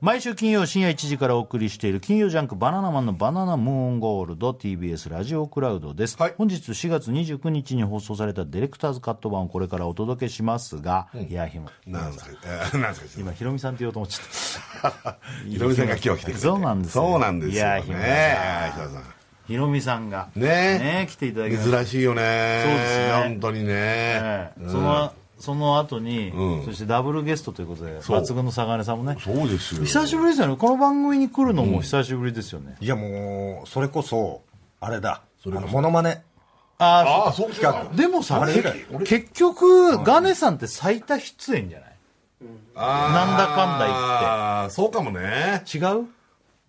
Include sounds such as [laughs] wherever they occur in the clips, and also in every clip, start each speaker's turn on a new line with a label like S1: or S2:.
S1: 毎週金曜深夜1時からお送りしている金曜ジャンクバナナマンのバナナムーンゴールド TBS ラジオクラウドです、
S2: はい
S1: 本日4月29日に放送されたディレクターズカット版をこれからお届けしますが、いやひも
S2: なんですか、えーなんですか、
S1: 今ヒロミさんって言おうと思っちゃった [laughs]
S2: ひろみさんが今日来てくれて、
S1: そうなんですよ
S2: そうなんですよ、
S1: いや
S2: ね、
S1: ーひろみさん
S2: ひろみさん。
S1: ヒロミさんが
S2: ね
S1: 来ていただきました
S2: 珍しいよね
S1: そうですね
S2: 本当にね
S1: え、えそのその後に、そしてダブルゲストということで
S2: そう
S1: 抜群の坂根さんもね
S2: そうですよ
S1: 久しぶりですよねこの番組に来るのも久しぶりですよね、
S3: いやもうそれこそあれだ
S2: れこそ
S3: あのモノマネ
S1: あ
S2: ああそう
S3: 企画
S2: か
S1: あでもさ
S3: あれ以来
S1: け結局ガネさんって最多出演じゃない
S2: なん
S1: だかんだ言って
S2: ああそうかもね
S1: 違う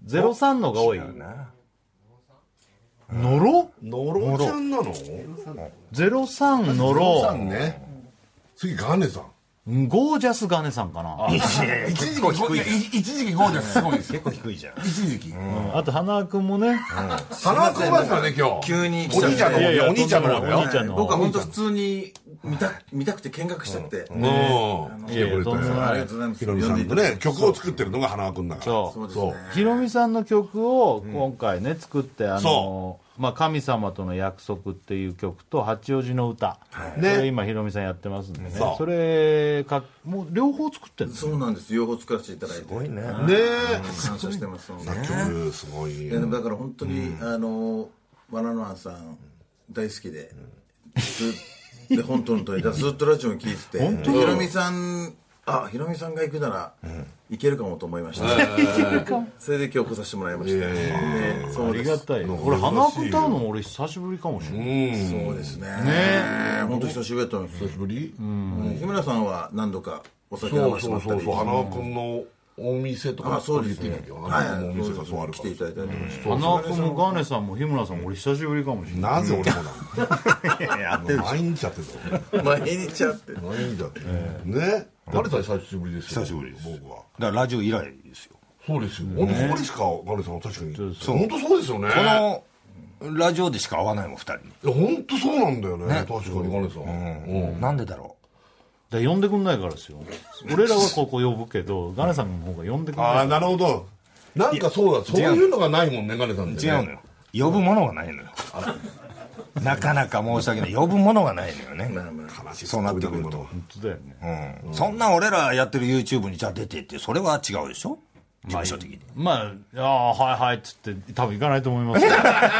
S1: ?03 のが多い
S3: な
S1: のろ
S2: のろちゃんなの
S1: ?03 の
S2: さ
S1: ろ
S2: んね次ガネさん
S1: ゴージャスガネさんかな
S3: 一時期低い
S4: いやい一時期ゴージャスすごいですよ
S3: 結構低いじゃん
S4: 一時期
S1: うんあと花輪君もね
S2: 花輪君はからね今日
S3: 急に
S2: お兄ちゃんの
S3: い
S2: 方
S3: や
S1: いや
S2: ねお兄ちゃんの方だよ
S1: お兄ちゃんの
S4: 僕は本当普通に見た見たくて見学したくて
S2: うん来てくれ
S1: いやいやとんでも
S2: て
S1: ない
S4: ありがとうございます
S2: ひろみさんとね曲を作ってるのが花輪君だから
S1: そう
S4: そうです
S2: そう
S4: ね
S1: ヒロミさんの曲を今回ね、作ってあの
S2: そ、
S1: まあ、神様との約束っていう曲と八王子の歌、こ
S2: ね
S1: れ今ヒロミさんやってますんでね
S2: そ
S1: そうれかもう両方作ってるんです
S4: そうなんです両方作らせていただいてすごい
S3: ね
S2: ね
S4: 感謝してます本当に
S2: 作曲すごい
S4: いやでもだから本当に、あのバナナマンさん大好きで、ずっで本当にずっとラジオに聞いてて本当ヒロミさんあヒロミさんが行くなら、いけるかもと思いました、それで今日来させてもらいました、ねそう
S1: あり
S4: で
S1: が
S4: す
S1: たいよ俺花輪君と会うのも俺久しぶりかもしれない、
S4: そうですね
S1: ね
S4: 本当久しぶりだったんです
S2: 久しぶり
S4: うん日村さんは何度かお酒の
S2: そう
S4: 話
S2: そ
S4: もあ
S2: うそう
S4: ったり
S2: そう花輪君のお店とか
S4: あそうです
S2: 言っ
S4: ね
S2: てみよう花
S4: はい
S2: 輪君のお店がそうある
S4: 来
S2: か
S4: ていただいたりとかして
S1: 花輪君もガネさんも日村さんも俺久しぶりかもしれない、
S2: らなぜ俺もなの毎日やってるの
S4: 毎日会って
S2: 毎日やってるね誰さん久しぶりですよ
S3: 久しぶりです
S2: 僕は
S3: だからラジオ以来ですよ
S2: そうですよ本当そこでしかガネさんは確かに
S3: う
S2: 本当そうですよね
S3: このラジオでしか会わないもん二人に
S2: いや本当そうなんだよね確かにガネさんうん
S3: なんでだろ
S1: だから呼んでくんないからですよ俺らはここ呼ぶけどガネさんの方が呼んでくんない
S2: ああなるほどなんかそうだそういうのがないもんねガネさんっ
S3: う
S2: て
S3: 違
S2: ね
S3: うのよ呼ぶものがないのよなかなか申し訳ない呼ぶものがないのよね
S4: まあまあ
S2: 悲しい
S3: そうなってくる
S2: こ
S3: と
S2: ういうの
S1: 本当だよね、
S3: うんそんな俺らやってる YouTube にじゃあ出てってそれは違うでしょ事務所的に
S1: まああーはいはいっつって多分行かないと思い [laughs] ますよ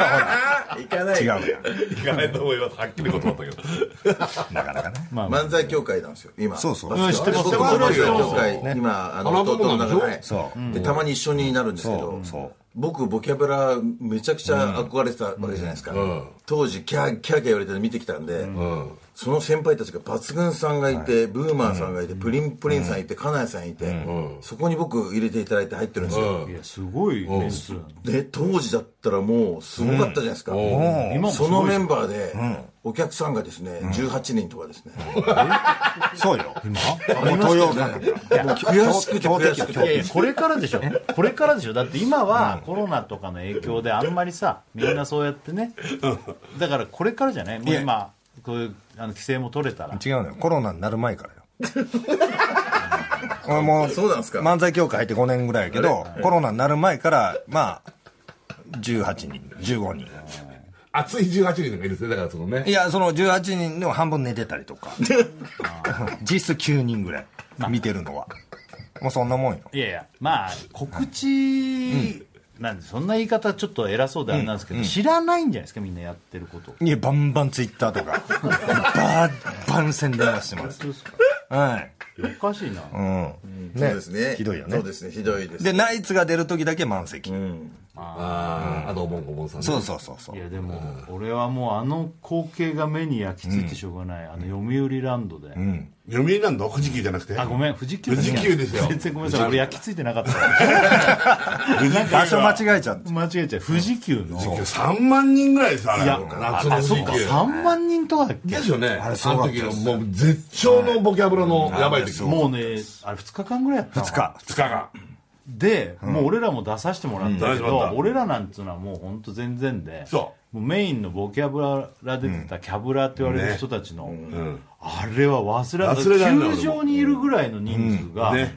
S4: 行かない
S3: 違うのよ
S2: [laughs] いかないと思いますはっきり断ったけど
S3: なかなかね
S1: まあまあ
S4: 漫才協会なんですよ今
S3: そうそう
S4: バスケ
S1: うん知ってます
S4: 僕も
S2: 知ってま
S4: 漫
S2: すよ
S4: 才協会、今あの
S2: 花友
S4: 弟
S2: な
S4: の
S2: んでしょ
S4: 中で
S3: そう
S4: でたまに一緒になるんですけど、
S3: そうそう
S4: 僕ボキャブラめちゃくちゃ憧れてたわけじゃないですか、
S2: ん
S4: 当時キャーキャーキャー言われてるの見てきたんで、
S2: うん
S4: その先輩たちが抜群さんがいて、ブーマーさんがいて、プリンプリンさんいて金谷さんいて、そこに僕入れていただいて入ってるんですよ、
S1: いやすごい年数なんだ
S4: で当時だったらもうすごかったじゃないですか、
S1: 今もすごい
S4: そのメンバーで、お客さんがですね、18人とかですね、
S3: そうよもう東洋館だから
S4: もう悔しくて悔しく
S1: いやい
S4: て
S1: やこれからでしょこれからでしょだって今はコロナとかの影響であんまりさみんなそうやってねだからこれからじゃないもう今こういうあの規制も取れたら
S3: 違うのよコロナになる前からよ俺も
S4: そうなんすか
S3: 漫才協会入って5年ぐらいやけどコロナになる前からまあ18人15人
S2: [laughs] 熱い18人がいるんですねだからそのね
S3: いやその18人でも半分寝てたりと
S4: [laughs]
S3: か実質9人ぐらい見てるのはもうそんなもんよ
S1: いやいやまあ告知なんでそんな言い方ちょっと偉そうであれなんですけど知らないんじゃないですかみんなやってること
S3: いやバンバンツイッターとかバンバン宣伝はしてますはい
S1: おかしいな
S3: うんね
S4: そうですね
S3: ひどいよね
S4: そうですねひどいです
S3: でナイツが出る時だけ満席、
S2: あああとおぼんこぼんさんね
S3: そうそうそうそう
S1: いやでも俺はもうあの光景が目に焼き付いてしょうがないあの読売ランドで
S2: 読売なんだ富士急じゃなくて
S1: あごめん富士急だ
S2: 富士急ですよ
S1: 全然ごめんなさい俺焼き付いてなかった
S3: 場所間違えちゃって
S1: 間違えちゃう富士急の
S2: 富士急3万人ぐらいですあれ
S1: いや
S2: 夏の
S1: あそっか
S2: 富士急
S1: 3万人とかだっけ
S2: ですよねあ
S3: れすごかったです
S2: の時のもう絶頂のボキャブラのやばい時
S1: もうねあれ2日間ぐらいやった
S3: 2日
S2: 2日が
S1: で、もう俺らも出させてもらったけ
S2: うん出させても
S1: ど
S2: ら、った
S1: 俺らなんつうのはもうほんと全然で
S2: そ
S1: もうメインのボキャブラで出てたキャブラって言われる人たちの、あれは忘れない
S2: 忘れられない
S1: 球場にいるぐらいの人数が、
S2: うんね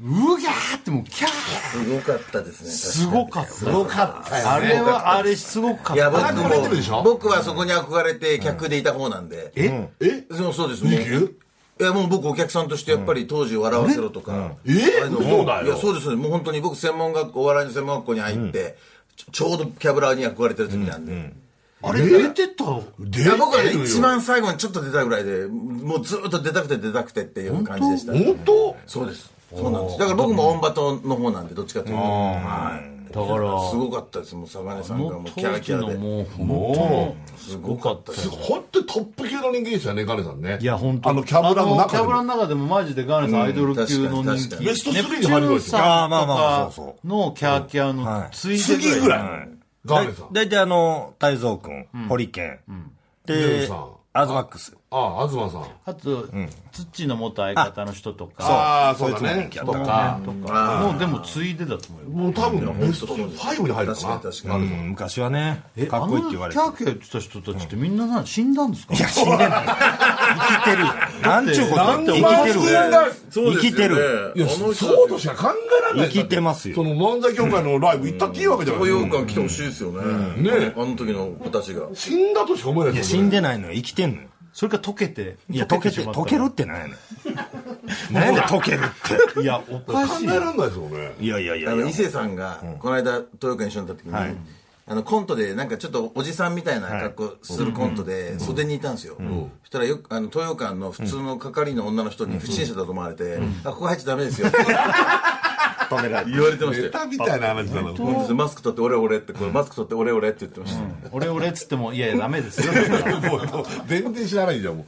S1: うぎゃーってもうキャー
S4: すごかったですね
S1: すごかった
S2: ごかったよ
S1: あ
S2: ね
S1: れはあれすごか
S4: いや
S1: っ
S4: 僕
S1: た
S2: 憧れてるでし
S4: も
S2: ょ
S4: 僕はそこに憧れて客でいた方なんで、え
S1: え
S2: え
S4: そうそうですね
S2: 29
S4: いやもう僕お客さんとしてやっぱり当時笑わせろとか、
S2: うんえ
S4: あの
S2: 嘘だよ
S4: いやそうですねもう本当に僕専門学校お笑いの専門学校に入って、ちょちょうどキャブラーに憧れてる時なんで、
S1: あれ出てた
S2: 出
S4: いや僕はね
S2: てるよ
S4: 一番最後にちょっと出たぐらいでもうずっと出たくて出たくてっていう感じでしたね
S2: 本当
S4: そうですそうなんですだから僕もオンバトの方なんでどっちかというと、はい、
S1: だから
S4: すごかったですもうサガネさ
S1: あ
S4: んが
S1: の
S4: もうキャ
S1: 当
S4: ラキ
S1: 時
S4: ャラ
S1: の
S4: で
S1: もう本当にすごかったです
S2: 本当にトップ級の人間でしたね金さんね
S1: いや本当
S2: あのキャブラの
S1: あキ
S2: 中
S1: ャブラ
S2: で
S1: の中でもマジでガーネさんアイドル級の
S4: 確かに
S1: 人
S4: 確か
S1: 気
S4: に
S2: ベスト
S1: ネ
S2: 3
S1: プ
S2: に
S1: チュ
S2: 入るぐらい
S1: ーン
S2: ですよ
S1: さんと
S3: あーまあまあ
S1: か
S3: そうそ
S1: のキャーキャーの
S3: い
S1: ついで
S2: 次ぐ
S1: ぐらい
S2: らいガ
S3: だ
S2: ー
S3: い
S2: ネさん
S3: 大体あの泰造君ホリケン
S2: ジュ
S3: で
S2: ンさん
S3: アズマックス
S2: ああ東さん
S1: あとツッチーの元相方の人とか
S2: ああそうだね
S1: とかとかもうでもついでだと思うよ
S2: もう多分ベスト5に入る
S4: 確
S2: か
S4: かに
S2: な
S4: 確
S3: う
S4: かに、
S3: ん昔はね
S1: え
S3: かっこいいって言われて
S1: あのキャーキャー言ってた人たちってみんなな死んだんですか
S3: いや死んでない生きてるよなんちゅうこと言っ
S2: 何
S3: て
S2: 万
S3: 生きてる
S2: 人だ
S4: そうですよね
S3: 生きてる
S2: いやそうとしか考えられない
S3: 生きてますよ
S2: その漫才協会のライブ行ったっていいわけじゃな
S4: 高
S2: い
S4: 揚感来てほしいですよね、
S2: ね
S4: あの時の子たちが
S2: 死んだとしか思えない
S3: いや
S2: です
S3: 死
S2: よ
S3: ん
S2: ね
S3: でないのよ生きてんのよ
S1: それか溶けて
S3: いや溶け
S1: してまった
S3: 溶けるってなんやねんなんで溶けるっ
S1: いやおか
S2: 考
S1: し
S2: え
S1: い
S2: られないですよね
S3: ていやいやいや
S4: あ
S3: いや
S4: の伊勢さんが、この間豊岡に一緒になった時に、あのコントでなんかちょっとおじさんみたいな格好するコントで袖にいたんですよ、そしたらよくあの豊岡の普通の係の女の人に不審者だと思われて「あここ入っちゃダメですよ」って
S3: 止められて
S4: 言われてました
S2: ネ
S4: よ
S2: タみたいな話なの
S4: 本日マスク取って俺俺ってこれマスク取って俺俺って言ってました、
S1: 俺俺っつってもいやいやダメですよ
S2: もう全然知らないじゃんも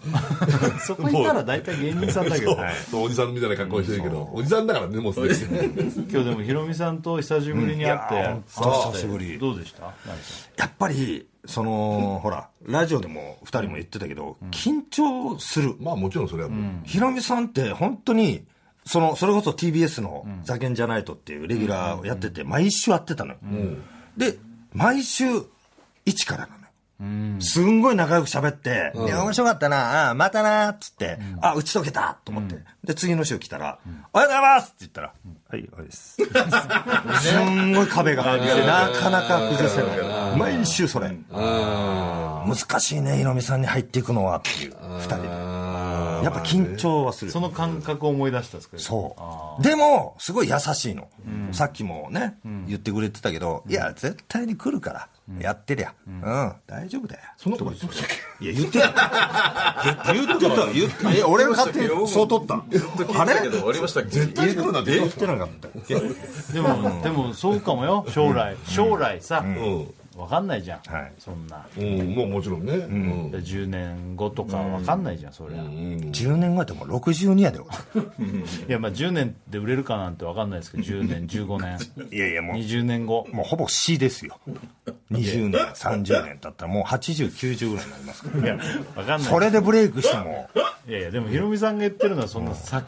S1: そこいたら大体芸人さんだけど
S2: うおじさんみたいな格好してるけどおじさんだからねもうすでに
S1: 今日でもヒロミさんと久しぶりに会って、
S3: うんいや本当久しぶり
S1: どうでしたなんか
S3: やっぱりそのほらラジオでも2人も言ってたけど緊張する
S2: まあもちろんそれはもう
S3: ヒロミさんって本当にそのそれこそ TBS の「ザケンじゃないと」っていうレギュラーをやってて毎週やってたのよ、で毎週一からなのよすんごい仲良く喋って、いや、面白かったな、ああまたな、っつって、あ、打ち解けた、と思って。で、次の週来たら、おはようございますって言ったら、はい、おはようです。 [laughs] すんごい壁が、なかなか崩せない。毎週それ。難しいね、ヒロミさんに入っていくのはっていう、二人で。やっぱ緊張はする。
S1: その感覚を思い出したんですけど
S3: そう。でも、すごい優しいの。さっきもね、言ってくれてたけど、いや、絶対に来るから、やってりゃ。うん、大丈夫だよ。
S2: そんなこと言ってましたっけ
S3: いや、言ってた。 [laughs] 言ってた、言ってた。え、俺が勝手にそう取った。
S4: あれだけどありましたっけ
S2: 絶対来るなんて言
S3: 言
S2: っ
S3: ってなかった。
S1: でもでもそうかもよ将来将来さ、
S2: たうん
S1: わかんないじゃん、
S3: はい
S1: そんな
S2: うんもうもちろんねうん
S1: 10年後とかわかんないじゃん、そりゃ、い
S3: 10年後やってもう62やで、俺
S1: やまあ10年で売れるかなんてわかんないですけど10年15年
S3: [laughs] いやいや、もう、
S1: 20年後
S3: もうほぼ死ですよ。20年、30年経ったらもう80、90ぐらいになりますから。
S1: いやわかんない
S3: それでブレイクしても、
S1: いやいやでもヒロミさんが言ってるのはそんなさ、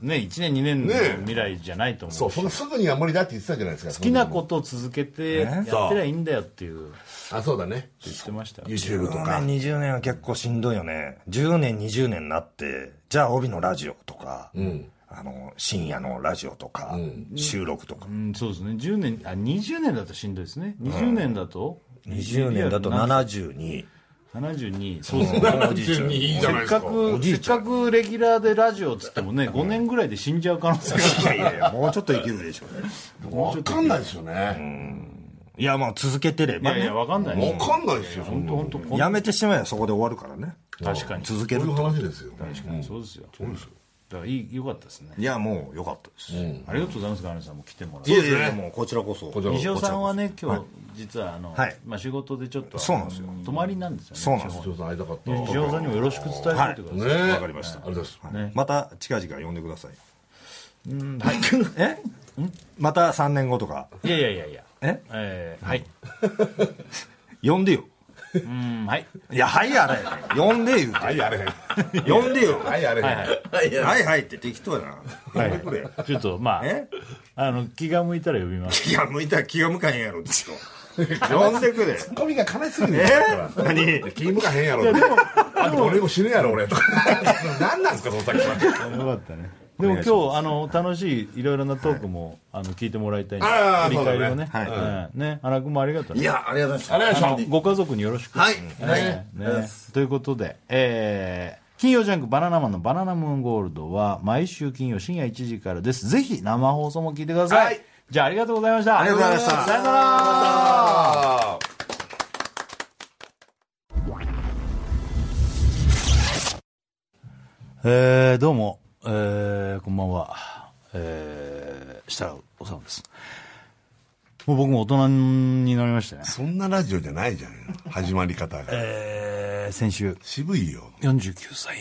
S1: ね1年2年の未来じゃないと思う
S2: そうそのすぐには無理だって言ってたじゃないですか
S1: 好きなことを続けてやってりゃいいんだよっていう
S2: あそうだね
S1: 言ってましたよ
S2: YouTube とか
S3: 10年20年は結構しんどいよね10年20年になってじゃあ帯のラジオとか、あの深夜のラジオとか、収録とか、
S1: うん、そうですね10年あ20年だとしんどいですね20年だと、
S3: 20年だと72
S1: 72そうですね
S2: 単 [laughs] 純にいいじゃない
S1: せ
S2: です
S1: っか
S2: か
S1: くせっかくレギュラーでラジオっつってもね5年ぐらいで死んじゃう可能性が
S3: いやいやいやもうちょっと生きるでしょうね
S2: わかんないですよね
S3: いやまあ続けて
S1: い
S3: れば
S1: や
S3: ね
S1: いやわかんない
S2: わかんないですよそん
S1: 本
S2: なこ
S1: 当本当
S3: やめてしまえばそこで終わるからね
S1: 確かに
S3: 続け
S2: う
S3: る
S2: いう話ですよ
S1: 確かにそうですよそうですよだからいいよかったですね
S3: いやもう良かったです、
S1: ありがとうございますガーネさんも来てもらっ
S3: い
S1: て
S3: やいやいやもうこちらこそ
S2: ちらこ
S1: 西尾さんはね今日実はあの、
S3: はい
S1: まあ、仕事でちょっと
S3: そうなんですよ
S1: 泊まりなんですよね
S3: そうなんです
S2: 一応さん会いたかった
S1: 西尾さんにもよろしく伝えておいてください、
S2: ねえ
S3: わかりました
S2: ありがとうございます
S1: ね
S3: また近々呼んでください [laughs] えまた3年後とか
S1: い、やいやいやいや
S3: え
S1: えー、はい
S3: 呼んでよ
S1: うんはい
S3: いや、はいやれ。呼んで言う
S2: はいやれへん
S3: て。呼んでよ。
S2: はいやれへん
S1: はいはい
S4: はいや
S3: はいはいって適当やな。呼んでくれよ。
S1: ちょっとまあ
S3: え
S1: あの気が向いたら呼び
S3: [laughs]
S1: ます
S3: 気が向いたら気が向かへんやろ、ちょっと。呼んでくれ。
S2: コミが悲しすぎる
S3: え
S2: よだから
S3: 何
S2: 気向かへんやろあと俺も死ぬやろ俺とか何なんですかその先は
S1: よかったねでも今日あの楽しいいろいろなトークも、あの聞いてもらいたいんで
S2: ああ
S1: 振り返りをね
S2: そうだね
S1: はいね荒くもありがとう
S4: い
S1: ね
S4: や、ありがとうございま
S2: ありがとうございまし
S4: し。
S2: たた
S1: あのご家族によろしく
S4: はい。は
S1: はい
S4: い。
S1: ね
S4: ありがとうございます
S1: ということで、えー金曜ジャンクバナナマンのバナナムーンゴールドは毎週金曜深夜1時からです。ぜひ生放送も聞いてください。
S2: はい
S1: じゃあありがとうございました。あ
S3: りがとうございました
S1: さよなら。
S2: あー
S1: えー、どうも、えー、こんばんは、えー、設楽治です。もう僕も大人になりましたね。
S2: そんなラジオじゃないじゃんよ始まり方が
S1: えー、先週、
S2: 渋いよ
S1: 49歳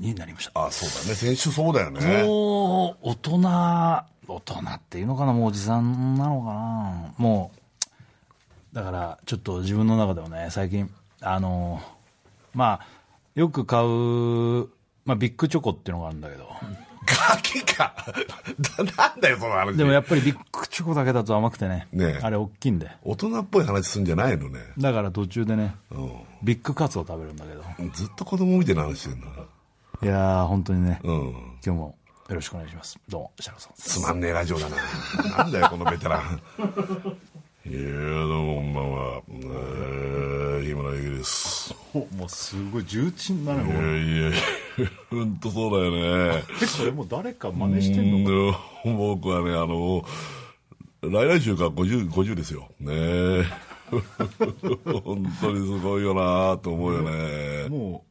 S1: になりました。
S2: あそうだね先週そうだよね
S1: もう、大人、大人っていうのかな、もうおじさんなのかな。もう、だから、ちょっと自分の中でもね、最近、あの、まあ、よく買う、まあ、ビッグチョコっていうのがあるんだけど、
S2: ガキか [laughs] なんだよその話
S1: でもやっぱりビッグチョコだけだと甘くてね、
S2: ねえ
S1: あれ大きいんで。
S2: 大人っぽい話すんじゃないのね、
S1: だから途中でね、
S2: う
S1: ビッグカツを食べるんだけど、
S2: ん、ずっと子供みたいな話してんな、
S1: いやー、本当にね、
S2: うん、
S1: 今日もよろしくお願いします。どうも、シャロさんです。
S2: つまんねえラジオだななんだよこのベテランいやーどうもこんばんは、えー、日村ゆきです
S1: もうすごい重鎮だ
S2: いや
S1: ね、
S2: いや本当そうだよね
S1: これもう誰か真似
S2: うん僕はねあの来来週から 50, 50ですよねえ [laughs] 本当にすごいよなと思うよね
S1: も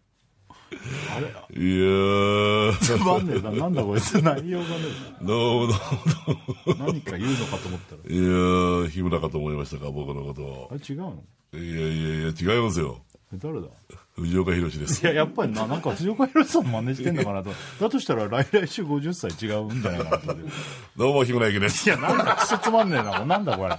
S1: う、あれ、
S2: いやー
S1: つまんねえな、なんだこい
S2: [laughs]
S1: つ、内容がね、
S2: どうもどうもどうも
S1: 何か言うのかと思ったら、
S2: いやー日村かと思いましたか僕のことを
S1: あれ違うの
S2: いやいやいや違いますよ
S1: え誰だ
S2: 藤岡弘です
S1: いや、やっぱりな、なんか藤岡弘さん真似してんのかなと。だとしたら、来来週50歳違うんだよな、と。
S2: どうも日村ゆきですいや
S1: なんだ、くそつまんねえな、もうなんだこれ。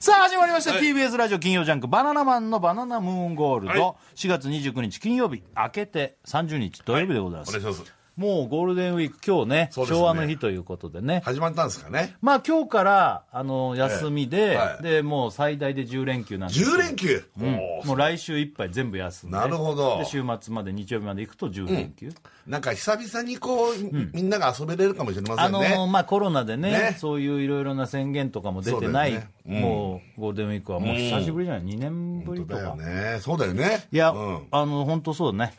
S1: さあ、始まりました。TBS ラジオ金曜ジャンク、バナナマンのバナナムーンゴールド。
S2: は
S1: 4月29日金曜日、明けて30日土曜日でございま
S2: お
S1: す。
S2: 願いします
S1: もうゴールデンウィーク、今日ね、
S2: そうですね
S1: 昭和の日ということでね。
S2: 始まったんですかね
S1: まあ今日から、あの、休みで、
S2: はい
S1: で、もう最大で10連休なんですけど
S2: 10連休、おー
S1: もう来週いっぱい全部休んで。
S2: なるほど
S1: で、週末まで日曜日まで行くと10連休。
S2: なんか久々にこう、みんなが遊べれるかもしれま
S1: あ
S2: せん
S1: の
S2: ね、
S1: まあ、コロナでね
S2: ね
S1: そういういろいろな宣言とかも出てない、
S2: そうだよ
S1: もうゴールデンウィークはもう久しぶりじゃない、2年ぶりと
S2: だよ
S1: か、
S2: ねそうだよね
S1: いや、
S2: うん、
S1: あの本当そうだね、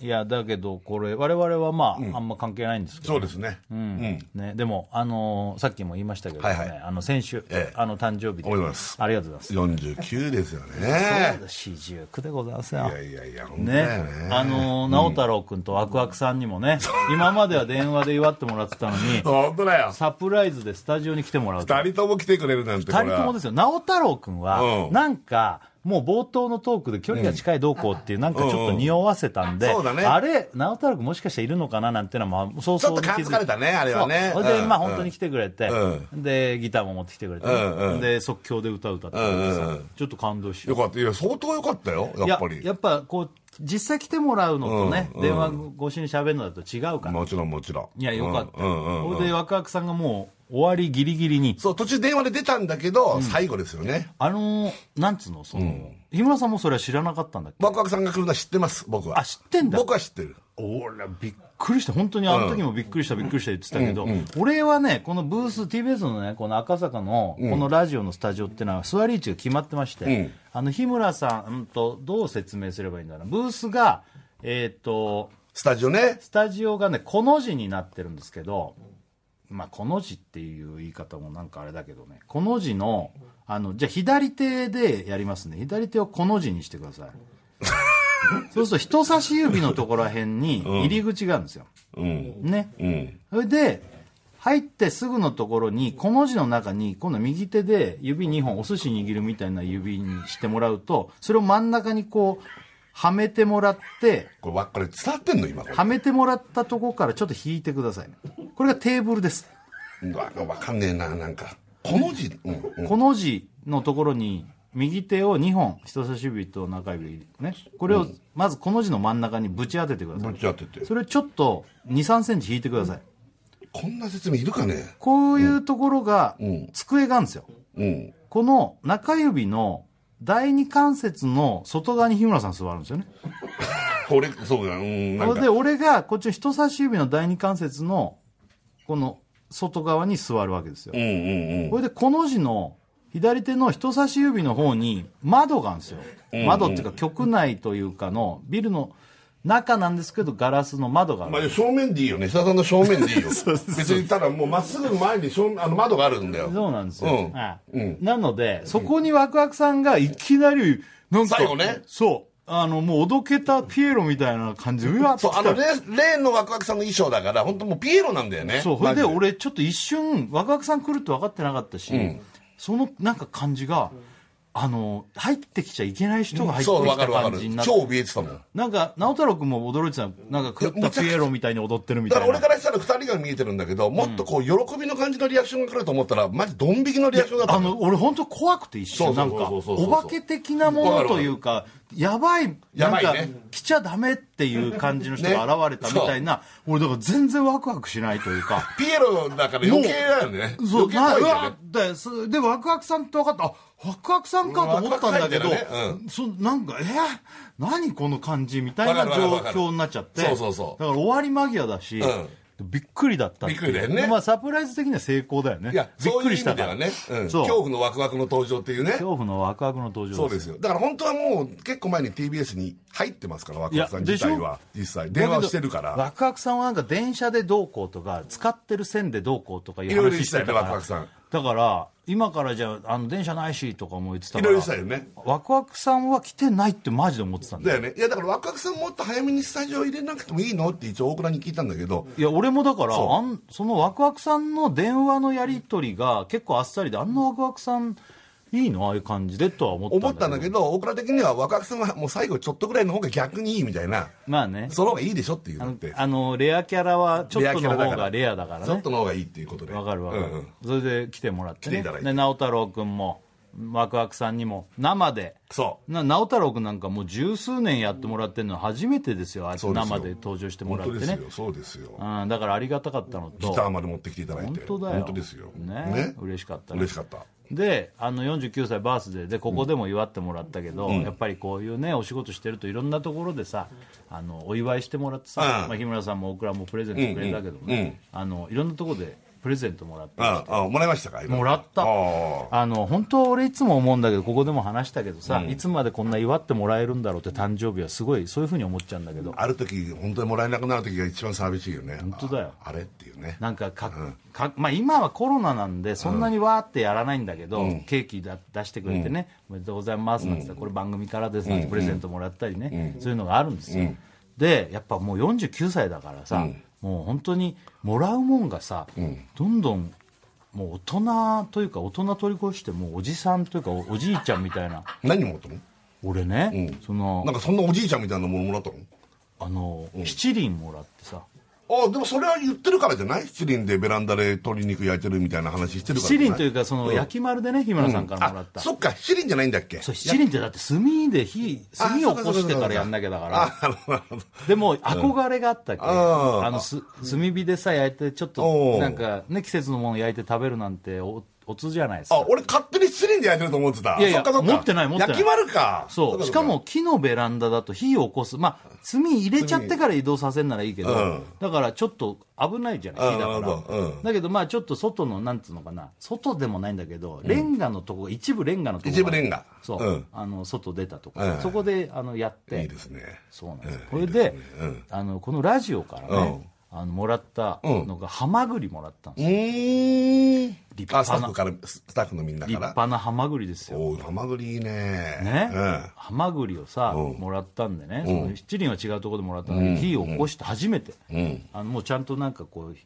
S1: いやだけどこれ我々はまあ、あんま関係ないんですけど
S2: そうですね、うん
S1: ね、でも、あのーさっきも言いましたけど
S2: は
S1: ね、
S2: いはい
S1: あの先週、
S2: ええ
S1: あの誕生日で
S2: おめでとうございます
S1: ありがとうございます、
S2: 49ですよね
S1: そうだ四十九でございますよ
S2: いやいやいや本当
S1: ね
S2: だよね
S1: あのー直太朗君とワクワクさんにもね、今までは電話で祝ってもらってたのに
S2: 本当だよ
S1: サプライズでスタジオに来てもらうと
S2: 2人とも来てくれるなんてこ
S1: 二
S2: れ
S1: 人ともですよ直太朗君は
S2: うん
S1: なんかもう冒頭のトークで距離が近いどうこうっていうなんかちょっと匂わせたんで
S2: うんうんそうだね
S1: あれ直太朗君もしかしているのかななんていうのはまあそうそう
S2: ち
S1: に
S2: ょっと感づかれたねあれはね
S1: そうそれで
S2: うん
S1: まあ本当に来てくれて
S2: う
S1: でギターも持ってきてくれて
S2: うんうん
S1: で即興で歌う歌ってくれて
S2: うんうん
S1: さ
S2: うん
S1: ちょっと感動しよ
S2: よ
S1: う
S2: かったいや相当よかったよやっぱり
S1: いややっぱこう実際来てもらうのとね
S2: うんうん
S1: 電話越しに喋るのだと違うから
S2: もちろんもちろん
S1: いやよかった
S2: うんうんうんうん
S1: それでワクワクさんがもう終わりギリギリに
S2: そう途中電話で出たんだけど、最後ですよね
S1: あのーなんつうのその、日村さんもそれは知らなかったんだっけ
S2: ワクワクさんが来るのは知ってます僕は
S1: あ知ってんだ
S2: 僕は知ってる
S1: 俺びっくりした本当にあの時もびっくりした、びっくりした言ってたけど、俺はねこのブース TBS のねこの赤坂のこのラジオのスタジオっていうのは座り位置が決まってまして、
S2: ん
S1: あの日村さんうんとどう説明すればいいんだろうなブースがえっ、と
S2: スタジオね
S1: スタジオがねこの字になってるんですけどまあこの字っていう言い方もなんかあれだけどねこの字のあのじゃあ左手でやりますね左手をこの字にしてくださいそうすると人差し指のところらへんに入り口があるんですよ、
S2: うん
S1: ね
S2: うん
S1: それで入ってすぐのところにこの字の中に今度右手で指2本お寿司握るみたいな指にしてもらうとそれを真ん中にこうはめてもらって
S2: これわこれ伝わってんの今これ
S1: はめてもらったとこからちょっと引いてくださいこれがテーブルです、
S2: わわかんねえななんかこの字、うんうん
S1: この字のところに右手を2本人差し指と中指ねこれをまずこの字の真ん中にぶち当ててくださ
S2: ぶ
S1: い
S2: ち当てて
S1: それをちょっと2 3センチ引いてください
S2: こんな説明いるかね
S1: こういうところが
S2: うん
S1: 机があるんですよ
S2: うん
S1: この中指の第二関節の外側に日村さん座るんですよね
S2: これそうだうんなん
S1: それ
S2: か
S1: で俺がこっちの人差し指の第二関節のこの外側に座るわけですよ
S2: う。んうんうん
S1: これでこの字の左手の人差し指の方に窓があるんですよ。窓っていうか局内というかのビルの中なんですけどガラスの窓があ
S2: まあ、
S1: る。
S2: 正面でいいよね久田さんの正面で
S1: [laughs]
S2: いいよ別にただもうまっすぐ前に正面あの窓があるんだよ
S1: そうなんですよ。
S2: うん
S1: はい
S2: うん
S1: なので、そこにワクワクさんがいきなり、なんか、
S2: 最後ね
S1: そう。あの、もうおどけたピエロみたいな感じで、うわっ
S2: そうあの例例のワクワクさんの衣装だから本当もうピエロなんだよね
S1: そう、それで
S2: マジ
S1: 俺、ちょっと一瞬、ワクワクさん来るって分かってなかったし、そのなんか感じが、あの、入ってきちゃいけない人が入って
S2: そう
S1: き
S2: わ
S1: た
S2: かるわか
S1: 感
S2: る
S1: じになって、
S2: 超怯えてたもん
S1: なんか、直太朗君も驚いてたのなんか、食ったピエロみたいに踊ってるみ
S2: だ
S1: た
S2: から
S1: い
S2: 俺
S1: な
S2: か。らしたら2人が見えてるんだけど、もっとこう喜びの感じのリアクションが来ると思ったらマジドン引きのリアクションだった
S1: あの俺、本当怖くて一
S2: そ
S1: 瞬、
S2: うそ
S1: な
S2: うん
S1: か、
S2: そうそうそうそう
S1: お化け的なものというか、やばい、
S2: や
S1: なん
S2: ばい
S1: か
S2: ね、
S1: 来ちゃダメっていう感じの人が現れたみたいな、俺、だから全然ワクワクしないというか、
S2: ピエロだから余計だよね
S1: そう
S2: 余計
S1: な
S2: 怖
S1: う
S2: いよ
S1: わ
S2: ね
S1: でそでワクワクさんって分かったあワクワクさんかと思ったんだけど、
S2: ワクワクさんだよね
S1: そなんかえ何この感じみたいな
S2: わかるわか
S1: 状
S2: るわかる
S1: 況になっちゃって
S2: そうそうそう
S1: だから終わり間際だし、
S2: ん
S1: びっくりだったていう
S2: びっくりだよね
S1: でまあ、サプライズ的には成功だよね
S2: いや
S1: びっ
S2: そう
S1: く
S2: いう
S1: り
S2: 意
S1: した
S2: 味では
S1: から
S2: ね、うん
S1: そう
S2: 恐怖のワクワクの登場っていうね
S1: 恐怖のワクワクの登場
S2: そうですよだから本当はもう結構前に TBS に入ってますからワクワクさん
S1: いやで
S2: 自
S1: しょ
S2: 体は実際電話をしてるか
S1: だけ
S2: ら
S1: どワクワクさんはなんか電車でどうこうとか使ってる線でどうこうとかい
S2: いろ
S1: う
S2: いろ言っ
S1: 話
S2: て
S1: したて
S2: よね
S1: たか
S2: ワクワ
S1: ら
S2: クさんい
S1: だから今からじゃああの電車ないしとかも言ってた
S2: ろい
S1: から
S2: ろ言ってたよね
S1: ワクワクさんは来てないってマジで思ってたんだ
S2: だ
S1: よ
S2: よねいやだからワクワクさんもっと早めにスタジオ入れなくてもいいのって一応大倉に聞いたんだけど、
S1: いや俺もだから
S2: そう
S1: あんそのワクワクさんの電話のやり取りが結構あっさりであんなワクワクさんいいのああいう感じでとは思ったんだ
S2: 思ったんだけど大倉的にはワクワクさんはもう最後ちょっとぐらいの方が逆にいいみたいな
S1: まあね
S2: その方がいいでしょっていう
S1: あ
S2: のっ
S1: の
S2: て
S1: あのレアキャラはちょっ
S2: レア
S1: との
S2: キャラだ
S1: 方
S2: から
S1: がレアだから
S2: ちょっ
S1: ね
S2: との方がいいっていうことで
S1: わかるわかる、
S2: うんうん
S1: それで来てもらって,、
S2: 来てい
S1: ね、
S2: ただいて
S1: で直太朗君もワクワクさんにも生で
S2: そ
S1: な直太朗君なんかもう十数年やってもらってるのは初めてですよあ
S2: そうですよ
S1: 生で登場して
S2: う
S1: も
S2: 本
S1: らっ
S2: 当
S1: て
S2: です
S1: ね
S2: よ、そうですよ
S1: うん、だからありがたかったのと
S2: ギターまで持ってきていただいて
S1: 本当だよ
S2: ですよ
S1: ね嬉しかったね
S2: 嬉しかった
S1: であの49歳バースデーでここでも祝ってもらったけど、やっぱりこういうねお仕事してるといろんなところでさあのお祝いしてもらってさ、
S2: うん
S1: まあ、日村さんも大倉もプレゼントくれたけどね、
S2: うんうんうん
S1: あのいろんなところでプレゼントもらって
S2: ああもらいましたか
S1: もらった
S2: あ
S1: あの本当俺いつも思うんだけどここでも話したけどさ、いつまでこんな祝ってもらえるんだろうって誕生日はすごいそういうふうに思っちゃうんだけど
S2: ある時本当にもらえなくなる時が一番寂しいよね本
S1: 当だよ
S2: ああれっていうね
S1: なんかか、かまあ、今はコロナなんで、そんなにわーってやらないんだけど、ケーキだ出してくれてね、おめでとうございますなんてさ、これ番組からですなんて、プレゼントもらったりね、そういうのがあるんですよ。で、やっぱもう49歳だからさ、もう本当にもらうもんがさ、どんどんもう大人というか、大人取り越して、もうおじさんというかお、おじいちゃんみたいな、
S2: 何もらったの
S1: 俺ね、その
S2: なんかそんなおじいちゃんみたいなものもらったの
S1: あの、七輪もらってさ。
S2: ああでもそれは言ってるからじゃない七輪でベランダで鶏肉焼いてるみたいな話してるからじ
S1: 七
S2: ゃな
S1: 輪というか、その、焼き丸でね、日村さんからもら
S2: あ
S1: った。
S2: そっか七輪じゃないんだっけ
S1: そう七輪ってだって炭で火炭を起こしてからやんなきゃだから
S2: あなるほど
S1: でも憧れがあったっけ、
S2: あー
S1: あのす炭火でさ焼いてちょっ
S2: お
S1: と
S2: ー
S1: なんかね季節のもの焼いて食べるなんておおつじゃないです
S2: あ
S1: か
S2: 俺勝手に七輪で焼いてると思ってた
S1: いやい
S2: そ
S1: や
S2: っかそっか
S1: 持ってない持ってない
S2: 焼き丸か
S1: そうしかも木のベランダだと火を起こすまあ炭入れちゃってから移動させるならいいけど、
S2: うん
S1: だからちょっと危ないじゃない火だ
S2: あーなる
S1: か
S2: ほ
S1: ら、
S2: どうん
S1: だけどまあちょっと外のなんつうのかな外でもないんだけどレンガのとこ、一部レンガのとこ
S2: 一部レンガ
S1: そう、
S2: うん
S1: あの外出たとこ、
S2: うん
S1: そこであのやって
S2: いいですね
S1: そうなんで
S2: え
S1: す
S2: え。
S1: これ
S2: いい
S1: です
S2: ねうん、
S1: あの、このラジオからね、あの、もらったのが、ハマグリもらったんです
S2: う
S1: よ。
S2: ーん
S1: 立
S2: あ
S1: 派
S2: ス
S1: な
S2: タッフからスタッフのみんな
S1: 立
S2: から
S1: 派なハマグリですよ。
S2: おおハマグリいいね
S1: ね
S2: うん、
S1: ハマグリをさ、もらったんでね、その七輪は違うところでもらったんだけど、火を起こして初めて、あの、もうちゃんとなんかこう、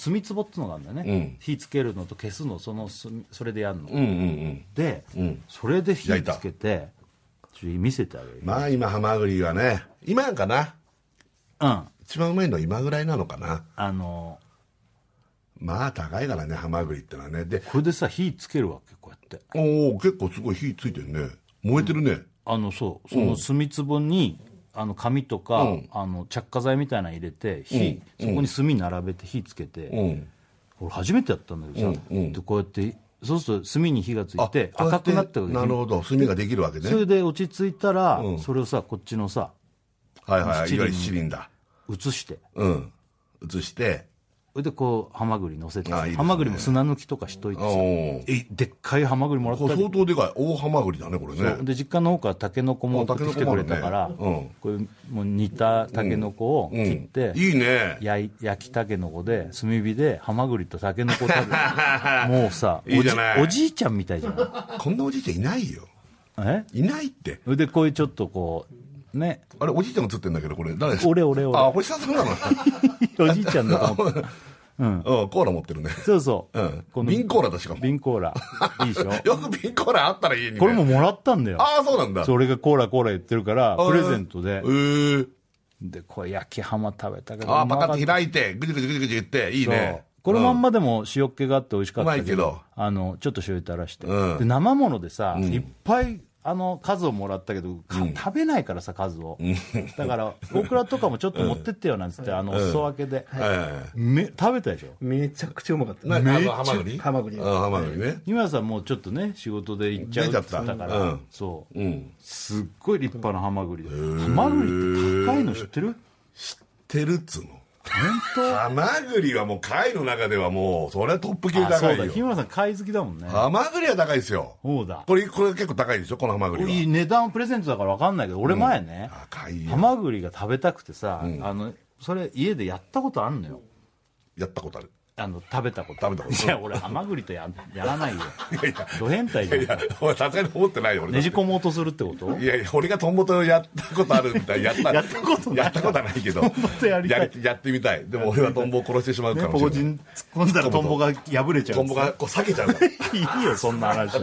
S1: 炭壺っていうのがあるんだよね。火つけるのと消すの、その炭、それでやるの。
S2: うんうんうん
S1: で、それで火
S2: 焼いた
S1: つけて、ちょ見せてあげるよ。
S2: まあ今ハマグリはね今やんかな
S1: うん。
S2: 一番うまいのは今ぐらいなのかな
S1: あの、
S2: まあ高いからねハマグリってのはねで
S1: これでさ、火つけるわけ、こうやって。
S2: おお結構すごい火ついてるね燃えてるね、
S1: あのそうその炭壺に、あの紙とか、あの着火剤みたいなの入れて火、そこに炭並べて火つけて、俺初めてやったんだけどさ、でこうやってそうすると炭に火がついて
S2: こうや
S1: 赤くなったわけ
S2: なるほど炭ができるわけね
S1: それで落ち着いたら、それをさこっちのさ
S2: はいはいはいい
S1: 七輪
S2: わゆる七輪だ
S1: 移して
S2: うん移して
S1: それでこうハマグリ乗せて
S2: あいいですね
S1: ハマグリも砂抜きとかしといてさ
S2: お
S1: えでっかいハマグリもらっ
S2: これ
S1: たり
S2: 相当でかい大ハマグリだねこれね
S1: で実家の方からタケノコも送ってきてくれたから、
S2: あタケノコもあるね
S1: これもう煮たタケノコを
S2: うん
S1: 切って、
S2: いいね
S1: 焼い焼きタケノコで炭火でハマグリとタケノコを食
S2: [laughs]
S1: べるもうさ
S2: いいじゃない
S1: おじおじいちゃんみたい
S2: [laughs]
S1: じゃな
S2: こんなおじいちゃんいないよ
S1: いえ
S2: いないって
S1: それでこういうちょっとこうね
S2: あれおじいちゃんが映ってんだけどこれ誰です
S1: 俺俺俺
S2: あおじさんなの
S1: [laughs] おじいちゃんだと思って
S2: うんコーラ持ってるね
S1: そうそう、
S2: うん
S1: この
S2: 瓶コーラだしかも
S1: 瓶コーラい
S2: [laughs]
S1: いでしょ
S2: よく瓶コーラあったら家にね
S1: これももらったんだよ
S2: ああそうなんだ
S1: それがコーラコーラ言ってるからプレゼント
S2: え
S1: で
S2: ー
S1: でこれ焼きハマ食べたけど
S2: ああ
S1: うま
S2: パ
S1: かっ
S2: カって開いてぐじゅぐじゅぐじゅぐじゅ言っていい
S1: そう
S2: ね
S1: これまんまでも塩っ気があって美味しかったけ
S2: う
S1: ど,、
S2: まいけど
S1: あのちょっと醤油垂らして、
S2: うん
S1: で生ものでさ、いっぱいあの数をもらったけど、か食べないからさ数を、だからオクラとかもちょっと持ってってよなんつって、あのお裾分けで、
S2: え
S1: め食べたでしょ
S5: めちゃくちゃうまかった
S2: えなあのハマグリ
S5: ハマグリ
S2: ああハマグリね
S1: 今さもうちょっとね仕事で行っちゃうっ
S2: 出
S1: て
S2: ちゃ
S1: 言
S2: っ
S1: ったたから、
S2: うん
S1: そう
S2: うん
S1: すっごい立派なハマグリでハマグリって高いの知ってる
S2: てるっつうのハマグリはもう貝の中ではもうそれはトップ級
S1: あそ
S2: 高
S1: うだ
S2: い
S1: 日
S2: よ
S1: 村さん貝好きだもんね
S2: ハマグリは高いですよ
S1: そうだ
S2: これこれ結構高いでしょこのハマグリはい
S1: い値段プレゼントだから分かんないけど俺前ね、
S2: 高い
S1: ハ
S2: よ
S1: マグリが食べたくてさ、あのそれ家でやったことあんのよ
S2: やったことある
S1: あの食べたこと
S2: 食べたこと
S1: いや俺ハマグリとややらないよ
S2: いやいや
S1: ド変態じゃん
S2: いや俺さすがに思ってないよ俺だ
S1: ね
S2: って
S1: じ込もうとするってこと
S2: いやいや俺がトンボとやったことあるみたいやった
S1: [laughs] やったことない
S2: やったことはないけど
S1: とやりたい
S2: りやってみたいでも俺はトンボを殺してしまうか
S1: ね
S2: も
S1: ポ
S2: しれ
S1: コ
S2: な
S1: チ
S2: い、
S1: ン突っ込んだらトンボが破れちゃう
S2: トンボがこう避けちゃうから
S1: いいよそんな話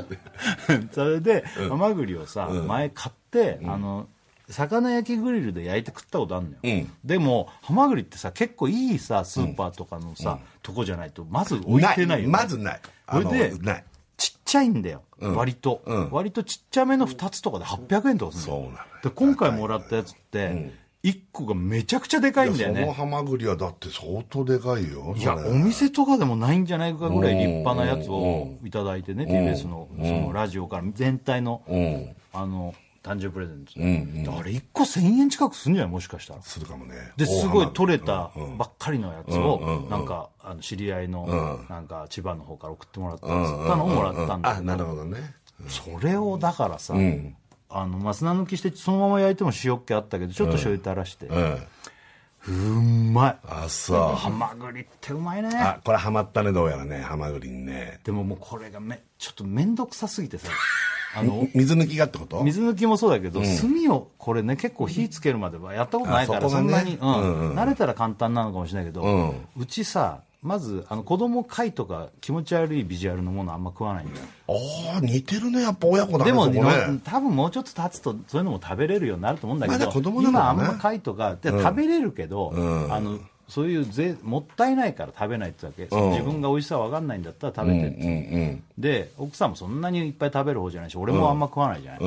S1: それで、ハマグリをさ、前買って、あの魚焼きグリルで焼いて食ったことあるのよ、
S2: うん
S1: でもハマグリってさ結構いいさスーパーとかのさ、とこじゃないとまず置いてないよね
S2: まずないあの
S1: これで
S2: ない
S1: ちっちゃいんだよ、割と、
S2: ん
S1: 割とちっちゃめの2つとかで800円とかするの
S2: そうなのよ
S1: で今回もらったやつって、1個がめちゃくちゃでかいんだよ
S2: その
S1: ね
S2: ハマグリはだって相当でかいよ
S1: いや
S2: それ
S1: お店とかでもないんじゃないかぐらい立派なやつを
S2: う
S1: いただいてね TBS のそのラジオから全体のあの誕生日プレゼントであれ1個1000円近くするんじゃないもしかしたら
S2: するかもね
S1: ですごい取れ
S2: た
S1: たばっかりのやつをなんかあの知り合いのなんか千葉の方から送ってもらったんですったのをもらったんだ
S2: あ
S1: けど
S2: なるほどね
S1: それをだからさ、あのまあ砂抜きしてそのまま焼いても塩っ気あったけどちょっと醤油垂らして、う
S2: うん
S1: まい
S2: あそう
S1: ハマグリってうまいね
S2: あこれハマったねどうやらねハマグリにね
S1: でももうこれがめちょっと面倒くさす
S2: [laughs]
S1: ぎてさあの
S2: 水抜きがってこと
S1: 水抜きもそうだけど、炭をこれね結構火つけるまではやったことないか
S2: あ
S1: ら
S2: そこ
S1: そ
S2: が
S1: ん
S2: ね
S1: なに、う
S2: うん
S1: ん慣れたら簡単なのかもしれないけど、うちさまずあの子供貝とか気持ち悪いビジュアルのものあんま食わないんだよ
S2: ああ似てるねやっぱ親子だね
S1: でも、
S2: そこね
S1: 多分もうちょっと経つとそういうのも食べれるようになると思うんだけど、
S2: まだ子供なの
S1: 今あ
S2: か
S1: ん
S2: な
S1: ま貝とかで食べれるけど、あのそういうぜもったいないから食べないってだけ、自分が美味しさ分かんないんだったら食べてって、で奥さんもそんなにいっぱい食べる方じゃないし俺もあんま食わないじゃない、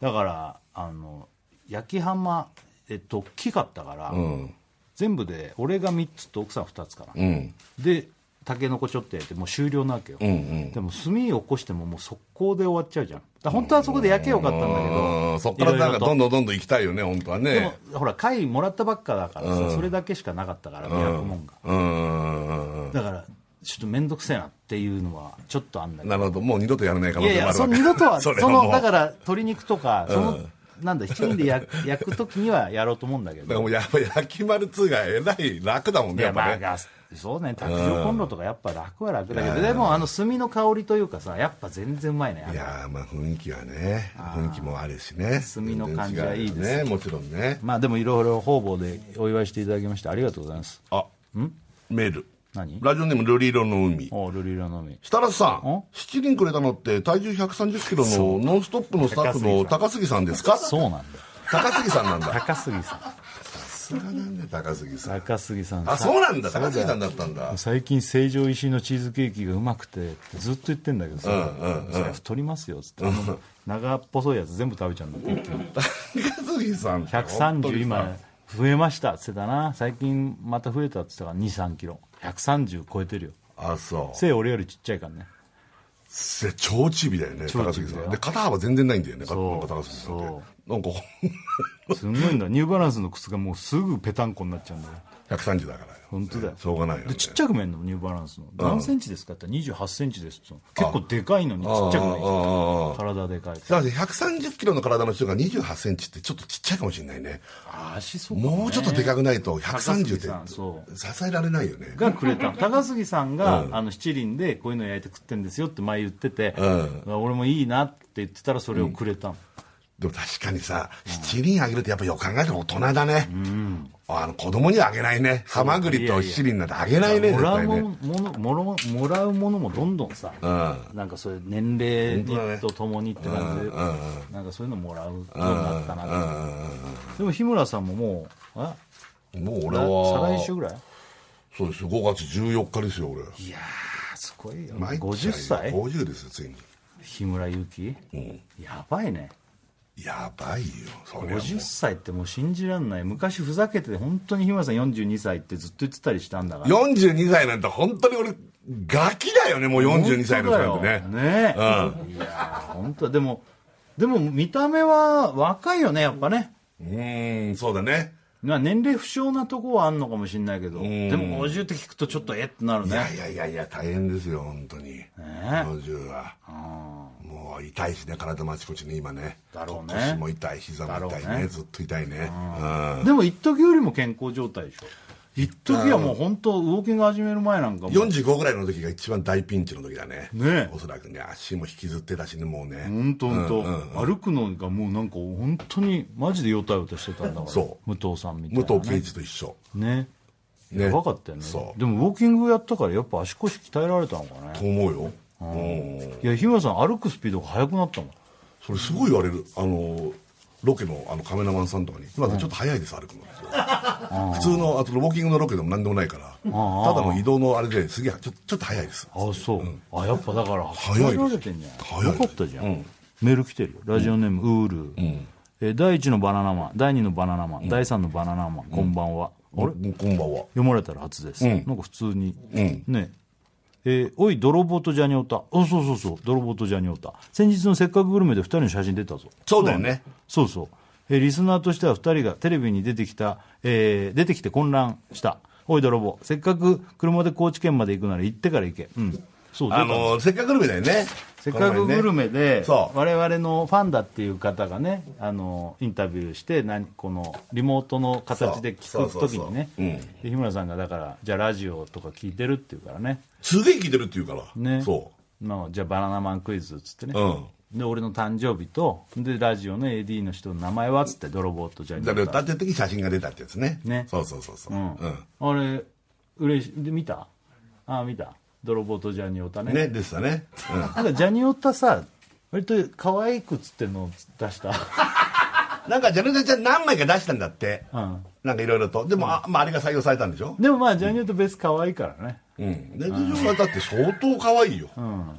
S1: だからあの焼き浜えっと大きかったから、全部で俺が3つと奥さん2つかな、でタケノコちょっとやってもう終了なわけよ、でも炭起こしてももう速攻で終わっちゃうじゃんだから本当はそこで焼けよかったんだけど、
S2: うんそっからなんかどん
S1: ん
S2: どんどんどん行きたいよね本当はね
S1: でもほら貝もらったばっかだからさ、それだけしかなかったから焼くもんが、
S2: うんうんうんうん
S1: だからちょっと面倒くせえなっていうのはちょっとあんだけど
S2: なるほどもう二度とやらない可
S1: い
S2: 能
S1: やい
S2: 性もあ
S1: や、
S2: るわけ
S1: その二度とは、
S2: [laughs] そ
S1: そ
S2: れも
S1: の、だから、鶏肉とか、その、なんだ、七人で焼焼くときにはやろうと思うんだけ
S2: だから
S1: ど。
S2: もうやっぱ焼き丸2がえらい楽だもん
S1: い
S2: ねや
S1: や、
S2: っぱ
S1: ま
S2: ね
S1: あ、そうね、卓上コンロとかやっぱ楽は楽だけど、でも、あの、炭の香りというかさ、やっぱ全然うまいね。あ
S2: い
S1: の
S2: やーまあ雰囲気はね雰囲気もあるしね
S1: 炭の感じはいいですね
S2: 全然違うよねもちろんね
S1: まあ、でも、いろいろ方々でお祝いしていただきまして、ありがとうございます。
S2: あメール
S1: 何
S2: ラジオネームルリ色の海
S1: おルリラのみ。
S2: 設楽さん
S1: ん
S2: 7人くれたのって体重1 3 0キロのノンストップのスタッフの高杉さんですか
S1: そうなんだよ。
S2: 高杉さんなんだ
S1: 高杉さん。
S2: さすがなんだよ高杉
S1: [laughs]
S2: さん
S1: 高杉さんさ。
S2: あそうなんだ高杉さんだったんだ
S1: 最近成城石井のチーズケーキがうまくてってずっと言ってんだけどさ「それ太りますよ」っつってあの長っぽそいやつ全部食べちゃうんだって一気に
S2: 高杉さん本当
S1: 130
S2: にさ
S1: 今増えましたっつってたな最近また増えたっつってたから2 3キロ130超えてるよ
S2: あそう
S1: 背俺よりちっちゃいからね
S2: で超チビだよね
S1: 超
S2: 高
S1: チ
S2: 杉
S1: ビだ
S2: さ
S1: よ
S2: んで肩幅全然ないんだよね
S1: そう
S2: 高杉さんって
S1: そう
S2: なんか、 [laughs]
S1: すごいんだニューバランスの靴がもうすぐペタンコになっちゃうんだよ
S2: 130だからよ。
S1: 本当だよ
S2: しょうがないよ、ね。
S1: でちっちゃく見えんのニューバランスの何センチですかって言ったら28センチですって結構でかいのにちっちゃく見え
S2: あ
S1: る
S2: あああ
S1: 体でかい
S2: だって130キロの体の人が28センチってちょっとちっちゃいかもしれないね。
S1: あ足そうかもね
S2: もうちょっとでかくないと
S1: 杉
S2: 130
S1: さ
S2: っ
S1: ん
S2: て
S1: そ
S2: 支えられないよね。
S1: がく
S2: [laughs]
S1: れた高杉さんが、
S2: うん
S1: あの七輪でこういうの焼いて食ってんですよって前言ってて、
S2: うん
S1: 俺もいいなって言ってたらそれをくれたの、
S2: でも確かにさ、七輪あげるってやっぱよく考えたら大人だね。あの子供にはあげないね。ハマグリと七輪なんてあげないね、
S1: も
S2: 絶
S1: らう
S2: 対
S1: も
S2: ね。
S1: ものもろもらうものもどんどんさ、
S2: うん。
S1: なんかそういう年齢に
S2: 本当だね
S1: とともにって感じで、なんかそういうのもらうようになった
S2: うん
S1: なでも日村さんももうあ
S2: もう俺
S1: 再来週
S2: は、
S1: ぐらい
S2: そうです、5月14日ですよ、俺。
S1: いやーすごいよ
S2: 参っちゃ
S1: 50
S2: う
S1: 歳
S2: よ50ですよ、ついに。
S1: 日村勇紀、やばいね
S2: やばいよ、それはもう
S1: 50歳ってもう信じらんない昔ふざけてて本当に日村さん42歳ってずっと言ってたりしたんだから
S2: 42歳なんて本当に俺ガキだよねもう42歳の人なんてね
S1: 本当だよねえ、いやー本当でもでも見た目は若いよねやっぱね
S2: うーんそうだね
S1: まあ年齢不詳なとこはあんのかもしれないけど
S2: ん
S1: でも50って聞くとちょっとえってなる
S2: い
S1: ね
S2: やいやいやいや大変ですよ本当に、50はもう痛いしね体もあちこちに今ね
S1: だろうね
S2: 腰も痛い膝も痛い
S1: だろ
S2: ね
S1: うね
S2: ずっと痛いねうん
S1: [laughs] でも一時よりも健康状態でしょ一時はもう本当ウォーキング始める前なんかもう
S2: 45ぐらいの時が一番大ピンチの時だね
S1: ねえ
S2: おそらくね足も引きずってたしねもうね
S1: 本当本当歩くのがもうなんか本当にマジでヨタヨタしてたんだから
S2: そう
S1: 武藤さんみたい
S2: 武
S1: な、ね、
S2: 藤敬司と一緒
S1: ね
S2: ね
S1: やばかったよね
S2: そう
S1: でもウォーキングやったからやっぱ足腰鍛えられたのか
S2: と
S1: ね
S2: 思うようん
S1: いや日村さん歩くスピードが速くなったもん
S2: それすごい言われるあのロケのあのカメラマンさんとかに「今ちょっと早いです歩くの」普通のあとウォーキングのロケでも何でもないからただの移動のあれですげえちょちょっと早いです
S1: あそう、あやっぱだから
S2: 早いです
S1: 鍛えられてんじゃない
S2: 早いです
S1: よかったじゃん、メール来てるよラジオネーム、ウール、えー第1のバナナマン第2のバナナマン、第3のバナナマン、こんばんはあれ
S2: もうこんばんは
S1: 読まれたら初です、
S2: ん
S1: なんか普通に、
S2: ん
S1: ねえーおい泥棒とジャニオタあそうそうそう泥棒とジャニオタ先日の「せっかくグルメ」で2人の写真出たぞ
S2: そうだよね
S1: そうそう、えーリスナーとしては2人がテレビに出てきた、えー出てきて混乱したおい泥棒せっかく車で高知県まで行くなら行ってから行けうんそう出た
S2: あ
S1: んです
S2: のせっかくグルメだよね
S1: せっかくグルメで、我
S2: そう
S1: 々のファンだっていう方がねあのインタビューして何このリモートの形で
S4: そ
S1: 聞く
S4: う
S1: 時にね
S2: そうそうそう
S1: で日村さんがだからじゃあラジオとか聞いてるっていうからね
S2: すげえ聞いてるって言うから、
S1: ね
S2: そ
S1: まあじゃあバナナマンクイズっつってね
S2: う、うん
S1: で俺の誕生日とでラジオの AD の人の名前はっつって泥棒とじゃあ
S2: だけど立ってる時に写真が出たってやつね
S1: ね
S2: そうそうそうそう、うん
S1: あれ嬉しいで見たああ見た泥棒とジャニオタね
S2: ねでしたね、うん
S1: なんかジャニオタさ割と可愛くつってんのを
S2: [laughs]
S1: 出した
S2: なんかジャルジャちゃん何枚か出したんだって、
S1: ん
S2: なんかいろいろとでも、あまあ、あれが採用されたんでしょ
S1: でもまあジャニオタベース可愛いからね
S2: うん、ネット上はだって相当可愛いよ、
S1: 本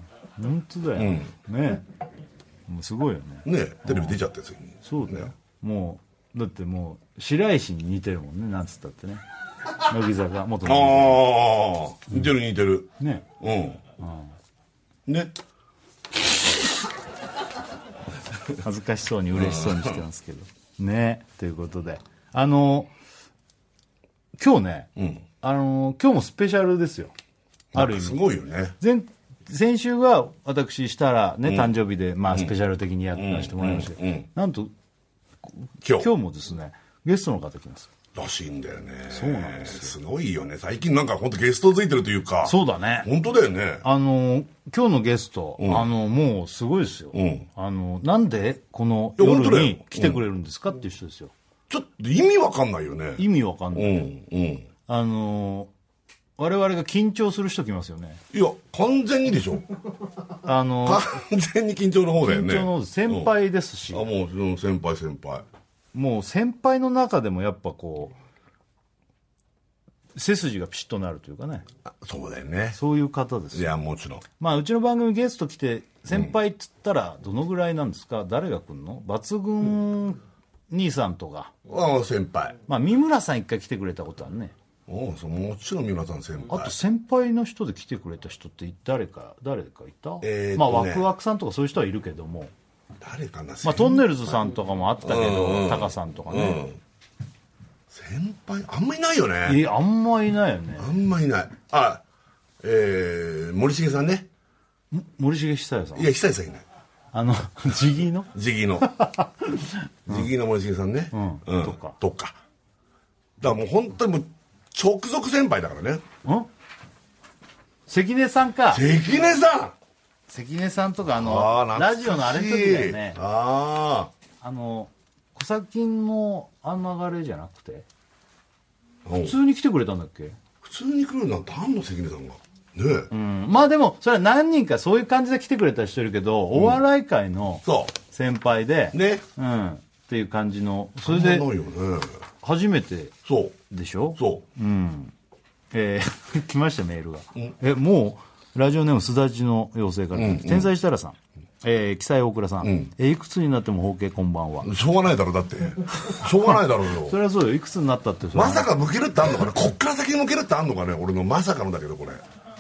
S1: 当だよ、ねもうすごいよね
S2: ねテレビ出ちゃってついに
S1: そうだよ、もうだってもう白石に似てるもんねなんつったってね乃木坂元
S2: あ
S1: 乃
S2: あ似てる似てる
S1: 木坂ね
S2: うん、ね
S1: 恥ずかしそうに嬉しそうにしてますけどねということであの今日ね、あの今日もスペシャルですよある意
S2: す
S1: 味
S2: ごいよね
S1: 前先週が私設楽ね、誕生日で、まあ、スペシャル的にやらせてもらいましたけど、なんと
S2: 今日
S1: 今日もですねゲストの方来ます
S2: らしいんだよねそうなんですすごいよね最近なんか本当ゲストついてるというか
S1: そうだね
S2: 本当だよね
S1: あの今日のゲスト、あのもうすごいですよ、
S2: ん
S1: あのなんでこの
S2: いや本当
S1: 夜
S2: だよ
S1: に来てくれるんですかっていう人ですよ、
S2: ちょっと意味わかんないよね
S1: 意味わかんない、
S2: うんうん
S1: あの我々が緊張する人来ますよね
S2: いや完全にでし
S1: [laughs]
S2: ょ
S1: あの
S2: 完全に緊張の方だよ
S1: 緊
S2: ね
S1: 張の先輩ですし、
S2: あもううん先輩先輩
S1: もう先輩の中でもやっぱこう背筋がピシッとなるというかね
S2: あそうだよね
S1: そういう方です
S2: い
S1: よ
S2: やもちろん
S1: まあうちの番組ゲスト来て先輩っつったらどのぐらいなんですか、誰が来んの抜群兄さんとか、
S2: ああ先輩
S1: まあ、三村さん一回来てくれたことあるね
S2: おうそうもちろん皆さん先輩
S1: あと先輩の人で来てくれた人って誰か誰かいた、
S2: えーとね
S1: まあワクワクさんとかそういう人はいるけども
S2: 誰かな、
S1: まあ、トンネルズさんとかもあったけ
S2: うんう
S1: ど、
S2: ん
S1: タカさんとか
S2: う
S1: ね、
S2: ん先輩あんまいないよね
S1: えあんまいないよね
S2: あんまいないあえー、森重さんね
S1: ん森重久彌さん
S2: いや久々さんいない
S1: あの [laughs] ジギーの
S2: ジギー
S1: [laughs]
S2: のジギーの森重さんね
S1: んとか
S2: とかだからもう本当にもう直属先輩だからね
S1: ん関根さんか
S2: 関根さん
S1: 関根さんとかあ
S2: あ
S1: の
S2: あ懐か
S1: ラ
S2: しい
S1: ジオのあれの時だよね
S2: あ
S1: あの小作金のあの流れじゃなくて
S2: あうん
S1: 普通に来てくれたんだっけ
S2: 普通に来るなんてあんの関根さんがねえ
S1: うんまあでもそれは何人かそういう感じで来てくれた人いるけど、お笑い界の
S2: そ
S1: 先輩で
S2: うね
S1: うんっていう感じのそれで
S2: あんまないよね
S1: 初めて
S2: そう
S1: でしょ
S2: そう
S1: うんえー [laughs] 来ましたメールが
S2: ん
S1: えもうラジオネームすだちの妖精から、天才したらさん、えー、記載大倉さん、
S2: ん
S1: えーいくつになっても包茎こんばんは
S2: うしょうがないだろだってしょうがないだろうよ
S1: それはそうよいくつになったってそれは
S2: まさか向けるってあんのかねこっから先向けるってあんのかね俺のまさかのだけどこれ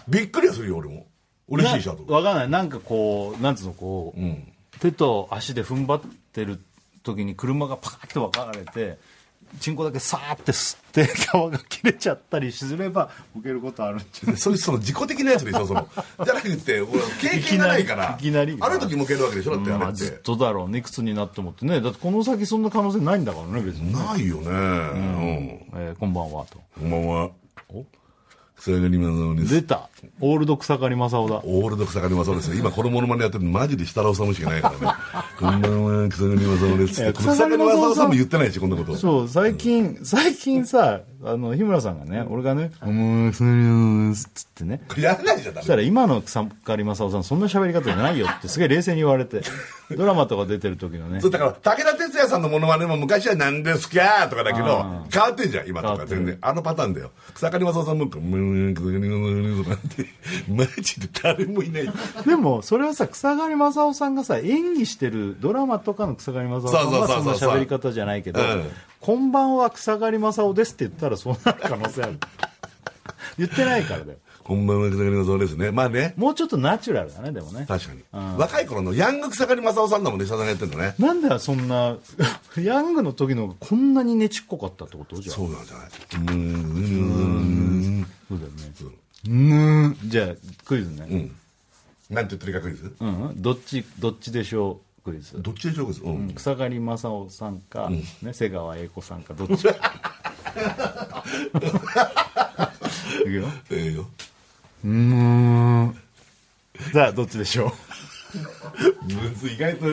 S2: びっくりはするよ俺も嬉しいしあと
S1: なわかんないなんかこうなんつうのこう、
S2: ん
S1: 手と足で踏ん張ってる時に車がパカッて分かれてチンコだけさーって吸って皮が切れちゃったりすればボケることあるんじゃない
S2: そういうその自己的なやつでしょそのじゃなくて俺経験がないから
S1: いきなりいきな
S2: あ
S1: り
S2: る時向けるわけでしょだって
S1: ま
S2: あ
S1: あ
S2: れっ
S1: ずってとだろうねいくつになってもってねだってこの先そんな可能性ないんだからね別に、
S2: ないよね
S1: えーこんばんはと
S2: うんこんばんは草刈正雄です
S1: 出たオールド草刈正雄だ
S2: オールド草刈正雄ですよ今このモノマネやってるのマジで設楽むしかない
S1: [laughs]
S2: からねこんばんは草刈正雄ですって
S1: いや
S2: 草刈
S1: 草刈正雄さん
S2: 正雄さんも言ってないしこんなこと
S1: そう最近、最近さあの日村さんがね、俺がね「もう草刈正雄です」っつってね
S2: やらないじゃんだ
S1: そしたら今の草刈正雄さんそんな喋り方じゃないよってすげえ冷静に言わ
S2: [laughs]
S1: れてドラマとか出てる時のね
S2: そうだから武田鉄矢さんのモノマネも昔は「何ですか?」とかだけど変わってんじゃん今と
S1: 変わ
S2: か
S1: ってる
S2: 全然あのパターンだよ草刈正雄さんも「ムーン草刈正雄」とかってマジで誰もいない
S1: でもそれはさ草刈正雄さんがさ演技してるドラマとかの草刈正雄さんは
S2: そうそ
S1: そ
S2: うんそ
S1: な
S2: うそうそう
S1: 喋り方じゃないけど
S2: うん
S1: 「こんばんは草刈正雄です」って言ったらそうなる可能性ある [laughs] 言ってないからだよ
S2: こんばんは草刈正雄ですねまあね
S1: もうちょっとナチュラルだねでもね
S2: 確かに若い頃のヤング草刈正雄さんだもんねさんがやってるのね
S1: なんでそんな [laughs] ヤングの時の方がこんなにねちっこかったってことじゃあ
S2: そうなんじゃないムーン
S1: そうだよねうんじゃあクイズね、
S2: なんて言ってるかクイズ
S1: うん、どっちどっちでしょうクイズ
S2: どっちでしょうクイズうん
S1: 草刈正雄さんか、ね、瀬川栄子さんかどっちかいくよ
S2: ええよ
S1: うんさあどっちでしょ
S2: むずい意外と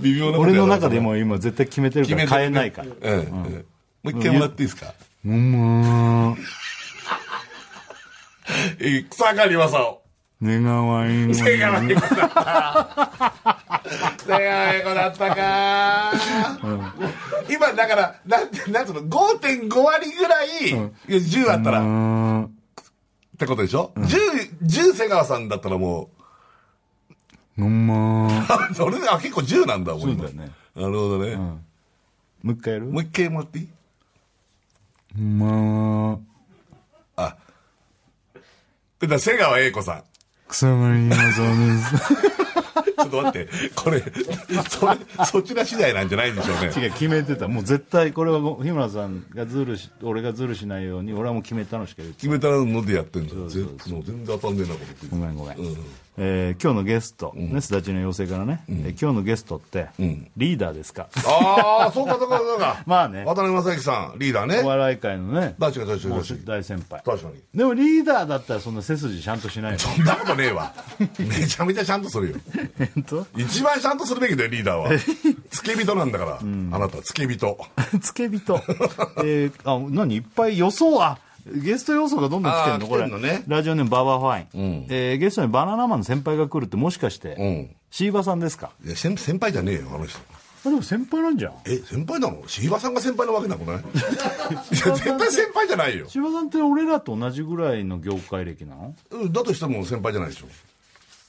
S2: 微妙なこ
S1: う
S2: と
S1: 俺
S2: やな
S1: の中でもう今絶対決めてる
S2: 決
S1: か
S2: め
S1: ら
S2: てる
S1: 変えないから
S2: うんうんもう一回もらっていいですか
S1: うん
S2: えー草刈正雄
S1: 願わいの
S2: 手がエコだった。手がエコだったか、今だから、なんて、なんつうの、5.5割ぐらい、いや10あったら、ってことでしょ、?10、10瀬川さんだったらも
S1: うんま
S2: う、 [laughs] それあ、結構10なんだ、もう
S1: そう
S2: 今
S1: だよね
S2: なるほどね。
S1: もう一回やる
S2: もう一回もらっていい
S1: うんま
S2: あ。だから瀬川栄子さん。
S1: 草刈正雄です
S2: ちょっと待って、これ、それ、そちら次第なんじゃないんでしょうね。
S1: 違う決めてたもう絶対これはもう日村さんがズルし俺がズルしないように俺はもう決めたのしか言って
S2: 決めたのでやってんだよ。ぜもう全然当たんねえな、この
S1: ごめんごめん、えー今日のゲスト、ねすだちの妖精からね、えー今日のゲストって、リーダーですか [laughs]
S2: ああ、そうか、そうか、そうか。
S1: まあね
S2: 渡辺正行さん、リーダー
S1: お
S2: ね。
S1: 笑い界のね
S2: 確かに、確か
S1: も
S2: に、
S1: う
S2: 確かに。
S1: 大先輩
S2: 確かに。
S1: でもリーダーだったらそんな背筋ちゃんとしないの
S2: そんなことねえわ。めちゃめちゃちゃんとするよ。
S1: 本当
S2: 一番ちゃんとするべきだよ、リーダーは。付け人なんだから。あなた、付け人。
S1: [laughs] 付け人、 [laughs] えー、あ何いっぱい予想あゲスト予想がどんどん来てるの
S2: あー
S1: これ
S2: 来てんのね
S1: ラジオネームバーバーファイン、えーゲストにバナナマンの先輩が来るってもしかして、
S2: ん
S1: シーバさんですか
S2: いや、先先輩じゃねえよ、あの人。
S1: あでも先輩なんじゃん
S2: え、先輩なの椎葉さんが先輩なわけなく [laughs] ないいや、絶対先輩じゃないよ。
S1: 柴さんって俺らと同じぐらいの業界歴なの
S2: うんだとしても先輩じゃないでしょ。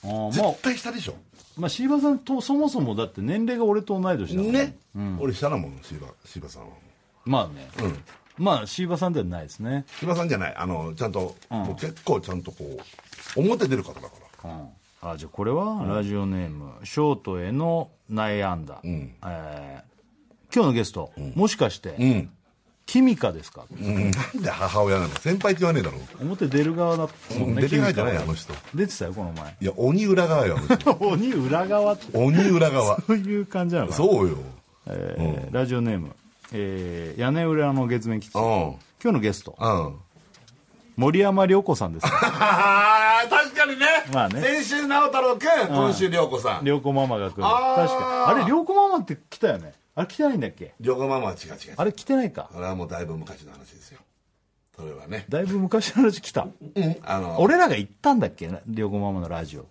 S1: あーまあ
S2: 絶対下でしょ。
S1: まあ椎葉さんとそもそもだって年齢が俺と同い年だもん
S2: ね。俺下なもん、椎葉、椎葉さんは。
S1: まあね、まあ椎葉さんではないですね
S2: 木村さんじゃないあのちゃんと、こう結構ちゃんとこう表出る方だから
S1: うんあじゃあこれはラジオネーム、ショートへの悩んだ、えー今日のゲスト、もしかして、キミカですか、
S2: [laughs] なんで母親なの先輩って言わねえだろ
S1: 表出る側だったもんね
S2: 出てないじゃ
S1: キミ
S2: ない
S1: カは
S2: あの人
S1: 出てたよこの
S2: [laughs]
S1: 前
S2: いや鬼裏側よあの [laughs] 人
S1: 鬼裏側って
S2: 鬼裏側
S1: そういう感じなのかな
S2: そうよ
S1: えーラジオネーム、えー屋根裏の月面基地
S2: うん
S1: 今日のゲスト
S2: [laughs] うん
S1: 森山良子
S2: [laughs]
S1: さんです
S2: あー確かにね,、
S1: まあね
S2: 先週直太朗君今週涼子さん
S1: 良子ママが来る確
S2: あー
S1: かあれ良子ママって来たよねあれ来てないんだっけ
S2: 涼子ママは違う違う違う
S1: あれ来てないか
S2: それはもうだいぶ昔の話ですよそれはね
S1: だいぶ昔の話来た
S2: あの
S1: 俺らが行ったんだっけ良子ママのラジオ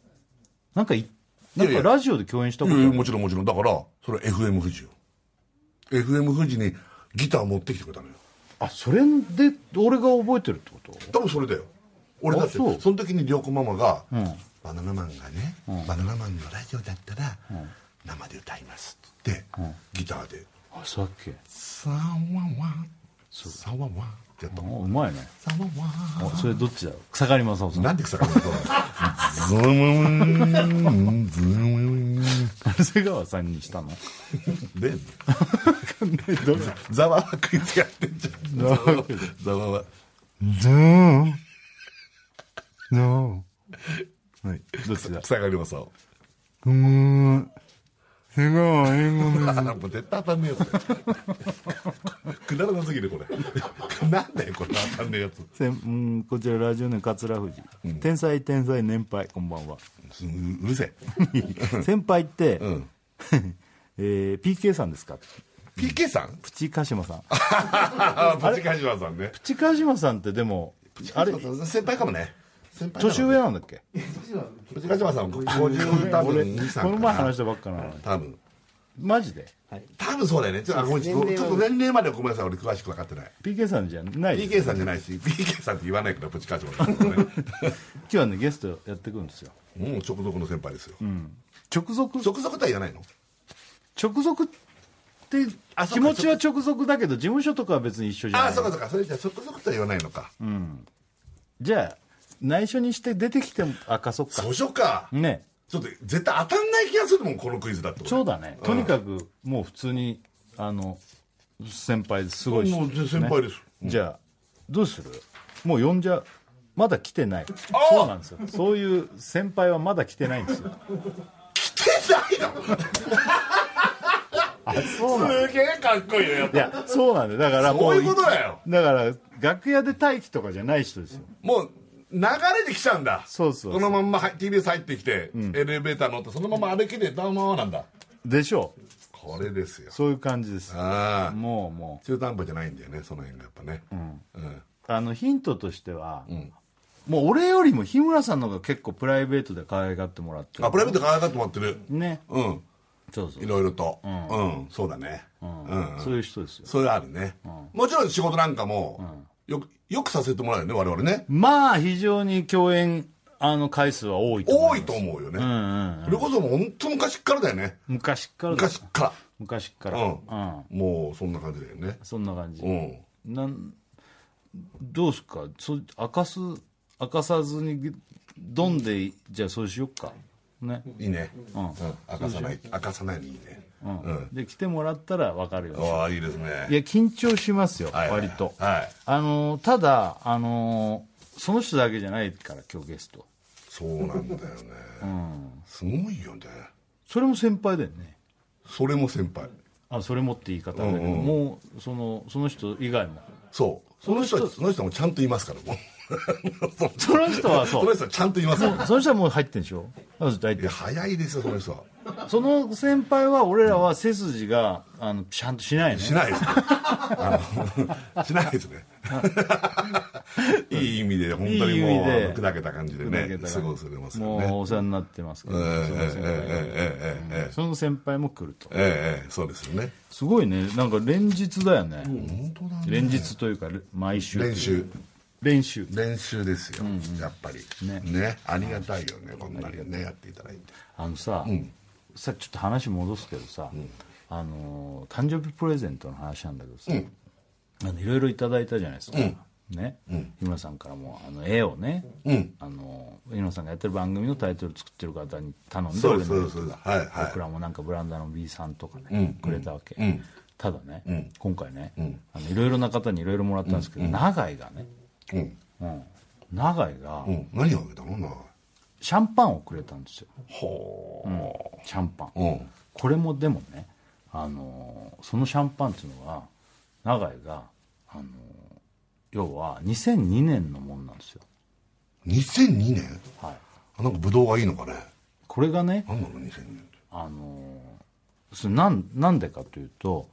S1: なんかいなん
S2: いや
S1: か
S2: いや
S1: ラジオで共演した
S2: い
S1: こと
S2: や
S1: あ
S2: い
S1: る
S2: やもちろんもちろんだからそれは FM 富士よ FM 富士にギター持ってきてくれたのよ
S1: あそれで俺が覚えてるってこと
S2: 多分それだよ俺だって
S1: あそう
S2: その時に涼子ママが、バナナマンがね、バナナマンのラジオだったら、生で歌います」って言って、ギターで
S1: あさっき
S2: 「サワワンサワワン」ってやった
S1: あ
S2: の
S1: うまいね
S2: 「サワワン
S1: あそれどっちだろう草刈正雄」さん
S2: なんで草が出たの [laughs] ズーンズーン
S1: 長谷川さんにしたの
S2: でざわわ食いつやってんじゃんざわわざわわ
S3: ズーン。ズーン。はい。
S1: どっちだ
S2: 草刈正雄
S3: うーん。笑顔、笑
S2: あーもう絶対当たんねえよこれくだらなすぎるこれなんだよこれ当たんねえやつ
S1: [laughs] せんうんこちらラジオネーム桂富士、天才天才年配こんばんは
S2: ううるせえ
S1: [laughs] 先輩って、
S2: ん
S1: [laughs] えー、PK さんですか
S2: PK さん
S1: プチカシマさん
S2: ああプチカジワさんね
S1: プチカシマさんってでもあれ
S2: 先輩かもね先輩かもね
S1: 年上なんだっけ
S2: プチカジワさん50多分
S1: 俺
S2: 2歳
S1: この前話したばっかなのに
S2: 多分
S1: マジで
S2: 多分そうだよねちょっとあごめんちょっとちょっと年齢まではごめんなさい俺詳しく分かってない
S1: PK さんじゃない
S2: PK さんじゃないし PK さんって言わないからプチカジワさん、ね、
S1: 今日はねゲストやってくるんですよ
S2: もう直属の先輩ですよ、
S1: 直属
S2: 直属とは言わないの
S1: 直属って
S2: あそうか
S1: 気持ちは直属だけど事務所とかは別に一緒じゃ
S2: あ
S1: な
S2: あ
S1: い
S2: そうかそうかそれじゃあ直属とは言わないのか、
S1: じゃあ内緒にして出てきてもあかそっか
S2: 図書か
S1: ね
S2: ちょっと絶対当たんない気がするもんこのクイズだって [laughs]
S1: そうだね、とにかくもう普通にあの先輩ですごい人
S2: もう
S1: ね
S2: 先輩です
S1: じゃあどうするもう呼んじゃまだ来てない
S2: あ
S1: そうなんですよそういう先輩はまだ来てないん
S2: [laughs]
S1: ですよ
S2: 来てないの
S1: あそうなんだ
S2: すげえかっこいいねやっ
S1: いやそうなんだよだからも
S2: そう
S1: う
S2: いうことだよ
S1: だから楽屋で待機とかじゃない人ですよ
S2: もう流れてきちゃうんだ
S1: そうそうそう
S2: このまんまはい TBS 入ってきて、エレベーター乗ってそのまま歩きでどうもなんだ
S1: でしょう
S2: これですよ
S1: そういう感じです
S2: ああ
S1: もうも
S2: 中途半端じゃないんだよねその辺がやっぱねうん、
S1: うあのヒントとしては、もう俺よりも日村さんの方が結構プライベートで可愛がってもらってる
S2: あプライベート考えたってもらってる
S1: ね
S2: うん
S1: そうそう
S2: いろいろとうん、そうだねうん、
S1: そういう人ですよ
S2: それあるね、もちろん仕事なんかも、よくよくさせてもらうよね我々ね
S1: まあ非常に共演あの回数は多いと思
S2: 多
S1: い
S2: い
S1: ま
S2: と
S1: す
S2: 思うよね、
S1: うんうんうん
S2: それこそもう本当昔っからだよね
S1: 昔からだ
S2: 昔っか
S1: 昔からら、
S2: うん
S1: うん、
S2: もうそんな感じだよね
S1: そんな感じ、
S2: うん
S1: なんどうすかそ明かす明かさずにどんでじゃあそうしよっかね、
S2: いいね、
S1: ん
S2: うん明かさない明かさないでいいね
S1: うんで来てもらったら分かるよ
S2: ああいいです
S1: い
S2: ね
S1: や緊張しますよ、
S2: はいはい
S1: 割と、
S2: はい
S1: あのーただあのーその人だけじゃないから今日ゲスト
S2: そうなんだよね、すごいよね
S1: それも先輩だよね
S2: それも先輩
S1: あそれもって言い方だけど、もうそのその人以外も
S2: そうその人はその人もちゃんといますからもう [laughs] そ
S1: その人
S2: [laughs]
S1: はそう
S2: の人はちゃんといますから
S1: その人はもう入ってんでしょあの人入っ
S2: い
S1: て
S2: や
S1: る
S2: 早いですよその人は
S1: その先輩は俺らは背筋があのちゃんとしないね
S2: しないですねあのしないですねいい意味で本当にもう
S1: いい意味で
S2: あの砕けた感じで
S1: 砕け
S2: ね
S1: た感じ
S2: 過ごせれますよね
S1: もうお世話になってますけど、
S2: ええ
S1: その先輩が
S2: ええええええええ
S1: その先輩も来ると
S2: ええそうですよね
S1: すごいねなんか連日だよね、
S2: 本当だ
S1: 連日というかれ毎週
S2: 練習
S1: 練習
S2: 練習ですよ、やっぱりね
S1: ね
S2: ありがたいよねこんなにねやっていただいて
S1: あのさ、さちょっと話戻すけどさ、あのー誕生日プレゼントの話なんだけどさ、あのいろいろいただいたじゃないですか、ね、日村さんからもあの絵をね、
S2: うん
S1: あの日村さんがやってる番組のタイトル作ってる方に頼んで
S6: そう
S1: 俺
S6: ですそうです
S1: の
S6: そうですはいは
S1: 僕らもなんかブランダーの B さんとかね、
S2: ん
S1: くれたわけ、ただね、今回ね、
S2: ん
S1: あのいろいろな方にいろいろもらったんですけど、永井がね、
S2: うん。
S1: うん、永井が
S2: うん。何をあげたのな
S1: シャンパンをくれたんですよ、
S2: ほ
S1: うんシャンパン、
S2: う。うん。
S1: これもでもね、あのーそのシャンパンっていうのは永井が、あのー要は2002年のものなんですよ、
S2: 2002年
S1: はい、
S2: あなんかブドウがいいのかね。
S1: これがね、
S2: なんなの2002年
S1: あのーそれなんなんでかというと、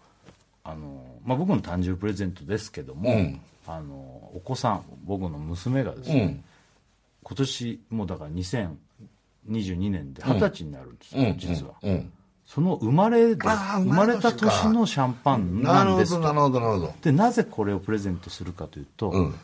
S1: あのーまあ、僕の誕生日プレゼントですけども、
S2: うん
S1: あのーお子さん僕の娘がですね、
S2: うん
S1: 今年もうだから2022年で二十歳になるんですよ、実は、
S2: うん。
S1: その生まれで
S2: あー
S1: 生
S2: 生
S1: ま
S2: ま
S1: れ
S2: れた
S1: た
S2: 年か
S1: 年のシャンパン
S2: なる
S1: なん
S2: ほ
S1: です
S2: ど、な
S1: と
S2: るほど、なるほど。
S1: でなぜこれをプレゼントするかというと、
S2: うん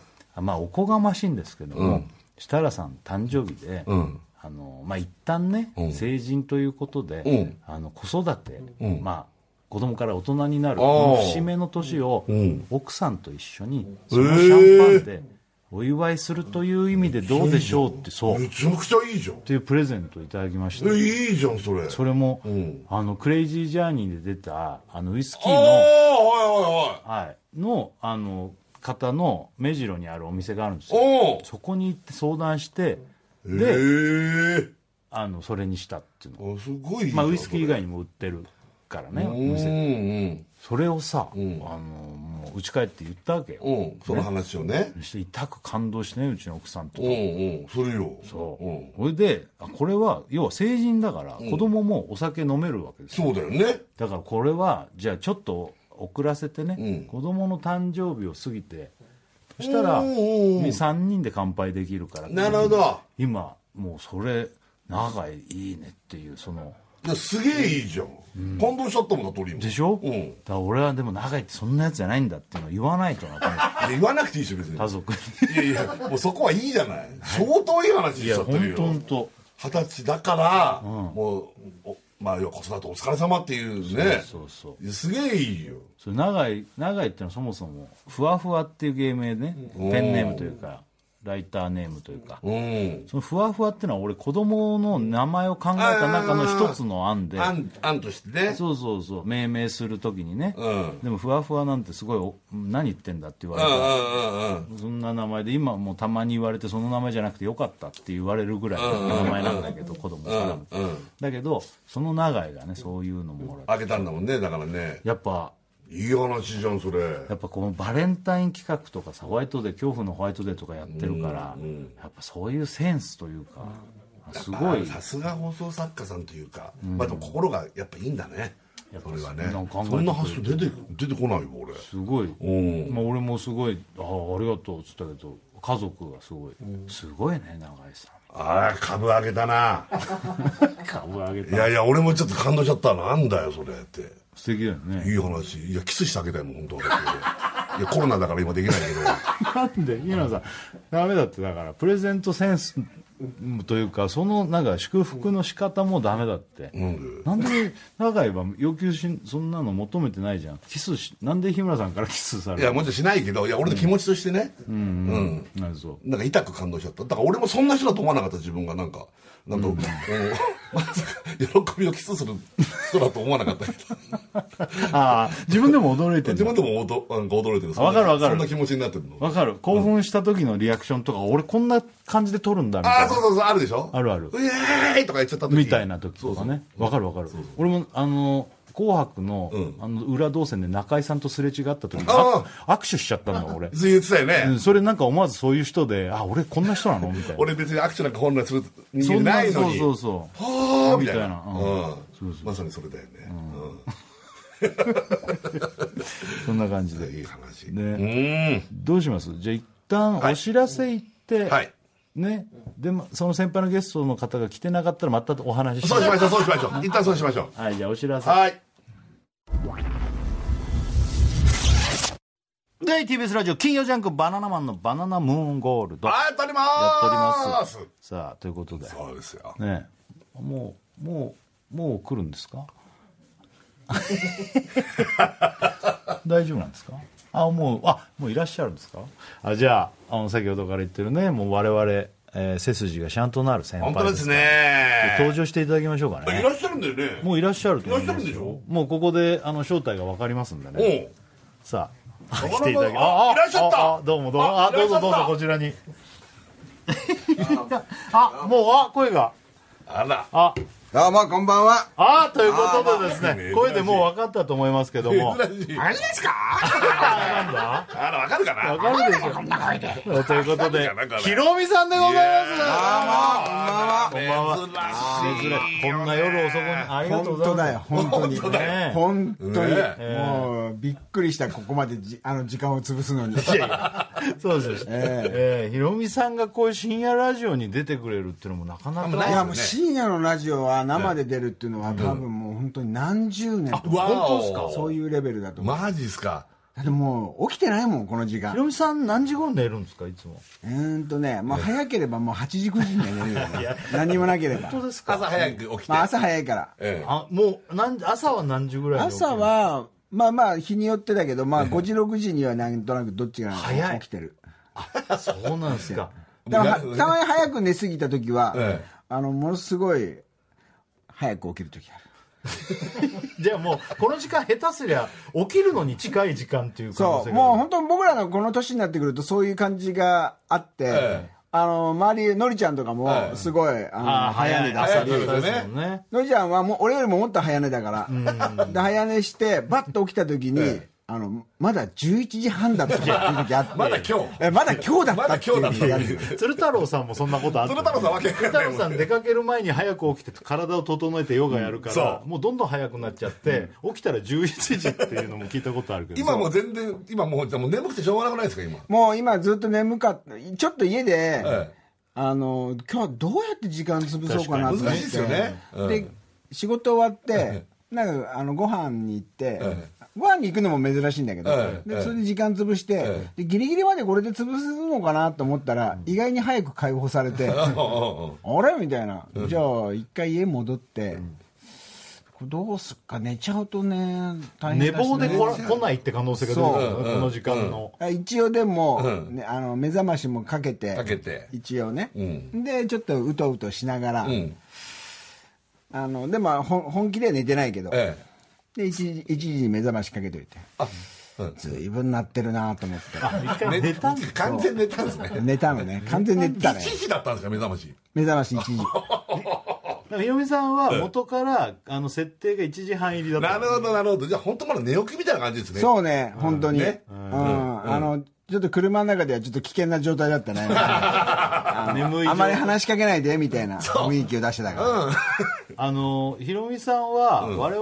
S1: まあおこがましいんですけども、
S2: うん
S1: 設楽さん誕生日で、
S2: うん
S1: あのまあ一旦ね、
S2: うん
S1: 成人ということで、
S2: うん
S1: あの子育て、
S2: うん
S1: まあ子供から大人になる
S2: あー
S1: この節目の年を、
S2: ん
S1: 奥さんと一緒にそのシャンパンでお祝いするという意味でどうでしょうってそうっ
S2: めちゃくちゃいいじゃん。
S1: ていうプレゼントをいただきました
S2: え、いいじゃん、それ。
S1: それも、
S2: ん
S1: あのクレイジージャーニーで出たあのウイスキー
S6: ああ
S1: の
S6: は
S1: はい、のあの方の目白にあるお店があるんです
S6: いはい
S1: よ
S6: はいおお
S1: そこに行って相談して
S2: え
S1: で、
S2: ー
S1: あのそれにしたっていうの、
S2: あすごいいいじゃん
S1: まあ、ウイスキー以
S2: それ
S1: 外にも売ってるからねお
S2: う
S1: 店
S2: ん
S1: それをさ、
S2: ん
S1: あのもう家帰って言ったわけよ、
S2: うんうんその話をね
S1: そして痛く感動してねうちの奥さんと
S2: うんうんそれよ
S1: そう、
S2: ん
S1: それであこれは要は成人だから子供もお酒飲めるわけです
S2: そ
S1: よ、
S2: うだよね
S1: だからこれはじゃあちょっと遅らせてね、
S2: うん
S1: 子供の誕生日を過ぎてそしたら
S2: うんうんうん
S1: 3人で乾杯できるから
S2: なるほど
S1: 今もうそれ長いいいねっていうその
S2: いやすげえいいじゃん感動しちゃったもんだ鳥も
S1: でしょ、
S2: うん
S1: だから俺はでも長いってそんなやつじゃないんだっていうのを言わないとなと思って
S2: いや言わなくていいでしょ別に
S1: 家族に
S2: いやいやもうそこはいいじゃない相当いい話し
S1: い
S2: ち
S1: や
S2: ゃってる
S1: 本
S2: よ
S1: 当本当
S2: 二十歳だからもうおまあ要は子育てお疲れ様っていうね
S1: そうそう
S2: いやすげえいいよ
S1: それ長い長いっていうのはそもそもふわふわっていう芸名ねペンネームというかライターネームというか
S2: うん
S1: そのふわふわってのは俺子供の名前を考えた中の一つの案で
S2: 案案としてね
S1: そうそうそう命名するときにね、
S2: うん
S1: でもふわふわなんてすごいお何言ってんだって言わ
S2: う
S1: れ
S2: んう
S1: たら、
S2: んうんうん
S1: そんな名前で今もうたまに言われてその名前じゃなくてよかったって言われるぐらいの名前なんだけど、子供からも、
S2: うんうん
S1: だけどその長井がねそういうのももらって
S2: あげたんだもんねだからね
S1: やっぱ
S2: いい話じゃんそれ
S1: やっぱこのバレンタイン企画とかさホワイトデー恐怖のホワイトデーとかやってるから、やっぱそういうセンスというか、すごい
S2: さすが放送作家さんというか、まあでも心がやっぱいいんだねそれはね
S1: なんか考えてく
S2: そ
S1: れる
S2: んな発想出て出てこないよ俺
S1: すごい、
S2: ん
S1: まあ、俺もすごいああありがとうっつったけど家族がすごい、すごいね永井さ
S2: ああ株上げたなん
S1: 株上げ
S2: い
S1: た
S2: やいや俺もちょっと感動しちゃったなんだよそれって
S1: 素敵だよ
S2: い
S1: ね
S2: い話いやキスしてあげたいもん本当は私いやコロナだから今できないけど
S1: なんで今さんダメだってだからプレゼントセンスというかそのなんか祝福の仕方もダメだって、
S2: なんで
S1: なんで永井は要求しそんなの求めてないじゃんキスしなんで日村さんからキスさ
S2: い
S1: れ
S2: や
S1: る
S2: もちろんしないけどいや俺の気持ちとしてねうん、
S1: なんでそう
S2: なんか痛く感動しちゃった。だから俺もそんな人だと思わなかった自分がなんか、なんか、うん、まさか喜びをキスする人だと思わなか
S1: [laughs]
S2: ったけど。
S1: ああ自分でも驚いて
S2: 自
S1: る
S2: 分でもおどなんか驚いてる。
S1: わかるわかる
S2: そんな気持ちになってるの。
S1: わかる興奮した時のリアクションとか俺こんな感じで撮るんだみたいな
S2: ああ、そうそうそう、あるでしょ
S1: あるある
S2: うえーいとか言っちゃった時
S1: みたいな時とかねわかるわかる俺もあの「紅白の」あの裏動線で中居さんとすれ違った時に
S2: あ
S1: あ握手しちゃったんだ [laughs] 俺
S2: そう言ってたよね。
S1: うんそれなんか思わずそういう人で「あ [laughs] 俺こんな人なの?」みたいな
S2: 俺別にアクションなんか本来する人
S1: そ
S2: 間
S1: ん
S2: ないの
S1: そう
S2: に。
S1: そうそう
S2: はあみたいな。
S1: みたいな
S2: うんまさにそれだよね。
S1: そんな感じ
S2: うん
S1: で
S2: いい話。
S1: ね
S2: うん。
S1: どうしますじゃあ一旦お知らせ行って
S2: はい
S1: ねでまその先輩のゲストの方が来てなかったらまたお話しし
S2: そうし
S1: ま
S2: ましょう、そうしましょう。一旦そうしましょ
S1: すはいじゃあお知ら
S2: う。
S1: せ
S2: はい。
S1: で TBS ラジオ金曜ジャンク「バナナマンのバナナムーンゴールド」
S2: はい、撮りま
S1: やっており
S2: ーす。
S1: ますさあということで
S2: そうですよ。
S1: ねえもうもうもう来るんですか [laughs] 大丈夫なんですかあもうあもういらっしゃるんですかあじゃああの先ほどから言ってるねもう我々、えー背筋がシャンとなる先輩
S2: 本当です
S1: から
S2: ね
S1: 登場していただきましょうか
S2: い
S1: ね
S2: らっしゃるんだよね
S1: もういらっしゃると思います
S2: いらっしゃるんでしょ
S1: もうここであの正体が分かりますんでね
S2: おう
S1: さあ
S2: かなか
S1: 来ていただき
S2: あいらっしゃった
S1: ああどうもどうも
S2: あ
S1: あどうぞ
S2: いら
S1: ど
S2: っしゃった
S1: うぞこちらに [laughs] あもうあ声が
S2: あら
S1: あ
S4: どうもこんばんは
S1: あということでです
S2: あ
S1: ね
S2: ー
S1: 声でもう分かったと思いますけども
S2: 珍しい
S3: あれですか
S1: なんだ
S2: あらわかるかな
S1: わかるでしょこんな声でということで
S2: なんかなんか
S1: ひろみさんでございます
S2: あ
S1: こんばんは
S2: 珍しいよね
S1: こんな夜遅くにありがとう
S5: 本
S1: ございます
S5: 当だよ、本当に。
S1: ね
S5: 本当に、
S2: ね
S5: もうびっくりした、ここまでじあの時間を潰すのに。
S1: いやいやそうですね、えーひろみさんがこういう深夜ラジオに出てくれるっていうのもなかなか
S5: い
S1: ない
S5: やもう深夜のラジオは生で出るっていうのは多分もう本当に何十年と
S2: わ
S5: か
S2: お
S1: 本当ですか
S5: そういうレベルだと思う
S2: マジっすか
S5: だってもう起きてないもんこの時
S1: ひ
S5: 間
S1: ろみさん何時頃寝るんですかいつも
S5: うーんとねまあ早ければもう8時9時には寝るよね何もなければ
S1: 本当ですか
S2: 朝早く起きて
S5: まあ朝早いから
S2: ええ
S1: あもうなん朝は何時ぐらいに起きる
S5: 朝はまあまあ日によってだけどまあ5時6時にはなんとなくどっちが
S1: 早い
S5: 起きてる
S1: そうなんですか
S5: だから
S2: もう
S5: たまに早く寝すぎた時は、
S2: ええ
S5: あのものすごい早く起きる時ある
S1: じゃあもうこの時間下手すりゃ起きるのに近い時間っていう可能
S5: そ
S1: 性
S5: う、
S1: が
S5: も
S1: あ
S5: う
S1: る
S5: 本当に僕らのこの年になってくるとそういう感じがあって、あの、周り、のりちゃんとか
S2: ええ
S5: も、すごい、あの、
S1: あー
S5: 早
S1: 早
S5: 寝
S1: い
S5: だ
S1: 朝
S2: 早いですよね
S1: ですもんね
S5: のりちゃんはもう、俺よりももっと早寝だから、で、早寝して、バッと起きた時に、あの、まだ11時半だったっていう時あって。
S2: [laughs] まだ今日
S5: えまだ今日だったっていう
S2: まだ今日だった
S5: 時ある
S1: [laughs] 鶴太郎さんもそんなことあった
S2: 鶴太郎さんわけわかんない
S1: 鶴太郎さん出かける前に早く起きて体を整えてヨガやるか
S2: そ
S1: ら、
S2: う
S1: もうどんどん早くなっちゃって、起きたら11時っていうのも聞いたことあるけど
S2: 今もう全然今もうもう眠くてしょうがなくないですか今
S5: もう今ずっと眠かった。ちょっと家で、
S2: ええ
S5: あの、今日どうやって時間潰そうかなと思って。
S2: 難しいですよねうん
S5: で、仕事終わって、なんか、あの、ご飯に行って
S2: え、
S5: ご飯に行くのも珍しいんだけど
S2: え、え
S5: でそれで時間潰して、で、ギリギリまでこれで潰すのかなと思ったら、意外に早く解放されて、あ
S2: [laughs] うん
S5: れみたいな。じゃあ、一回家戻って、これどうすっか、寝ちゃうとね、大
S1: 寝
S5: 変だし
S1: 坊
S5: ね
S1: で来ら来ないって可能性が出てくるからねこの時間の、
S5: あ一応でも、
S2: うん
S5: ね、あの目覚ましもかけて
S2: かけて
S5: 一応ね、
S2: う
S5: でちょっとうとうとしながら、
S2: うんうん
S5: あのでもほん本気では寝てないけど、
S2: ええ
S5: で 1, 時1時に目覚ましかけといて
S2: あうん
S5: ずいぶんなってるなと思っ
S1: 一回寝たんです
S2: 完全寝たんですね
S5: て寝た
S2: [laughs]
S5: のね完全に寝てた
S2: 1
S5: ね
S2: 時だったんですか目覚まし
S5: 目覚まし1時
S1: だからひろみさんは元からあの設定が1時半入りだった
S2: なるほどなるほどじゃあ本当まだ寝起きみたいな感じですね
S5: そうね本当に、
S2: ね
S5: うんあのちょっと車の中ではちょっと危険な状態だったねあの
S1: 眠い状態
S5: あまり話しかけないでみたいな雰囲気を出してたから、
S1: あのひろみさんは我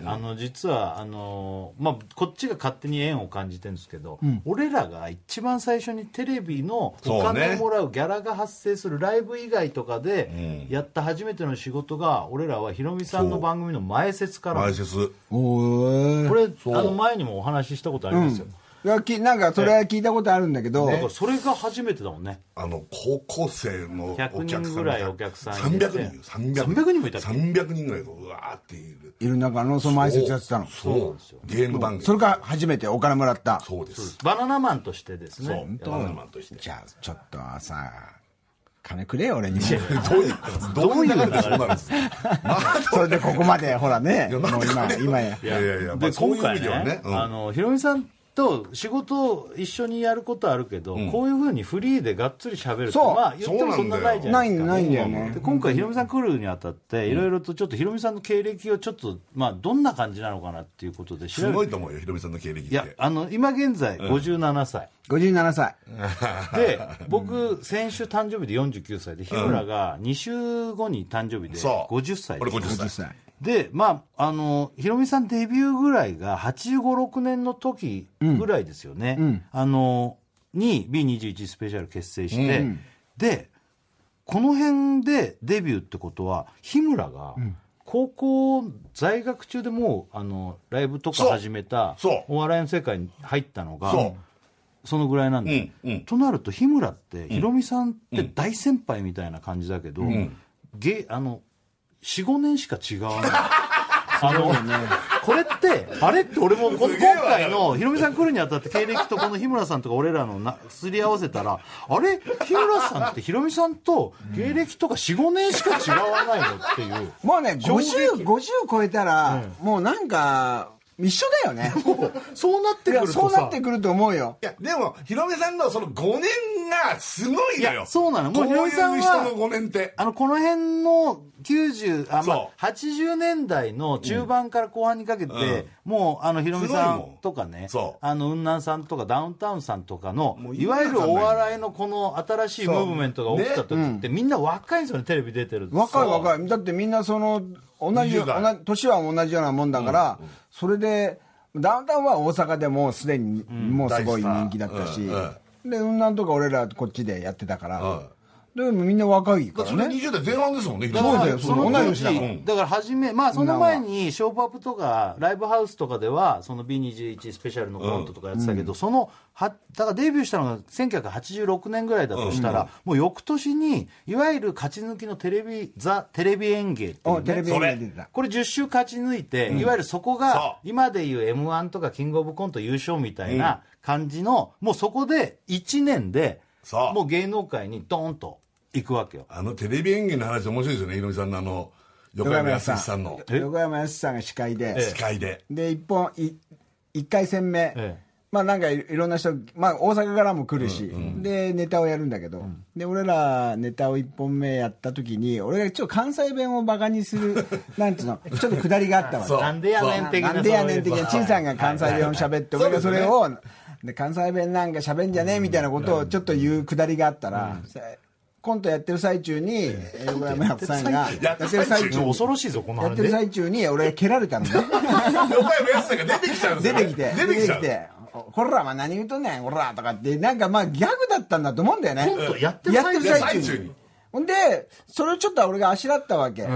S1: 々、あの実はあの、まあ、こっちが勝手に縁を感じてるんですけど、俺らが一番最初にテレビの
S2: そう
S1: お
S2: ね
S1: 金もらうギャラが発生するライブ以外とかでやった初めての仕事が俺らはひろみさんの番組の前説から
S2: 前説
S5: おー
S1: これあの前にもお話ししたことありますよ、
S5: いやきなんかそれは聞いたことあるんだけど、
S1: だからそれが初めてだもんね
S2: あの高校生のお客さ
S1: 100
S2: ん
S1: 人ぐらいお客さん入れて
S2: 300人よ300
S1: 300人もいたっけ
S2: 300人ぐらいがうわーっている
S5: いる中のその前説やってたのそ
S2: そうなんですよゲーム番組
S5: れから初めてお金もらった
S2: そうです
S1: バナナマンとしてですね
S2: そうバナナマンとして
S5: じゃあちょっとさ金くれよ俺
S1: [laughs]
S5: にも
S2: どういうどういう流れでそうなるんですか
S5: それでここまでほらねもう今今や
S2: いやいやいや、ま
S1: で
S2: あ、そう
S1: 今
S2: いう意
S1: 回
S2: 味ではね
S1: ね、
S2: うん
S1: あのひろみさんと仕事を一緒にやることはあるけど、こういうふうにフリーでがっつり喋るって
S5: そう
S1: まあ言ってもそんなないじゃないですか
S5: ないないんだよね
S1: で今回ひろみさん来るにあたっていろいろとちょっとひろみさんの経歴をちょっとまあどんな感じなのかなっていうことです調
S2: ご
S1: べ
S2: い
S1: て
S2: と思うよ、ヒロミさんの経歴っ
S1: いや
S2: て。
S1: あの今現在57歳、
S2: [laughs]
S5: 57歳
S1: で僕先週誕生日で49歳で日村が2週後に誕生日で
S2: そう
S1: 50歳で
S2: 俺50歳。
S5: 50歳
S1: でまああのひろみさんデビューぐらいが8 5 6年の時ぐらいですよね、あのに B21 スペシャル結成して、でこの辺でデビューってことは日村が高校在学中でもうあのライブとか
S2: そう
S1: 始めた
S2: そう
S1: お笑いの世界に入ったのが
S2: そ
S1: そのぐらいなんで、
S2: うんうん
S1: となると日村って、ヒロミさんって大先輩みたいな感じだけど、げあの45年しか違わないあのこれって、あれって俺もこの今回のヒロミさん来るにあたって経歴とこの日村さんとか俺らのなすり合わせたら、あれ日村さんってヒロミさんと経歴とか4、5年しか違わないのっていう。
S5: もうね、
S1: 衝撃
S5: 50、50超えたら、もうなんか、一緒だよね。
S1: [laughs] そうなってく
S5: い
S1: る
S5: や
S1: とさ。
S5: そうなってくると思うよ。
S2: いや、でも、ヒロミさんのその5年がすごい
S1: い
S2: のよ。
S1: や、そうなの。も
S2: こ
S1: う
S2: う
S1: ヒ
S2: い
S1: ロ
S2: う
S1: ミさん
S2: 人の
S1: は、
S2: 5年って。
S1: あの、この辺の90、あ、ま
S2: そ
S1: あ、80年代の中盤から後半にかけて、
S2: うん
S1: もう、あの、ヒロミさ
S2: すごいも
S1: ん
S2: ん
S1: とかね
S2: そ、う
S1: あの、雲南さんとかダウンタウンさんとかの
S2: も、う
S1: い
S2: 意
S1: わ
S2: 味
S1: ゆ
S2: わか
S1: る
S2: んない
S1: お笑いのこの新しいムーブメントが起きた時って、みんな若いんですよね、テレビ出てると
S5: 若い
S1: そう
S5: 若い。だってみんなその、同じ、
S2: 20代
S5: 同じ年は同じようなもんだから、それで、ダウンタウンは大阪でもうすでに、もうすごい人気だったし、
S2: うんうん
S5: で、雲南とか俺らこっちでやってたから、でもみんな若いか
S2: だかららそれ
S5: ね。
S2: 20代前半ですもんね、ヒ
S1: だ
S2: ロミ
S1: か
S2: さん
S5: そうだ
S1: ら [laughs]
S5: よ
S1: その
S5: 同い
S1: 当
S5: 年だもん
S1: 時だから初めまあその前にショーパップとかライブハウスとかではその B21 スペシャルのコントとかやってたけど、そのはだからデビューしたのが1986年ぐらいだとしたら、もう翌年にいわゆる勝ち抜きのテレビザテレビ演芸っていう
S5: お
S1: ね
S5: テレビに出てた。
S1: これ10週勝ち抜いて、いわゆるそこが
S2: そ
S1: 今でいう m 1とかキングオブコント優勝みたいな感じの、もうそこで1年で
S2: そう
S1: もう芸能界にドーンと行くわけよ。
S2: あのテレビ演技の話面白いですよね、ヒロミさんのあの、横山やすしさんの
S1: え
S5: 横山やすしさんが司会で、
S2: 司会で。
S5: で、一本、い一回戦目、
S1: ええ
S5: まあなんかいいろんな人、まあ大阪からも来るし、で、ネタをやるんだけど、で、俺らネタを一本目やった時に、俺がちょっと関西弁をバカにする、なんつうの、ちょっと下りがあったわけ。
S2: そう
S1: なんでやねん的な。
S5: なんでやねん的な、
S1: そうい
S5: 陳
S1: う
S5: さんが関西弁を喋って、俺がそれを、で関西弁なんか喋んじゃねえみたいなことをちょっと言うくだりがあったら、コントやってる最中に、横山やっさんが、
S2: やってる最中
S1: もう恐ろしいぞ、この
S5: やっ
S1: 話
S5: てる
S1: ね。
S5: 最中に俺が蹴られたのね。
S2: 横山やすしさんが出てきちゃうんで
S5: 出
S2: すよ
S5: て
S2: ね
S5: きて、
S2: 出てきちゃう。
S5: おこら、お前何言うとんねん、こら、とかって、なんかまあギャグだったんだと思うんだよね。
S1: コントやってる
S5: やっ
S1: 最中
S5: てる
S1: に
S5: 最
S2: 最
S5: 中
S2: 中
S5: に
S2: に。
S5: ほんで、それをちょっと俺があしらったわけ。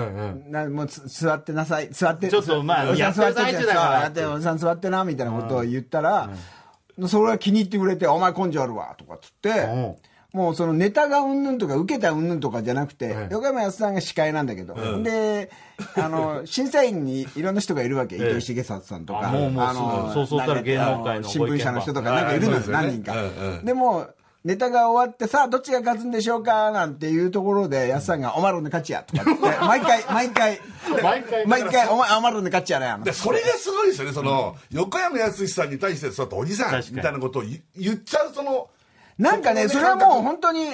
S5: なもうつ座ってなさい、座って。
S1: ちょっとまあ
S5: おじさん座って
S1: やってる最中だから
S5: そうやっておじさん座ってな、みたいなことを言ったら、それは気に入ってくれて、お前根性あるわ、とかっつって、
S1: うん
S5: もうそのネタがうんぬんとか受けたうんぬんとかじゃなくて、横山康さんが司会なんだけど、で、あの、審査員にいろんな人がいるわけ、
S1: え
S5: 糸井重里さんとか、
S1: あもうもうそうそうそうたる芸能界のご意見番
S5: 新聞社の人とかなんかいるの
S2: はい
S5: よ、
S2: そうですよね
S5: 何人か
S2: うんう。ん
S5: でも、ネタが終わって、さあ、どっちが勝つんでしょうかなんていうところで、やっさんが、おまるんで勝ちやとか
S1: [laughs]
S5: って、毎回、毎回、
S1: 毎回
S5: 毎回、おまるんで勝ちやねあの
S2: でそれがすごいですよね、その、横山やすしさんに対して、ちょっとおじさん
S1: 確かに
S2: みたいなことを言言っちゃう、その、
S5: なんかね、
S2: そ
S5: そ
S2: こ
S5: れ
S2: の
S5: は
S2: ね
S5: もう本当に、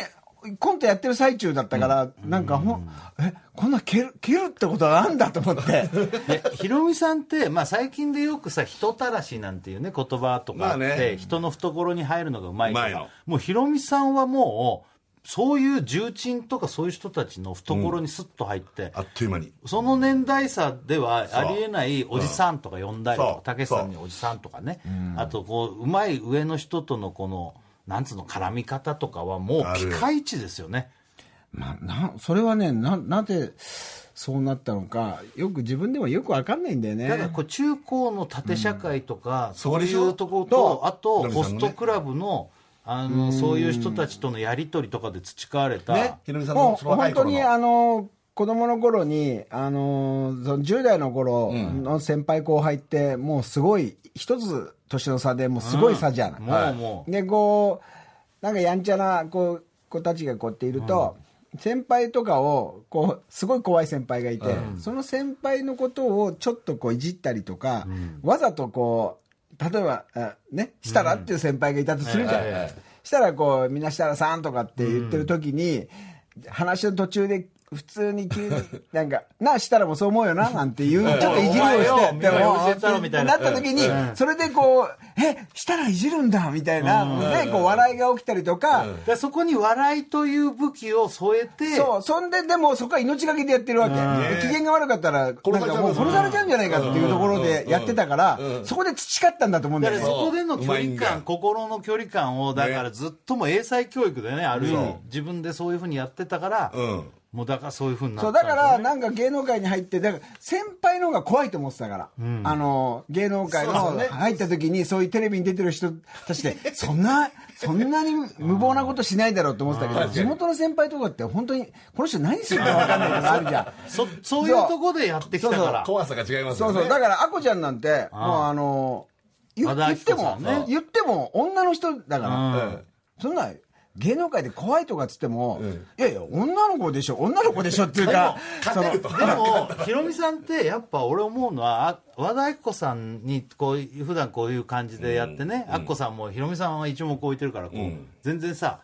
S5: コントやってる最中だったから、なんかほん、え、こんな蹴る、蹴るってことはあんだと思って。
S1: [laughs] でヒロミさんって、まあ、最近でよくさ人たらしなんていうね言葉とかあっ
S2: まあ
S1: て、
S2: ね
S1: 人の懐に入るのがうまいと
S2: うまい
S1: か
S2: の
S1: もうヒロミさんはもうそういう重鎮とかそういう人たちの懐にスッと入って、
S2: あっという間に。
S1: その年代差では
S2: そう
S1: ありえないおじさんとか呼んだりと
S2: そ
S1: か
S2: う
S1: たけしさんにおじさんとかねあとこううまい上の人とのこのなんつうの絡み方とかはもう
S2: ある
S1: ピカイチですよね
S5: まあ、な、それはね、な、なぜ、そうなったのか、よく自分でもよくわかんないんだよね。
S1: だからこう中高の縦社会とか、
S2: そ
S1: そうう
S2: で
S1: い
S2: しょ
S1: うところと、あと
S2: ダメさん
S1: ホ
S2: のね
S1: ストクラブのあのそういう人たちとのやり取りとかで培われた、
S2: ね、ヒロミさん
S5: も
S2: の
S5: う
S2: その若
S5: 本
S2: い
S5: 当
S2: 頃の
S5: にあの子供の頃にあのその10代の頃の先輩後輩ってもうすごい一つ年の差でもうすごい差じゃない、
S1: もうもう、
S5: でこうなんかやんちゃなこう子たちがこうやっていると、先輩とかをこうすごい怖い先輩がいて、その先輩のことをちょっとこういじったりとか、わざとこう例えばあね設楽っていう先輩がいたとするじゃん、
S1: うんえええ
S5: したらこうみんな設楽さんとかって言ってる時に、話の途中で普通に急になんか「なあ設楽もそう思うよな」なんていうちょっといじりを
S1: お前
S5: し
S1: よ
S5: て
S1: みたいな
S5: でも
S1: 教えたろみたいな
S5: ってなった時に、それでこう、え、したらいじるんだみたいな、ね、こう笑いが起きたりとか、
S1: だからそこに笑いという武器を添えて
S5: そう、そんででもそこは命がけでやってるわけ。で機嫌が悪かったら、なんか
S2: 殺されちゃう
S5: もう殺されちゃうんじゃないかっていうところでやってたから
S2: うんうんう、ん
S5: そこで培ったんだと思うんだ
S1: だか
S5: よ
S1: ら
S5: ね
S1: そ。こでの距
S2: うまい
S1: 離
S2: んだ
S1: 感、心の距離感を、だからずっともう英才教育でね、ある意味、自分でそういうふうにやってたから、
S2: うん。
S1: もうだからそういうふうになっ
S5: そ
S1: た
S5: うん
S1: で
S5: だ
S1: すよね
S5: からなんか芸能界に入ってだから先輩の方が怖いと思ってたから、あの芸能界の入った時にそういうテレビに出てる人た
S1: [laughs]
S5: ちでそんなそんなに無謀なことしないだろうと思ってたけど地元の先輩とかって本当にこの人何するか分かんないからあるじゃん
S1: そそういうとこでやってきたから
S2: 怖さが違います
S5: そ
S2: よ
S5: う
S2: ね
S5: そうだからあこちゃんなんてもうあの言
S1: 和田
S5: 言
S1: ア
S5: っ
S1: キ
S5: て
S1: 子さ
S5: も、
S1: んね
S5: 言っても女の人だから、
S2: うん
S5: そんな芸能界で怖いとかっつっても、いやいや女の子でしょ女の子でしょっていうかその
S1: でも、ヒロミさんって、やっぱ俺思うのは、あ和田アキ子さんに、こういう、普段こういう感じでやってね、アキ子さんも、ヒロミさんは一目置いてるから、こう、全然さ、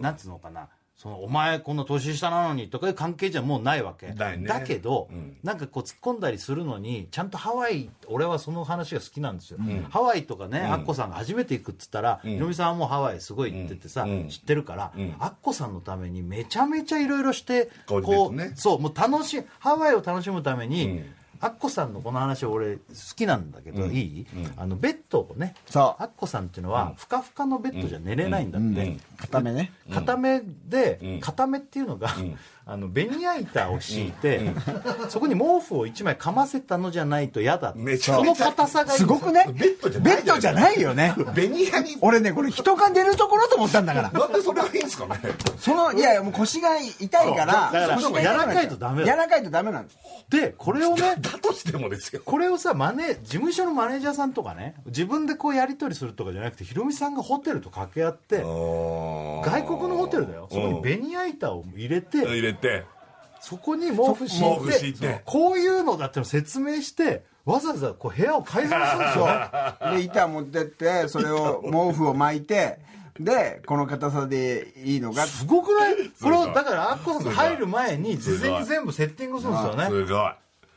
S1: なんつうのかな、その、お前こんな年下なのにとかいう関係じゃもうないわけ。
S2: ないね
S1: だけど、なんかこう突っ込んだりするのに、ちゃんとハワイ、俺はその話が好きなんですよ。ハワイとかね、アッコさんが初めて行くっつったら、ヒロミさんはもうハワイすごい行っててさ、知ってるから、アッコさんのためにめちゃめちゃいろいろして、
S2: こう
S1: こう、
S2: ね
S1: そう、もう楽しい、ハワイを楽しむために、アッコさんのこの話俺好きなんだけど、いい、あの、ベッドをね、
S5: そう
S1: アッコさんっていうのは、ふかふかのベッドじゃ寝れないんだって。
S5: 固めね
S1: 固めで、固めっていうのが、 [laughs] あのベニヤ板を敷いて、そこに毛布を1枚かませたのじゃないと嫌だって
S2: めちゃ
S1: その
S2: めちゃ
S1: 硬さがいい
S5: すごくね
S2: ベッドじゃない
S5: ベッドじゃないよね
S2: ベニヤ
S5: [laughs]
S2: に
S5: 俺ねこれ人が寝るところと思ったんだから
S2: なんでそれはいいんですかね
S5: そのいやいやもう腰が痛いか
S1: だ
S5: ら
S1: から
S5: 腰が痛くなっちゃう
S1: 柔らかいとダメだ
S5: 柔らかいとダメなんです
S1: でこれをね
S2: だとしてもですよ
S1: これをさマネ事務所のマネージャーさんとかね自分でこうやり取りするとかじゃなくてヒロミさんがホテルと掛け合って外
S2: 外
S1: 国のホテルだよそこにベニヤ板を入れて
S2: 入れて
S1: そこに毛布敷
S2: 毛布敷
S1: い
S2: い
S1: て
S2: て
S1: こういうのだってのを説明してわざわざこう部屋を改造するんですよ
S2: [laughs]
S5: で板持ってってそれを毛布を巻いてでこの硬さでいいのが
S1: すごくないこれをだからアッコさん
S2: すご
S1: が
S2: い
S1: 入る前に事前に全部セッティングするんですよね
S2: す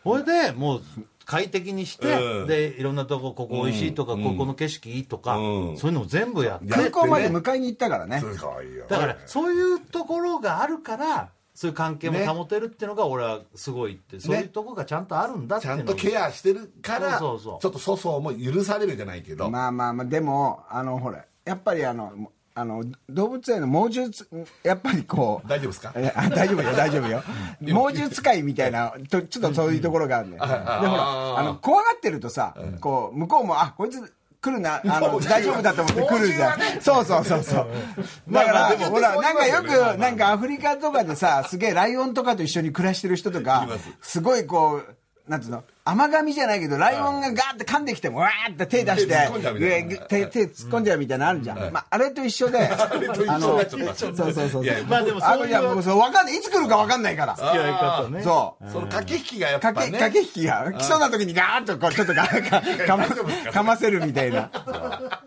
S2: ごい
S1: それでもう快適にして、
S2: うん
S1: でいろんなとこここおいしいとか、ここの景色いいとか、
S2: うん
S1: そういうのを全部やって
S5: 空港まで迎えに行ったからね
S2: すごいよ
S1: だからそういうところがあるからそういう関係も保てるっていうのが俺はすごいって、そういうところがちゃんとあるんだって
S2: ち
S1: いう
S2: ゃ
S1: の
S2: ん
S1: が
S2: とケアしてるからち
S1: そ
S2: ょ
S1: うそうそう
S2: っと粗相も許されるじゃないけど
S5: まあまあまあでもあのほらやっぱりあのもあの動物園の猛獣つやっぱりこう
S2: 大丈夫ですか
S5: えあ大丈夫よ大丈夫よ猛獣使いみたいなとちょっとそういうところがあるんだよでほ
S2: あ
S5: らあの怖がってるとさこう向こうもあこいつ来るなあ
S2: も
S5: の
S2: う
S5: 大丈夫だと思って来るじゃん、そうそうそうそうだか
S2: まあ
S5: ら
S2: でも
S5: ほら
S2: そう
S5: な
S2: 言
S5: ん
S2: い
S5: か
S2: ますよ
S5: よ
S2: ね
S5: くなんかアフリカとか
S2: [laughs]
S5: でさすげえライオンとかと一緒に暮らしてる人とかすごいこうなんていうの甘噛みじゃないけどライオンがガーって噛んできてもわーって手出して
S2: 手突っ込んじゃうみたいな
S5: で手手突っ込んじゃうみたいなのあるじゃん、まあ、あれと一緒であ
S2: れと一緒になっちゃった
S5: のそうそうそうそう
S2: いや
S1: まあでもそういう
S5: いやもうそうわかんないいつ来るかわかんないから
S1: 付き合い方ね
S5: そう
S2: その駆け引きがやっぱ
S5: 駆け
S2: ね
S5: 駆け引きが来そうな時にガーッとこうちょっとガ
S2: [laughs]
S5: ーかかまかませるみたいな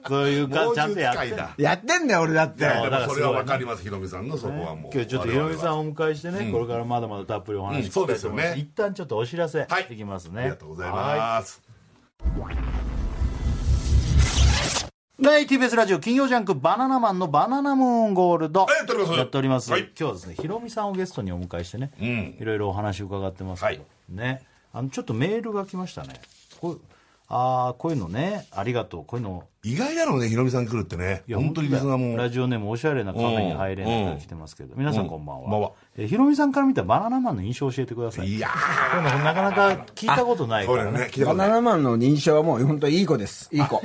S1: そういうか
S2: 猛
S1: ちゃ
S2: 獣
S1: んとやっ
S2: 使
S1: て
S2: いだ
S5: やってんだよ俺だって
S2: いや
S1: だ
S2: で
S1: から
S2: もそれは分かりますヒロミさんのそこはもう
S1: 今日ちょっとヒロミさ
S2: ん
S1: んをお迎えしてね、これからまだまだたっぷりお話聞きたいと思います、
S2: うんそうですよね
S1: 一旦ちょっとお知らせ
S2: はい
S1: いきますね、
S2: ありがとうございます
S1: はい、TBS ラジオ金曜ジャンクバナナマンのバナナムーンゴールド。
S2: はいやっております
S1: やっております
S2: はい
S1: 今日はですね、ヒロミさんをゲストにお迎えしてね、
S2: ん
S1: いろいろお話伺ってますけど、
S2: はい
S1: ね、あの、ちょっとメールが来ましたね。こうああ、こういうのね、ありがとう、こういうの、
S2: 意外だろうねヒロミさん来るってね
S1: いや
S2: 本当にリスナーも
S1: ラジオネームおしゃれなカフェに入れないから来てますけど、皆さんこんばんは。
S2: こんばんは
S1: えヒロミさんから見たバナナマンの印象を教えてください。
S2: いや
S1: こういうのなかなか聞いたことない
S2: ー
S1: か
S2: これ
S1: らね。
S2: ね聞いたこ
S5: バ
S2: と
S5: ナ
S2: ない
S5: ナマンの認証はもう本当いい子ですいい子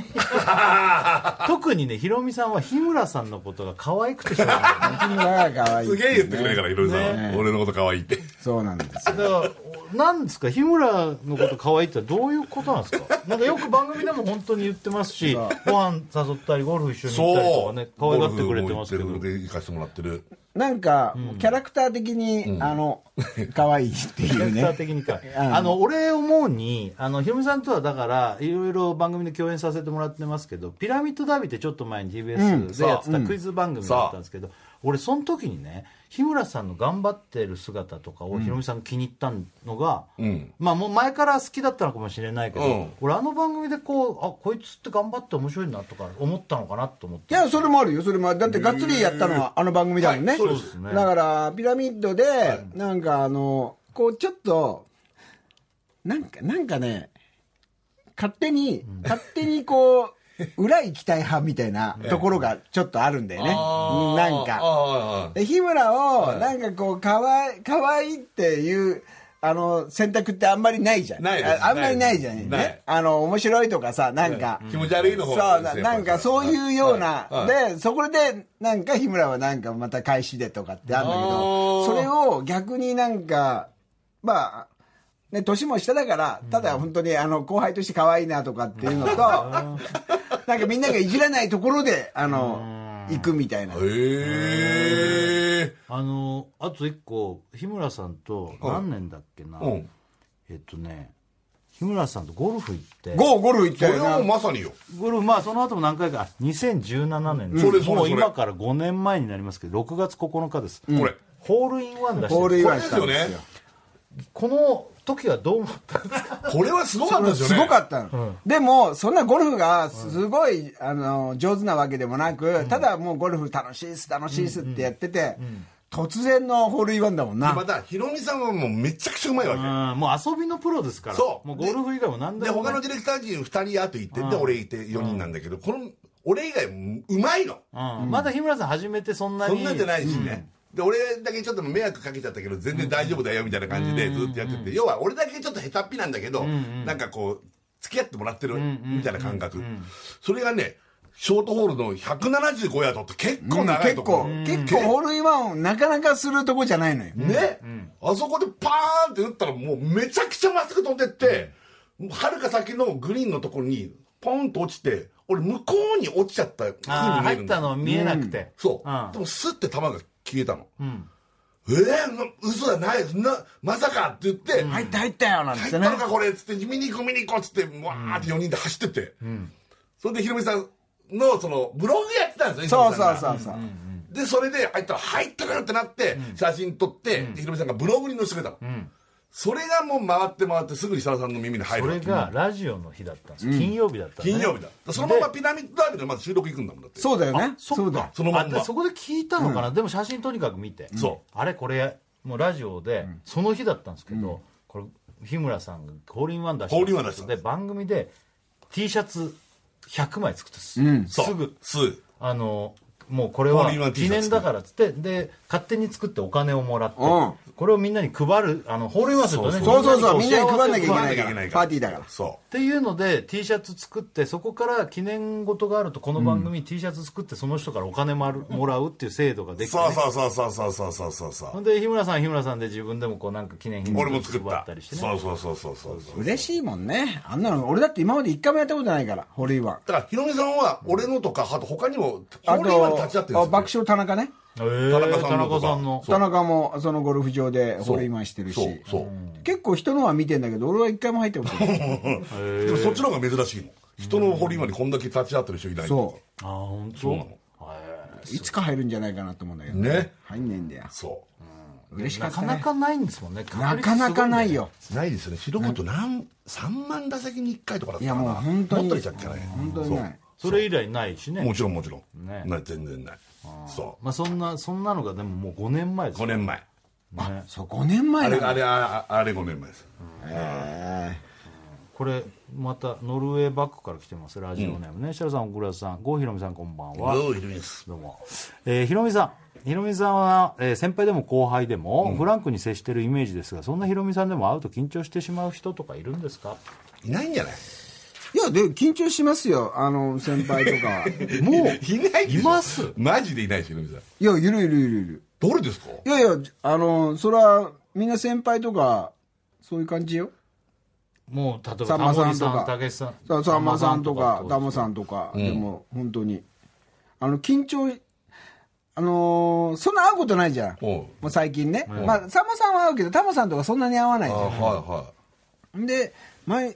S1: 特にね、ヒロミさんは日村さんのことが可愛くてしょう
S2: [laughs]
S1: がない。
S5: 君が可愛い
S2: すげえ言ってくれるからヒロミさんは俺のこと可愛いって
S5: そうなんですよ
S1: だからなんですか日村のこと可愛いってどういうことなんですかなんかよく番組でも本当に言ってま
S2: [laughs]
S1: すしご飯誘ったりゴルフ一緒に行ったりとかね可愛がってくれてますけど
S2: ゴルフも行ってる行かせてもらってる
S5: なんかキャラクター的に、あの可愛いって
S1: キャ
S5: いう
S1: ラクタ
S2: [laughs]
S1: ー
S5: ね
S1: 的にか、あの俺思うにあのヒロミさんとはだからいろいろ番組で共演させてもらってますけど「ピラミッドダービー」ってちょっと前に TBS でやってたクイズ番組だったんですけど、俺その時にね日村さんの頑張ってる姿とかをヒロミさんが気に入ったのが、まあもう前から好きだったのかもしれないけど、
S2: うん
S1: 俺あの番組でこうあこいつって頑張って面白いなとか思ったのかなと思っ
S5: い
S1: て
S5: やそれもあるよそれもあるだってがっつりやったのはあの番組だもんね、
S1: そうですね
S5: だからピラミッドでなんかあのこうちょっとなんかなんかね勝手に勝手にこう裏行きたい派みたいなところがちょっとあるんだよね。なん
S2: [laughs] ああ
S5: か。
S2: ああ
S5: で、日村を、なんかこう、かわい、かわいいっていう、あの、選択ってあんまりないじゃん。
S2: ないです
S5: ああんまりないじゃん。
S2: ない
S5: ね。あの、面白いとかさ、なんか。
S2: 気持ち悪いの
S5: そ
S2: 方
S5: う
S2: が
S5: ななんかそういうような、でそこでなんか日村はなんかまた返しでとかってあるんだけど
S2: あー
S5: それを逆になんかまあね年も下だからただ本当にあの後輩として可愛いなとかっていうのとなんかみんながいじらないところであの行くみたいな
S2: へえ
S1: あのあと一個日村さんと何年だっけな、
S2: うん
S1: えっとね日村さんとゴルフ行って
S5: ゴーゴルフ行っ
S2: そ
S5: た
S2: れ
S5: よ
S2: はもう
S5: な
S2: まさによ
S1: ゴルフまあその後も何回かあ2017年、
S2: それそれそれ
S1: もう今から5年前になりますけど6月9日です、
S2: これ
S1: ホールインワン出してる
S5: ホールイン
S2: こ
S5: ワ
S2: れ
S5: ン
S2: で
S5: し
S2: す
S5: たん
S2: よ
S5: です
S2: ね
S5: よ
S1: この時はどう思った
S2: [laughs]
S1: んですか
S2: これはすごかったですよね
S5: すごかったの、でもそんなゴルフがすごい、あの上手なわけでもなく、ただもうゴルフ楽しいっす楽しいっすってやってて、突然のホールインワンだもんな、
S2: またヒロミさんはもうめちゃくちゃうまいわけ
S1: うんもう遊びのプロですから
S2: そう
S1: もうゴルフ以外も何で
S2: で
S1: もな
S2: 他
S1: い
S2: のディレクター陣2人あと行ってで俺いて4人なんだけどこの俺以外もうまいの
S1: うんまだ日村さん始めてそんな
S2: そ
S1: に
S2: んなんじゃないしねで俺だけちょっと迷惑かけちゃったけど全然大丈夫だよみたいな感じでずっとやってて要は俺だけちょっと下手っぴなんだけどなんかこう付き合ってもらってるみたいな感覚それがねショートホールの175ヤードって結構長い
S5: 結
S2: とこ
S5: 構結構ホールインワンをなかなかするとこじゃないのよ、
S2: ね、あそこでパーンって打ったらもうめちゃくちゃまっすぐ飛んでってはるか先のグリーンのところにポンと落ちて俺向こうに落ちちゃった
S1: あ
S2: 風に見える
S1: ー入っ
S2: んだ
S1: たの見えなくて、
S2: そう、
S1: うん
S2: でもスッて球が消えたの、
S1: ん
S2: えー、な嘘だないなまさかって言って、
S5: 入った入ったよなん
S2: 入
S5: つ
S2: っ
S5: って
S2: た
S5: ね
S2: のかこれっつって見に行こう見に行こうっつってわーって4人で走ってって、それでヒロミさんのそのブログやってたんですよ
S5: そう
S2: ヒロミさ
S5: そ
S2: ん
S5: う
S2: が
S5: そうそう、
S2: でそれで入ったら入ったからってなって写真撮って、でひろみさんがブログに載せてくれたの、それがもう回って回ってすぐに設楽さんの耳に入
S1: そ
S2: る
S1: れがラジオの日だったんですよ、金曜日だったんで
S2: 金曜日だそのままピラミッドダービーのまず収録行くんだもんだって
S5: そうだよね
S1: そっか
S5: そうだ
S2: そのまんま
S1: あでそこで聞いたのかな、でも写真とにかく見て、
S2: そ
S1: あれこれもうラジオで、その日だったんですけど、これ日村さんがホールインワン出して
S2: ホールインワン出したんで
S1: で番組で T シャツ100枚作ってす,、
S2: そう
S1: すぐ
S2: すぐ
S1: あのもうこれ
S2: ホー
S1: は
S2: ルインワン T シャ
S1: 記
S2: ツ
S1: 念だからっつってで勝手に作ってお金をもらって、
S5: う
S1: これをみんなに配るあのホールインワンするとね
S5: そうそうそうみんなに
S1: こ
S5: 配んなきゃいけ
S2: 配ら
S5: な
S2: ないきゃい
S5: か
S2: けない
S5: ら
S2: か
S5: パ
S2: ら
S5: ーティーだから
S2: そ
S1: っていうので T シャツ作ってそこから記念事があるとこの番組 T シャツ作ってその人からお金もらうもらうっていう制度が
S2: う
S1: できて、ね
S2: そうそうそうそうそうそうそうそう
S1: ほんで日村さんは日村さんで自分でもこうなんか記念品
S2: 俺も作った
S1: 配たりして
S2: そ
S1: ね
S2: うそうそうそうそうそう
S5: 嬉しいもんねあんなの俺だって今まで一回もやったことないからホールインワン
S2: だからヒロミさんは俺のとかあと他にもホ
S5: あ
S2: ールインワン
S5: と
S2: 立ち会ってる
S5: あ
S2: んで
S5: 爆
S2: すよ
S5: 笑田中ね
S1: えー
S2: 田中さんのとか
S1: 田中さんの
S5: 田中もそのゴルフ場でホールインワンしてるし
S2: そうそう、
S5: 結構人のは見てんだけど俺は一回も入ったこと [laughs] ない
S2: でもそっちの方が珍しいの人のホールインワンにこんだけ立ち会ってる人いない
S5: そ
S1: ああ本当
S2: そうなの
S5: ういつか入るんじゃないかなと思うんだけど
S2: ね
S5: 入んねえんだよ
S2: そう
S5: 嬉しか
S1: な
S5: った
S1: か
S5: ね
S1: なかないんですもんね
S5: なかなかないよ
S2: ないですよね素人何3万打席に1回とかだったかない
S5: やもう本当に
S2: もっといちゃっけない
S5: 本当にない
S1: それ以来ないしね
S2: もちろんもちろん、
S1: ね
S2: な全然ないそう
S1: まあそんなそんなのがでももう5年前です
S2: 5年前
S1: ね
S5: そう5年
S2: あ
S5: 前
S2: れ
S5: だ
S2: あれああれ5年前です
S1: これまたノルウェーバックから来てますラジオネームね、設楽さん小倉さん郷ひろみさんこんばんは
S2: どういるんです
S1: どうも、えー、ひろみさんひろみさんは、えー先輩でも後輩でも、フランクに接してるイメージですがそんなひろみさんでも会うと緊張してしまう人とかいるんですか
S2: いないんじゃない
S5: いやで緊張しますよあの先輩とか [laughs] は
S1: もう
S2: いないでしょ
S1: います
S2: マジでいないですよ皆さん
S5: いやいるいるいるいる
S2: 誰ですか
S5: いやいやあのそれはみんな先輩とかそういう感じよ
S1: もう例えば
S5: さんまさんとか
S1: タモリさんたけしさん
S5: ささんまさんとかダモさ
S1: ん
S5: んとか、でも本当にあの緊張あのーそんな会うことないじゃん
S2: うん
S5: もう最近ね、まあさんまさんは会うけどタモさんとかそんなに会わない
S2: あ
S5: じゃん
S2: は
S5: で前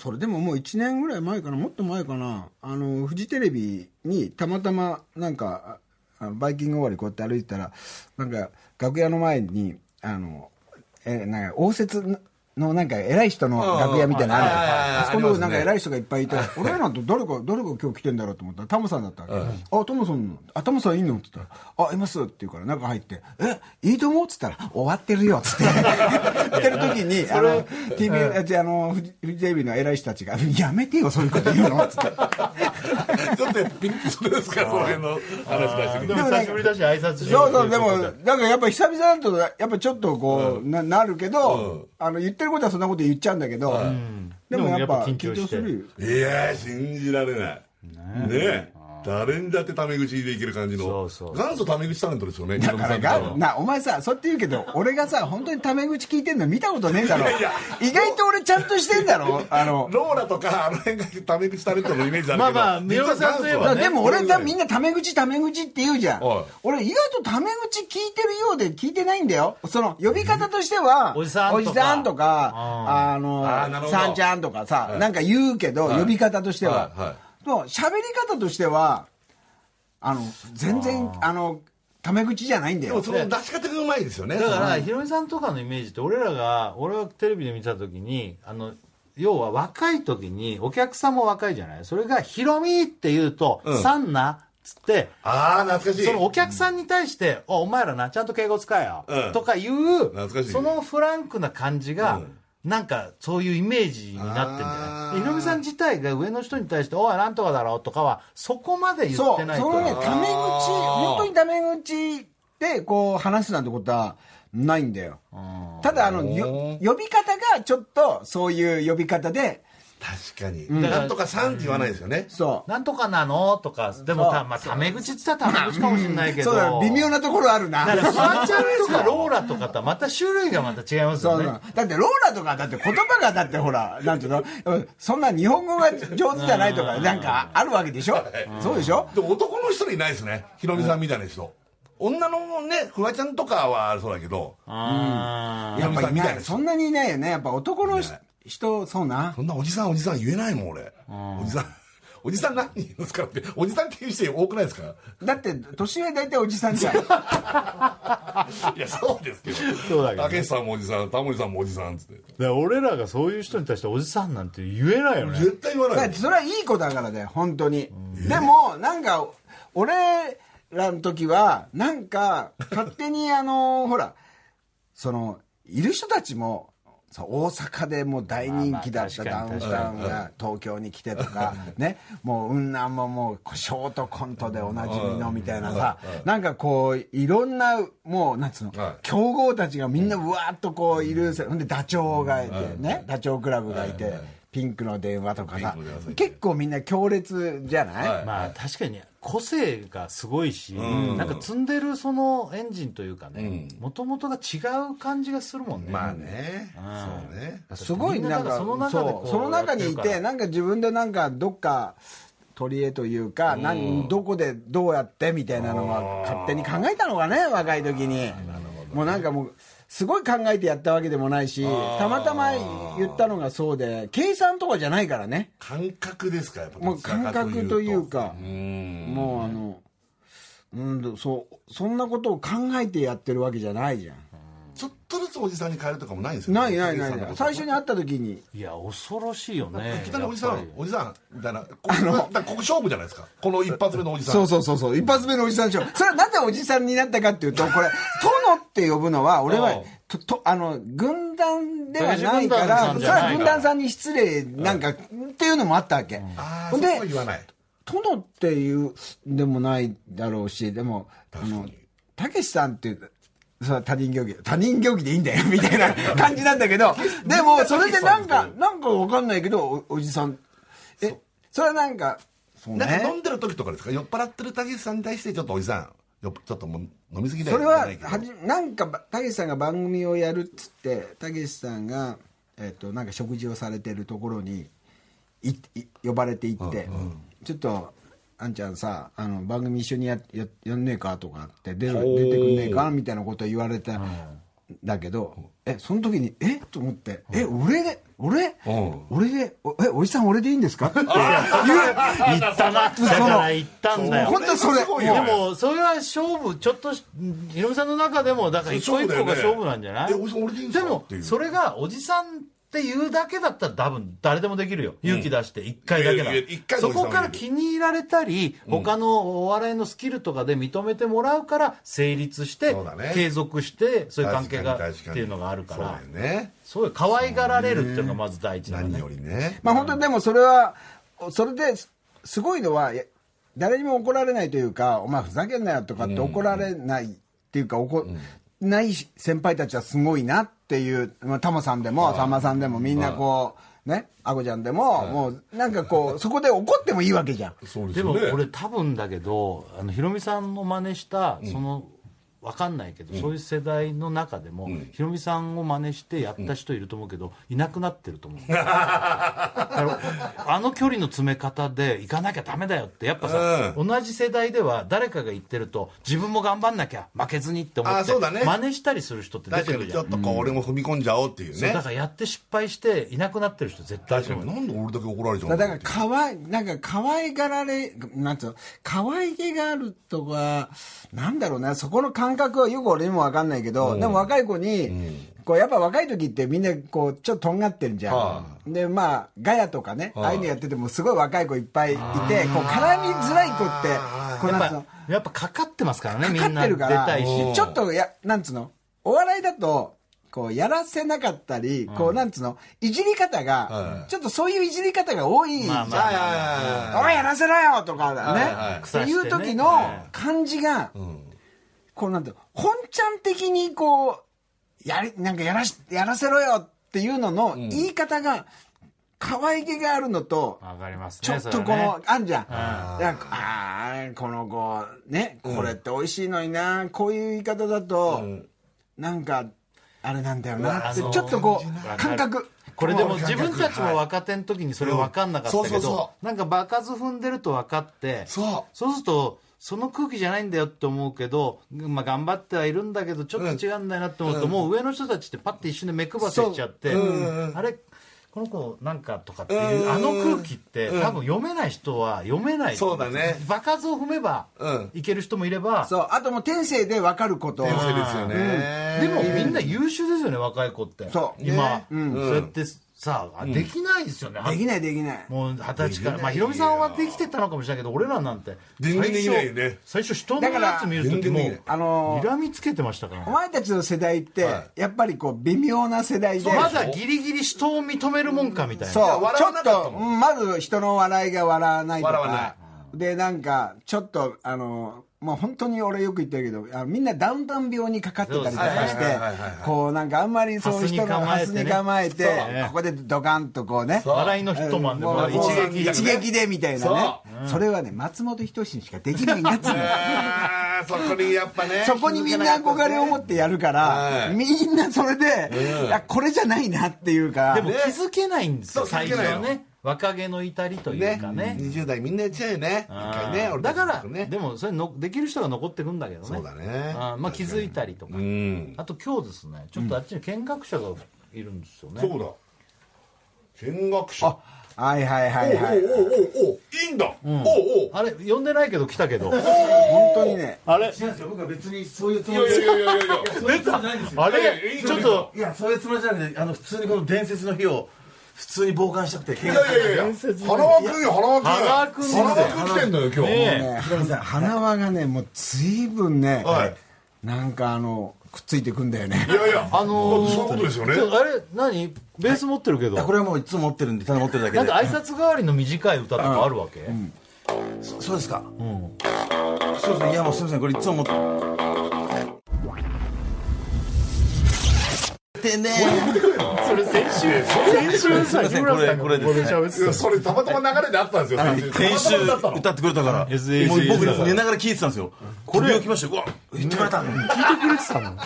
S5: それでももう1年ぐらい前かなもっと前かなあのフジテレビにたまたまなんかああのバイキング終わりこうやって歩いてたらなんか楽屋の前にあのえなんか応接のなんか偉い人の楽屋みたいなのあるじゃんあそこ
S2: はいはいはい
S5: のなんか偉い人がいっぱいいて、俺らなんて誰か、誰が今日来てんだろうと思ったら、タモさんだったわけ。あ、タモさん、あ、タモさんいいのって言ったら、あ、いますって言うから中入って、え、いいと思うって言ったら、終わってる [laughs] よっつって。言ってる時に、あの、TV、あじゃああの、フジフジテレビの偉い人たちが、やめてよ、そういうこと言うのっつって。
S2: [laughs] ちょっとピンクするんですか、その辺の話出してく
S1: で
S2: る。
S1: も久しぶりだし挨拶しよ
S5: そううそう、
S1: って
S5: で
S1: いこ
S5: も
S1: と、
S5: なんかやっぱ久々だと、やっぱちょっとこう、ななるけど、あの、言ってることはそんなこと言っちゃうんだけど、でもや
S1: でも
S5: っぱ
S1: やっぱ緊
S5: 緊
S1: 張
S5: 張
S1: して
S5: するよ。
S2: いやー、信じられない。ねえ。誰にだってタメ口でいける感じの。
S1: そうそう
S2: 元祖タメ口タレントですよね、ヒ
S5: だ
S2: ロミ
S5: か
S2: さん
S5: ら
S2: って多
S5: が
S2: 分
S5: なお前さそうやって言うけど俺がさ本当にタメ口聞いてんの見たことねえだろ意外と俺ちゃんとしてんだろあの
S2: ローラとか、あの辺がタメ口タレントのイメージあるけど。
S1: まあまあ
S2: 実は元祖は
S1: ヒロミさんといえ
S5: だか
S1: ば
S5: らでも俺だ
S2: ね
S5: みんなタメ口タメ口って言うじゃん
S2: はい
S5: 俺意外とタメ口聞いてるようで聞いてないんだよその呼び方としては
S1: おじさんとか
S5: さんとか
S1: あ
S5: あの
S2: あーなるほど
S5: さんちゃんとかさなんか言うけど呼び方として
S2: はいは
S5: はいでも喋り方としてはあの全然あのタメ口じゃないんだ
S2: でも
S5: よ
S2: その出し方がうまいですよね。
S1: だか
S2: そ
S1: らヒロミさんとかのイメージって俺らが俺はテレビで見た時にあの要は若い時にお客さんも若いじゃないそれが「ヒロミ」って言うと「サンナ」っつって
S2: のああ、懐かしい。
S1: そのお客さんに対して「あお前らなちゃんと敬語使えよ
S2: うん」
S1: とかいう
S2: 懐かしい
S1: そのフランクな感じがなんかそういうイメージになってん
S2: あー
S1: じゃないヒロミさん自体が上の人に対して「おいなんとかだろ」とかはそこまで言
S5: そ
S1: っ
S5: う、
S1: て
S5: そ
S1: ないと
S5: のね、タメ口、本当にタメ口でこう話すなんてことはないんだよ。ただ、あの、よ呼び方がちょっとそういう呼び方で、
S2: 確かに。なんとかさんって言わないですよね。
S5: そ
S1: なんとかなのとか、でも
S5: そう
S1: た、まあ、タメ口って言ったらタメ口かもしれないけ
S5: う、
S1: ど。
S5: そうだ、微妙なところあるな
S1: だ。
S5: [laughs]
S1: から、フワちゃんとかローラとかとはまた種類がまた違います
S5: そ
S1: よ
S5: う
S1: ね。
S5: だだってローラとかだって言葉がだってほらなんていうのそんな日本語が上手じゃないとかなんかあるわけでしょそうでしょ
S2: でも男の人いないですね。ヒロミさんみたいな人。女のね、フワちゃんとかはそうだけど、
S1: あ
S5: やっぱい
S2: みた
S5: ない
S2: ない
S5: そんなにいないよねやっぱ男の人そうな
S2: そんなおじさんおじさん言えないもん俺。おじさん、 [laughs] おじさん何人いるんですかって、おじさんっていう人多くないですか
S5: だって年上大体おじさんじゃん
S2: いや、そうですけど。
S1: そうだけどね
S2: たけしさんもおじさん、タモリさんもおじさんっつって。
S1: だから俺らがそういう人に対しておじさんなんて言えないよね。
S2: 絶対言わな
S5: だ
S2: い
S5: っ
S2: で
S5: て
S2: す。
S5: それはいい子だからだよ本当に、でもなんか俺らの時はなんか勝手にあのほらそのいる人たちもそう大阪でもう大人気だった
S1: まあまあ
S5: ダウン
S1: 確かに
S5: タウンが東京に来てとかねもう雲南ももうショートコントでおなじみのみたいなさなんかこういろんなもうなんつうの
S2: はい
S5: 強豪たちがみんなうわーっとこういるほんでダチョウがいてねダチョウ倶楽部がいてピンクの電話とかさ
S2: ピンクの電話
S5: 結構みんな強烈じゃない、
S2: はい
S1: まあ確かに個性がすごいし、なんか積んでるそのエンジンというかね、もともとが違う感じがするもんね。
S2: まあね。そうね。
S5: すごい
S1: みん
S5: な
S1: なんが
S5: か
S1: その中でこ
S5: そううその中にい
S1: やってるか
S5: て
S1: ら
S5: なんか自分でなんかどっか取り柄というか、なんどこでどうやってみたいなのが勝手に考えたのかね若い時に、もうなんかもうすごい考えてやったわけでもないしたまたま言ったのがそうで計算とかじゃないからね
S2: 感覚ですか、やっぱ。
S5: もう感覚というか
S2: うん。
S5: もうあの、うん、そうそんなことを考えてやってるわけじゃないじゃん
S2: ちょっとずつおじさんに変えるとかもないんですよね。
S5: ないないない
S2: おじさ
S5: な
S2: ん
S5: い
S2: の
S5: 最初に会った時に
S1: いや、恐ろしいよね。
S2: 北のおじさ
S1: やっ
S2: ん
S1: ぱ、り
S2: おじさんみたいな、ここだからここ勝負じゃないですか、この一発目のおじさん、
S5: そうそうそうそう一発目のおじさんでしょそれはなぜおじさんになったかっていうとこれ「殿」って呼ぶのは俺
S2: うん
S5: はととあの軍団ではな
S1: 軍
S5: いか
S1: 団さ
S5: ら
S1: ん
S5: そ
S1: じ
S5: れ
S1: ゃないから
S5: は軍団さんに失礼なんかっていうのもあったわけ、
S2: あ
S5: ほ
S2: あ、そ
S5: んで
S2: こは言わない、
S5: 「殿」っていうでもないだろうしでもあのたけしさんっていうそれは他人行儀他人行儀でいいんだよみたいな感じなんだけどでもそれでなんかなんかわかんないけどおおじさんえそれはなんかそう
S2: なんか
S5: ね
S2: 飲んでる時とかですか、酔っ払ってるたけしさんに対して、ちょっとおじさん、よちょっともう飲みすぎだよ
S5: それは
S2: じゃないけど
S5: はじなんかばたけしさんが番組をやるっつってたけしさんが、えっとなんか食事をされてるところにいい呼ばれて行って、ちょっとあんちゃんさあの番組一緒にやややんねえかとかって出る出てくんねえかみたいなこと言われたんだけど、えその時にえっと思ってえ俺で俺
S2: うん
S5: 俺で、おえ、おじさん俺でいいんですかって言う。 [laughs]
S1: 行ったなだから行ったんだよ
S5: 本当それ。
S2: すごい
S1: で
S2: よ
S1: もそれは勝負ちょっとしヒロミさんの中でもだから一個一個が勝負なんじゃない、
S2: えおじさん俺でいいんす
S1: で
S2: か
S1: も
S2: っていう
S1: それがおじさんっていうだけだったら多分誰でもできるよ、勇気出して1回だけだ
S2: いやいや一回で
S1: そ
S2: おじさん
S1: こから
S2: でき
S1: 気に入られたり、他のお笑いのスキルとかで認めてもらうから成立して、
S2: そうだね
S1: 継続してそういう関係が
S2: 確かに
S1: っ
S2: 確かに
S1: ていうのがあるか
S2: そう
S1: ら
S2: だよね
S1: そういう可愛がられるっていうのがまず第一だね
S2: 何よりね
S5: まあ本当にでもそれは、それですすごいのは、いや誰にも怒られないというか、お前ふざけんなよとかって怒られないっていうか、怒、ない先輩たちはすごいなっていう、まあ、タモさんでも、さんまさんでもみんなこう、ね、あこちゃんでも、もうなんかこう、そこで怒ってもいいわけじゃん。
S2: そう
S1: でも俺多分だけどあのヒロミさんの真似したその、わかんないけど、そういう世代の中でも、ヒロミさんを真似してやった人いると思うけど、いなくなってると思うだからあの距離の詰め方で行かなきゃダメだよってやっぱさ、同じ世代では誰かが言ってると自分も頑張んなきゃ負けずにって思っ
S2: あ
S1: て、
S2: そうだね
S1: 真似したりする人って出
S2: 確
S1: て
S2: か
S1: くる
S2: にち
S1: じゃん
S2: ょっとこう俺も踏み込んじゃおうっていう
S1: そうだ
S2: ね
S1: からやって失敗していなくなってる人絶対い
S2: 確
S1: ると
S2: か
S1: 思う
S2: になんで俺だけ怒られちゃう
S5: だ
S2: の
S5: だから、かわい、なんか、可愛がられ、なんつうの、可愛げがあるとか、なんだろうな、そこの感覚はよく俺にもわかんないけど、でも若い子に、こう、やっぱ若い時ってみんな、こう、ちょっととんがってるじゃん。で、まあ、ガヤとかね、ああいうのやってても、すごい若い子いっぱいいて、こう、絡みづらい子って、こう、
S1: やっ
S5: なんつうの
S1: ぱ、やっぱかかってますからねみ
S5: か
S1: ん
S5: か
S1: な
S5: って
S1: 出
S5: るから
S1: たいし
S5: ちょっとやなんつうのお笑いだとこうやらせなかったり、こうなんつうのいじり方が、ちょっとそういういじり方が多いじゃん、
S1: まあまあ
S5: おいやらせろよとかね、
S2: はい
S5: っていう時の感じが、こうなんていうの本ちゃん的にこうやりなんかやらしやらせろよっていうのの言い方が可愛げがあるのと、
S1: わかりますね
S5: ちょっと
S1: そ
S5: こ
S1: れはね
S5: の、あんじゃん。なんかああ、この子、ね、これって美味しいのにな、こういう言い方だと、なんか、あれなんだよなって、
S1: あの
S5: ちょっとこう、
S1: 感
S5: 感
S1: じな
S5: 覚。
S1: これでも自分たちも若手の時にそれ分かんなかった
S2: そ
S1: け
S2: うそう
S1: ど
S2: そ
S1: なんか場数踏んでると分かって
S2: そう
S1: そうするとその空気じゃないんだよって思うけど、まあ、頑張ってはいるんだけどちょっと違うんだよなって思うと、もう上の人たちってパッて一瞬で目くばせしちゃって、あれこの子なんかとかっていう、あの空気って、多分読めない人は読めない
S2: そうだね
S1: 場数を踏めば、
S2: うん
S1: いける人もいれば
S5: そう、あともう天性で分かること。
S2: 先生ですよね
S1: でもみんな優秀ですよね若い子って
S5: そう
S1: 今
S5: ねうん
S1: そうやってさあできないですよね
S5: できないできない。
S1: もう二十歳からまあヒロミさんはできてたのかもしれないけど俺らなんて
S2: 全然できないよね
S1: 最初最初人のやつ見るとき
S2: だ
S1: も
S2: から全然でき
S5: あのー
S1: 睨みつけてましたから
S5: お前たちの世代って、やっぱりこう、微妙な世代で。
S1: まだギリギリ人を認めるもんかみたい
S5: そう
S1: な
S2: 笑
S5: ちょ
S2: わ
S5: っ
S2: なかった
S5: と
S2: も
S5: うんまず人の笑いが笑わないと
S2: 笑わ
S5: かでなんかちょっとあのまあ本当に俺よく言ってるけどあのみんなダウンタウン病にかかってたりとかしてこうなんかあんまりそういう人の
S1: ハ
S5: ハ
S1: ス
S5: ス
S1: に
S5: に
S1: 構
S5: 構
S1: え
S5: え
S1: て
S5: て
S1: ね
S5: ここでドカンとこうね
S1: 笑いの人マンで
S5: もう
S1: も一
S5: もう
S1: 撃
S5: 一撃でみたいなねそれはね松本人志にしかできないやつなの
S2: あーそこにやっぱね
S5: そこにみんな憧れを持ってやるから、
S2: はい
S5: みんなそれで、いやこれじゃないなっていうか
S1: でも気づけないんですよ
S2: ねそう
S1: 最
S2: 気
S1: 初
S2: づけない
S1: は
S2: の
S1: ね若気の至りという
S2: ね
S1: かね
S2: 20代みんなやっちゃうよね一回ね
S1: うん
S2: 俺
S1: だ
S2: たち
S1: から、
S2: ね
S1: でもそれのできる人が残ってくんだけどね
S2: そうだね
S1: あーまあ、気づいたりとか、
S2: ん
S1: あと今日ですねちょっとあっちに見学者がいるんですよね、
S2: そうだ見学者
S5: はいはいはいはい
S2: おうおうおういいんだ、おうおう
S1: あれ呼んでないけど来た
S2: [laughs]
S1: けど
S5: 本当にね
S1: あれ
S4: 違うんですよ僕は別にそういうつ
S2: い
S4: も
S2: や
S4: り
S2: いやいやいやいや
S4: そういうつもりないんですよ
S1: あ
S2: いやいやい
S1: れ
S2: い
S1: ちょっと
S4: いやそういうつもりじゃなくてあの普通にこの伝説の日を普通に傍観したくてい
S2: いやいやいや花輪君よ花輪君
S1: 花輪君ですよ
S2: 花輪君来てんのよ今日、
S1: ね
S5: ね花輪がねもう随分ね、
S2: はい
S5: なんかあのくっついてくんだよね
S2: いやいや
S1: あのー
S2: そういうことですよね
S1: ちょっとあれ何ベース持ってるけど、
S4: やこれはもういつも持ってるんでただ持ってるだけ
S1: な
S4: で
S1: んか挨拶代わりの短い歌とかあるわけ、
S4: そうですか、そうですねいやもうすみませんこれいつも持ってでね
S1: それ先週先週さ日村さんが
S4: これこれですね
S1: 喋って
S2: いやそれたまたま流れであったんですよ
S4: 先週
S2: たまたまだったの
S4: 歌ってくれたからも
S1: SAC
S4: う僕寝ながら聴いてたんですよこれを来ましたようわ言ってくれた
S1: 聞いてくれてたの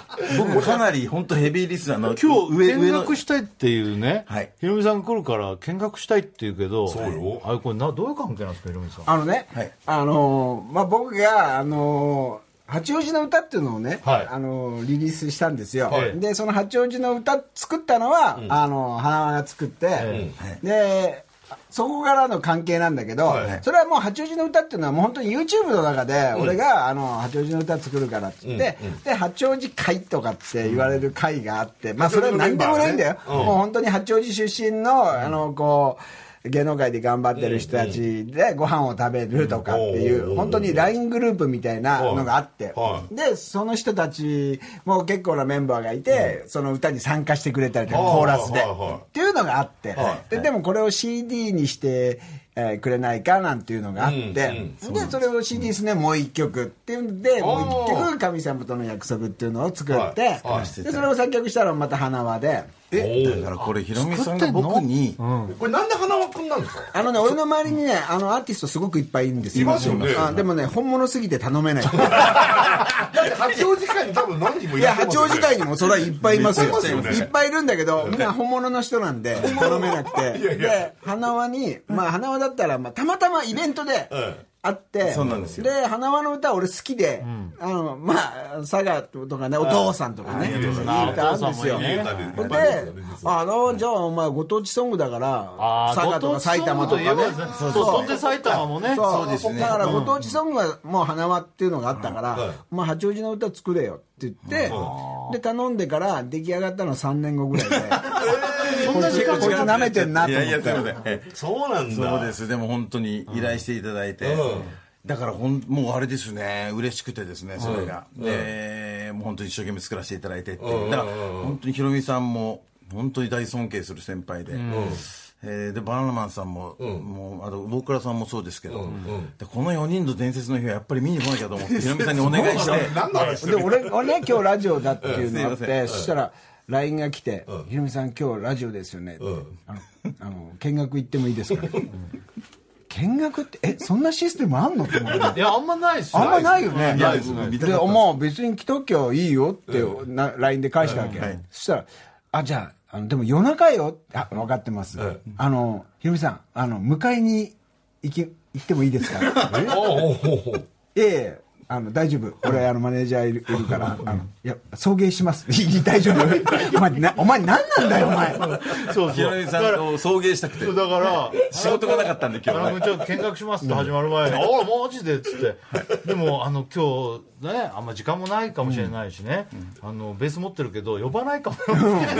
S4: 僕かなり本当ヘビーリスナーの
S1: 今日
S4: 上
S1: 見
S4: 上の
S1: 学したいっていうね、
S4: はい
S1: ヒロミさん来るから見学したいって言うけどそう
S2: よ
S1: あれこれなどういう関係なんですかヒロミさん
S5: あのね、
S4: はい
S5: あのーまあ僕があのー八王子の歌っていうのをね、
S1: はい
S5: あのリリースしたんですよ、
S1: はい
S5: でその八王子の歌作ったのは、あの花輪が作って、でそこからの関係なんだけど、それはもう八王子の歌っていうのはもう本当に YouTube の中で俺が、あの八王子の歌作るからって言って、で八王子会とかって言われる会があって、まあそれは何でもないんだよ、もう本当に八王子出身のあのこう芸能界で頑張ってる人たちでご飯を食べるとかっていう、本当に LINE グループみたいなのがあって、でその人たちも結構なメンバーがいて、その歌に参加してくれたりとかコーラスで、っていうのがあって、ででもこれを CD にして、えーくれないかなんていうのがあって、でそれを CD ですね、もう一曲っていうんでもう一曲「神様との約束」っていうのを作って、でそれを作曲したらまた花輪で。
S4: えだからこれヒロミさんが僕に
S2: これなんで花輪君なんですか
S5: あのね、俺の周りにね、あのアーティストすごくいっぱいいるんですよ。
S2: いますよね
S5: あでもね、本物すぎて頼めない。
S2: だって八王子会に多分何人もい
S5: い
S2: ら
S5: や、
S2: っしゃい
S5: 八王子会にもそれはいっぱいいます
S2: いっ
S5: よ。
S2: ぱいいますよね
S5: いっぱいいるんだけど、みんな本物の人なんで、頼めなくて。で、花輪に、まあ、花輪だったら、まあ、たまたまイベントで、あって、
S4: そうなんですよ
S5: 花輪の歌俺好きで、あの、まあ、佐賀とかね、お父さんとかね、いい歌あるんですよ。
S1: お父さんもいい
S5: で
S1: ね、
S5: あの、じゃあお前ご当地ソングだから、
S1: あ
S5: 佐賀とか埼玉とかね。
S1: そうそうで埼玉もね
S5: [laughs] そう
S4: そうですね
S5: だからご当地ソングはもう花輪っていうのがあったから、まあ、八王子の歌作れよって言って、で頼んでから出来上がったの3年後ぐ
S4: [laughs]
S5: らいでこいつこいつ舐めてんなと
S4: い
S5: 思
S4: やいや
S5: っ
S4: すいませ
S5: て
S4: んえ
S2: そうなんだ
S4: そうですでも本当に依頼していただいて、だからほんもうあれですね嬉しくてですねそれが、でもう本当に一生懸命作らせていただいてっていうだから本当にヒロミさんも本当に大尊敬する先輩で、えーでバナナマンさんも,、もうあと大倉さんもそうですけど、でこの4人の伝説の日はやっぱり見に来なきゃと思ってヒロミさんにお願いして
S2: 何の話して
S5: で俺俺ね今日ラジオだっていうのがあっ
S4: うんすいませ
S5: てそしたら LINE が来て「ひろみさん今日ラジオですよね」ってあのあの見学行ってもいいですか?」見学ってえそんなシステムあんの?」って思って。
S1: いやあんまないっす
S5: あんまないよ
S1: な
S5: ね。
S1: い
S4: や
S1: ですね
S4: 見た
S5: で、
S4: かったです
S5: まあ別に来ときゃいいよって、な LINE で返したわけ。
S4: はい
S5: そしたら、あ、じゃあ、あの、でも夜中よ。あ、分かってます。あの、ひろみさん、あの、迎えに行き、行ってもい
S4: [laughs]
S5: いですか
S2: ああおうおうおう
S5: ええ。あの大丈夫俺あのマネージャーいるいるからあのいや送迎します [laughs] いい大丈夫お前なお前何なんだよお前
S1: そう
S4: ヒ
S1: そ
S4: ロ
S1: う
S4: ミ
S1: だ
S4: さ
S1: から
S4: んを送迎したくて
S1: だから
S4: 仕事がなかったんで今日
S1: あのちょっと見学しますって始まる前に「おおマジで」っつってでもあの今日ねあんま時間もないかもしれないしねあのベース持ってるけど呼ばないかも
S5: そ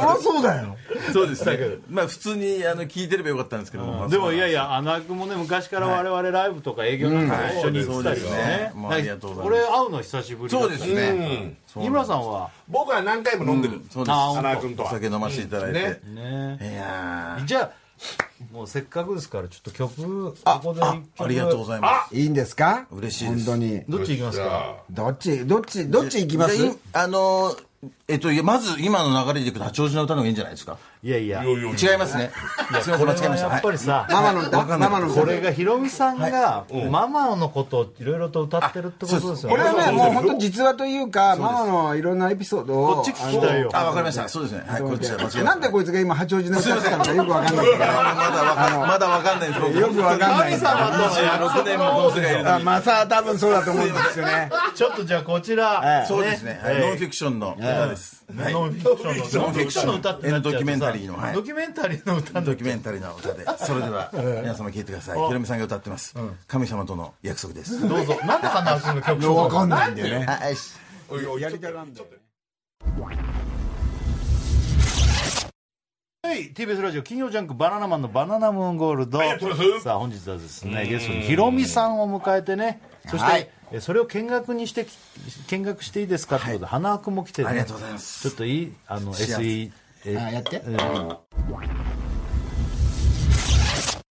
S5: りゃそうだよ
S4: そうです
S1: だけど
S4: まあ普通にあの聞いてればよかったんですけど、まあ
S1: でもいやいや穴くもね昔から我々ライブとか営業なんかで一緒に行ってたりしてね
S4: うんはいそうですねまあありがとうござい
S1: 俺
S4: ます
S1: 会うの久しぶりだ
S4: そうですね、
S1: 日村さんは
S2: 僕は何回も飲んでる
S4: そうです
S1: あ
S2: 花輪君と
S4: お
S2: は
S4: 酒飲ませていただいて、
S2: ね
S1: ね
S4: いや
S1: じゃあもうせっかくですからちょっと曲ここで
S4: ーありがとうご
S1: い
S4: ざいます
S5: いいんですか
S4: 嬉しいです
S5: 本当に
S1: ますどっち行きますか
S5: どっちどっちどっち行きます
S4: じゃああのーえっといやまず今の流れでいくと八王子の歌の方がいいんじゃないですか
S1: いやいや
S2: いや
S4: 違いますねすいません
S1: こ
S4: 間
S1: れ
S4: 違えま
S1: は
S4: した
S1: や
S4: は
S1: っぱり
S4: い
S1: さ
S5: ママの歌
S4: わかんない
S5: ママの歌
S1: これがヒロミさんがママのことをいろいろと歌ってるってことですよ
S5: これ
S1: ね
S5: はね、もう本当実話というか、ママのいろんなエピソードを。
S1: こっち聞きたいよ
S4: あわかりましたそうですねはいこっちだ間違えました
S5: なんでこいつが今八王子の歌ってたのかよくわかんないけど。
S4: まだわかんまだわかんないです僕
S5: よくわかんない
S1: 神様との約
S4: 26年も同性がいるの
S5: あ
S4: に
S5: まあさあ多分そうだと思うんですよね。
S1: ちょっとじゃあこちら、
S5: ええ
S4: そうですねはい
S1: ええ
S4: ノンフィクションの歌ですはい
S1: ノンフィクションのノンフィクションの歌ってなっちゃうとさ
S4: ドキュメンタリーのはい
S1: ドキュメンタリーの歌
S4: ドキュメンタリーの歌で [laughs] それでは皆様聞いてくださいヒロミさんが歌ってます神様との約束です
S1: どうぞなんで花君の曲
S5: よくわ
S1: 紹
S5: か
S1: 介
S5: んないんだよ
S4: [laughs]
S5: ね。
S4: はい
S5: やりたがんだよね。
S1: はい TBS ラジオ金曜ジャンク「バナナマンのバナナムーンゴールド」さあ本日はですねゲストにヒロミさんを迎えてねそして、
S4: はい
S1: えそれを見学にしてき見学していいですかってことで、花輪君も来てね
S4: ありがとうございます
S1: ちょっといいあの
S4: 幸せ
S1: SE え
S5: あやって。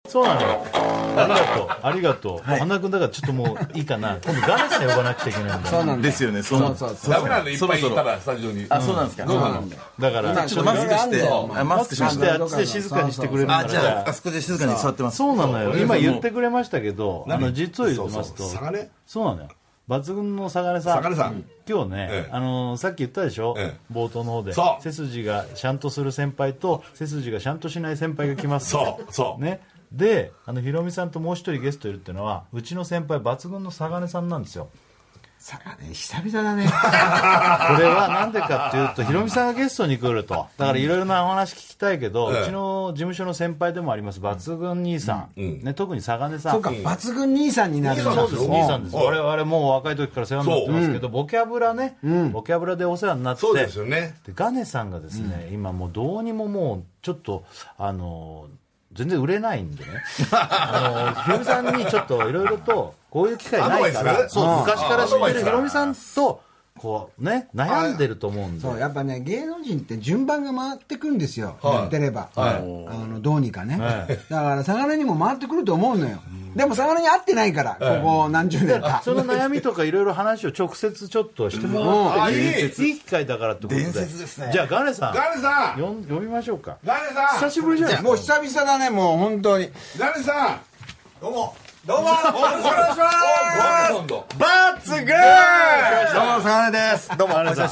S1: そうなのよあり
S4: [laughs]
S1: がとうありがとう、花輪君だからちょっともういいかな今度ガネさん呼ばなくちゃいけないんだ
S5: そうなんだ
S4: で
S5: よ。
S4: すよねそう思って
S5: そうそうそう
S2: ダメなのいっぱいい
S4: そ
S2: た
S4: ろそろ
S2: らスタジオに
S4: あそうなんですか
S1: だから
S4: ちょっとマスクしてあマ
S1: マス
S4: スク
S1: ク
S4: しま
S1: し
S4: してた
S1: あっちで静かにしてくれるか
S4: あ
S1: ら
S4: じゃああそこで静かに座ってます
S1: そうなのよ今
S4: もう
S1: 言ってくれましたけどあの実を言ってますと
S2: そうそうそう嵯峨根
S1: そうなのよ抜群の嵯峨根さん
S2: 嵯峨根さん
S1: 今日ね、
S2: ええ
S1: あのさっき言ったでしょ、
S2: え
S1: 冒頭の方で
S2: そう
S1: 背筋がシャンとする先輩と背筋がシャンとしない先輩が来ます
S2: そうそう
S1: ねであのヒロミさんともう一人ゲストいるっていうのはうちの先輩抜群の嵯峨根さんなんですよ
S5: さがね、久々だね。
S1: これはなんでかっていうと、ヒロミさんがゲストに来ると、だからいろいろなお話聞きたいけど、うちの事務所の先輩でもあります、抜群兄さん、ね、特に坂根さん。
S5: そうか、抜群兄さんになるんだ
S1: そうです、兄さんです。我々もう若い時から世話になってますけど、ボキャブラね、ボキャブラでお世話になって、
S2: そうですよね
S1: でガネさんがですね、今もうどうにももうちょっとあの全然売れないんでねあのヒロミさんにちょっといろいろとこういう機会ないか
S2: アドバイ
S1: ら
S2: ス
S1: そう昔から知っ
S2: アドバ
S1: て
S2: イ
S1: る
S2: ス
S1: ヒロミさんとこうね悩んでると思うんで
S5: そう、やっぱね、芸能人って順番が回ってくるんですよ。
S2: はい
S5: やってれば。
S2: はい
S5: あの、どうにかね。
S1: はい
S5: だから、サガネにも回ってくると思うのよ。でも、サガネに会ってないから、ここ何十年か。
S1: その悩みとかいろいろ話を直接ちょっとしてもらっていいいい機会だからってことで伝説ですねじゃあガネさん
S2: ガネさん
S1: よん呼びましょうか
S2: ガネさ
S1: 久
S2: ん
S1: しぶりじゃない
S5: もう久々だね、もう本当に。
S2: ガネさん
S4: どうもどうもよろしくお願いし
S2: ガネさんと
S4: バツグーどうもさかねですどうもお
S1: ガネさんお久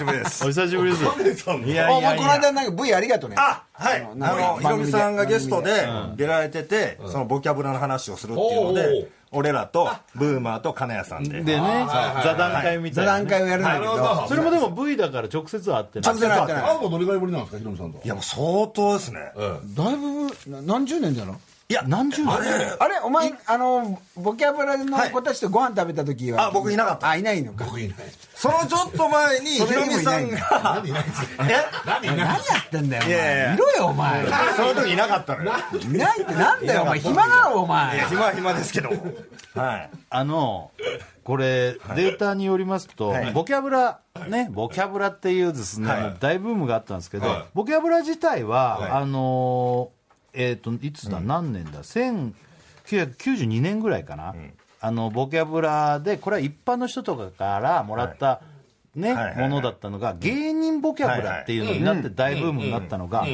S1: しぶりですいや
S5: お
S1: いや
S5: 前、
S1: い
S5: この
S1: や
S5: 間、なんか V ありがとうね。
S3: あはい
S5: あ
S3: あ
S5: の
S3: の
S5: 番組
S3: ヒ
S5: で
S3: ロミさんがゲストで出られてて、そのボキャブラの話をするっていうので、
S2: おうおう
S3: 俺らとブーマーと金谷さんで
S1: でね座談会みた
S5: 座
S1: いな
S5: 談
S1: ね
S5: 会をやるんだけ
S2: なるほ
S5: ど。
S2: ど
S1: それもでも V だから直接は会ってない
S5: 直接会ってない
S2: 会うのどれぐらいぶりなんですかヒロミさんと
S3: いやもう相当ですね、
S5: だいぶ、な何十年だろ
S3: いや
S1: 何十年
S5: あれお前、あの、ボキャブラの子たちとご飯食べた時は。
S3: あ僕いなかった
S5: あ、いないのか。
S2: 僕いない
S3: そのちょっと前にヒ
S5: それ
S3: ロ
S5: で
S3: ミ
S5: もいな
S3: さ
S5: いん
S3: ん
S5: だ
S3: が
S2: 何いないんですか
S3: え
S2: 何い
S5: 何
S2: ない
S5: やってんだよ、お
S3: いやい
S5: 前。
S3: や
S5: いろよ、お前。
S3: その時いなかったのよ
S5: いないってなんだよ、お前。暇だろ、お
S3: い
S5: 前
S3: や。暇は暇ですけどもはい
S1: あのこれデータによりますと、ボキャブラねボキャブラっていうですね、大ブームがあったんですけど、
S2: はい
S1: ボキャブラ自体は、あのえっ、といつだ、何年だ1992年ぐらいかな、あのボキャブラでこれは一般の人とかからもらった、ね
S3: はいはいはい
S1: ものだったのが芸人ボキャブラっていうのになって大ブームになったのが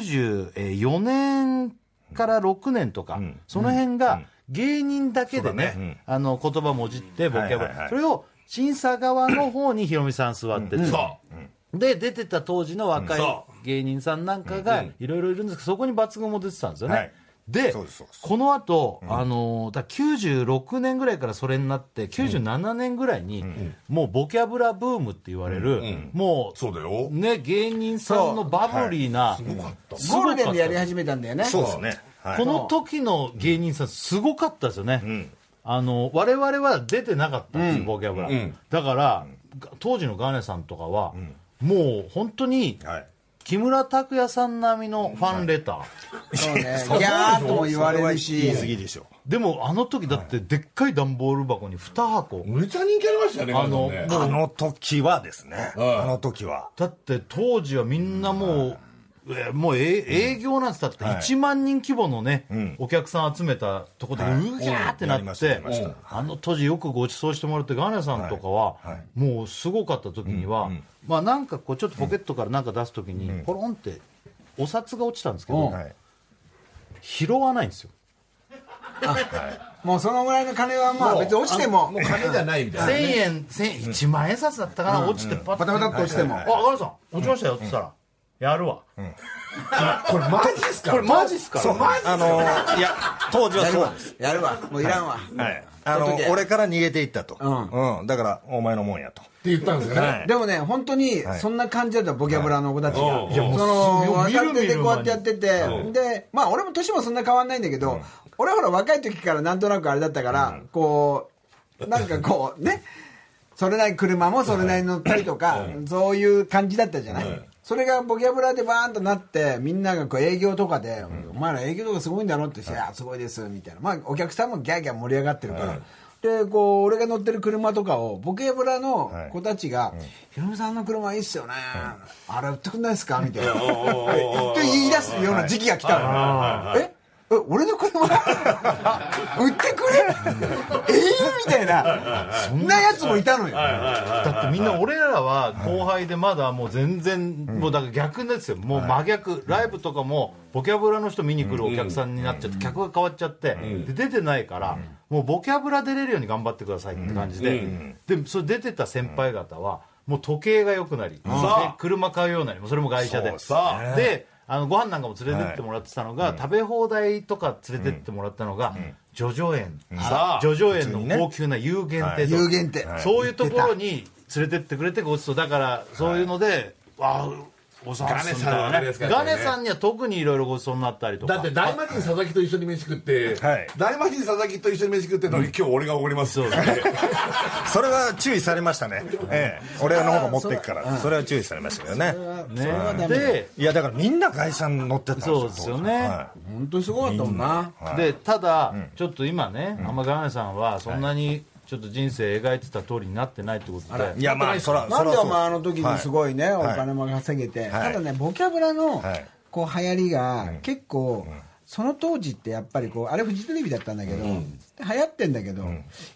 S1: 1994年から6年とか、その辺が芸人だけでねあの言葉もじってボキャブラ、
S3: はいはいはい
S1: それを審査側の方にヒロミさん座ってて、
S2: そう
S1: で出てた当時の若い
S2: うんそ
S1: 芸人さんなんかがいろいろいるんですけどそこに抜群も出てたんですよね、
S3: はい
S1: で
S3: そうですそうです
S1: この後、あのだから96年ぐらいからそれになって97年ぐらいに、もうボキャブラブームって言われる、もう
S2: そうだよ
S1: ね、芸人さんのバブリーな、
S5: ゴールデンでやり始めたんだよね。
S3: そうですね、はい、
S1: この時の芸人さんすごかったですよね、あの我々は出てなかったんですよ、ボキャブラ、だから、当時のガーネさんとかは、もう本当に
S3: はい
S1: 木村拓哉さん並みのファンレター、
S5: そうね。ギャーとも言われるし。
S3: 言い過ぎでしょ
S1: でもあの時だってでっかい段ボール箱に2箱、
S2: めちゃ人気ありましたよね
S1: あの
S2: ガネさんね
S3: あの時はですね、
S2: ん
S3: あの時は
S1: だって当時はみんなもう、えーもうえー営業なんつったって
S3: はい
S1: 1万人規模のね、
S3: ん
S1: お客さん集めたとこでう
S3: い
S1: ぎゃーってな
S3: やりま
S1: っ
S3: したや
S1: て
S3: りました
S1: うんあの当時よくご馳走してもらってガーネさんとかは
S3: はいはい
S1: もうすごかった時にはまあなんかこうちょっとポケットからなんか出す時にポロンってお札が落ちたんですけど
S3: はい
S1: 拾わないんですよ
S5: もうそのぐらいの金はまあ別に落ちても
S2: もう、金じゃないみたいな
S1: 1000円千1万円札だったかな落ちてパ
S5: バタバタっと落ちても
S1: あ。ガーネさん落ちましたよって言ったらやるわ
S2: これマジっすか
S1: これマジっすからね
S3: あのいや当時は
S5: やる
S3: そう
S5: わ
S3: です。
S5: やるわ。もういらんわ。
S3: はい、あ
S5: その
S3: の
S5: 時は
S3: 俺から逃げていったと、
S5: う
S3: うんんだからお前のもんやと
S2: って言ったんですよね
S3: い
S5: でもね、本当にそんな感じだった、ボキャブラの子たちが、
S2: はい
S5: その
S1: いやもう
S5: 若
S1: 見
S5: 手
S1: る見
S5: で
S1: る
S5: こうやってやってて、で、まあ、俺も年もそんな変わんないんだけど、俺はほら、若い時からなんとなくあれだったから、こう、なんかこう、ね、それなりに車もそれなりに乗ったりとか、そういう感じだったじゃない。それがボキャブラでバーンとなってみんながこう営業とかで「お前ら営業とかすごいんだろ?」って言って「いやすごいです」みたいな、まあ、お客さんもギャーギャー盛り上がってるから、でこう俺が乗ってる車とかをボケブラの子たちが「ヒロミさんの車いいっすよね、あれ売ってくんないっすか?」み [laughs] たいなって言い出すような時期が来たのええ俺の車 [laughs] 売ってく [laughs] れええみたいなそんなやつもいたのよ
S1: だってみんな俺らは後輩でまだもう全然もうだから逆ですよもう真逆ライブとかもボキャブラの人見に来るお客さんになっちゃって客が変わっちゃってで出てないからもうボキャブラ出れるように頑張ってくださいって感じででそれ出てた先輩方はもう時計が良くなりで車買うようになりもうそれも外車でであのご飯なんかも連れてってもらってたのが食べ放題とか連れてってもらったのがジョジョ園、
S2: さあ
S1: ジョジョ園の高級な有限亭とか
S5: 有限って、
S1: そういうところに連れてってくれてごちそうだからそういうので、ああおさんっすみた
S2: ガネ
S1: いな
S2: さんはあれですから
S1: ガ
S2: ね
S1: ネさんには特にいろいろごちそうになったりとか
S2: だって大魔神佐々木と一緒に飯食って、
S3: はい
S2: 大魔神佐々木と一緒に飯食ってんのに、今日俺がおごります
S1: そう
S3: それは注意されましたね、ええ、俺の方が持っていくから、それは注意されましたけどね、
S1: ねで
S3: いや、だからみんな外車に乗ってたんですよ、
S1: そうですよね
S3: は
S5: 本当にすごかったもんな
S1: でただ、ちょっと今ね、あんまガネさんはそんなにちょっと人生描いてた通りになってないってことで、
S3: い、いや、まあ、そら、
S5: な
S3: そ
S5: ん
S3: ら
S5: で
S3: そ
S5: お
S3: う
S5: 前あの時にすごいね、
S3: はい
S5: お金も稼げて、
S3: はい
S5: ただねボキャブラの
S3: はい
S5: こう流行りが結構、その当時ってやっぱりこうあれフジテレビだったんだけど、流行ってんだけど、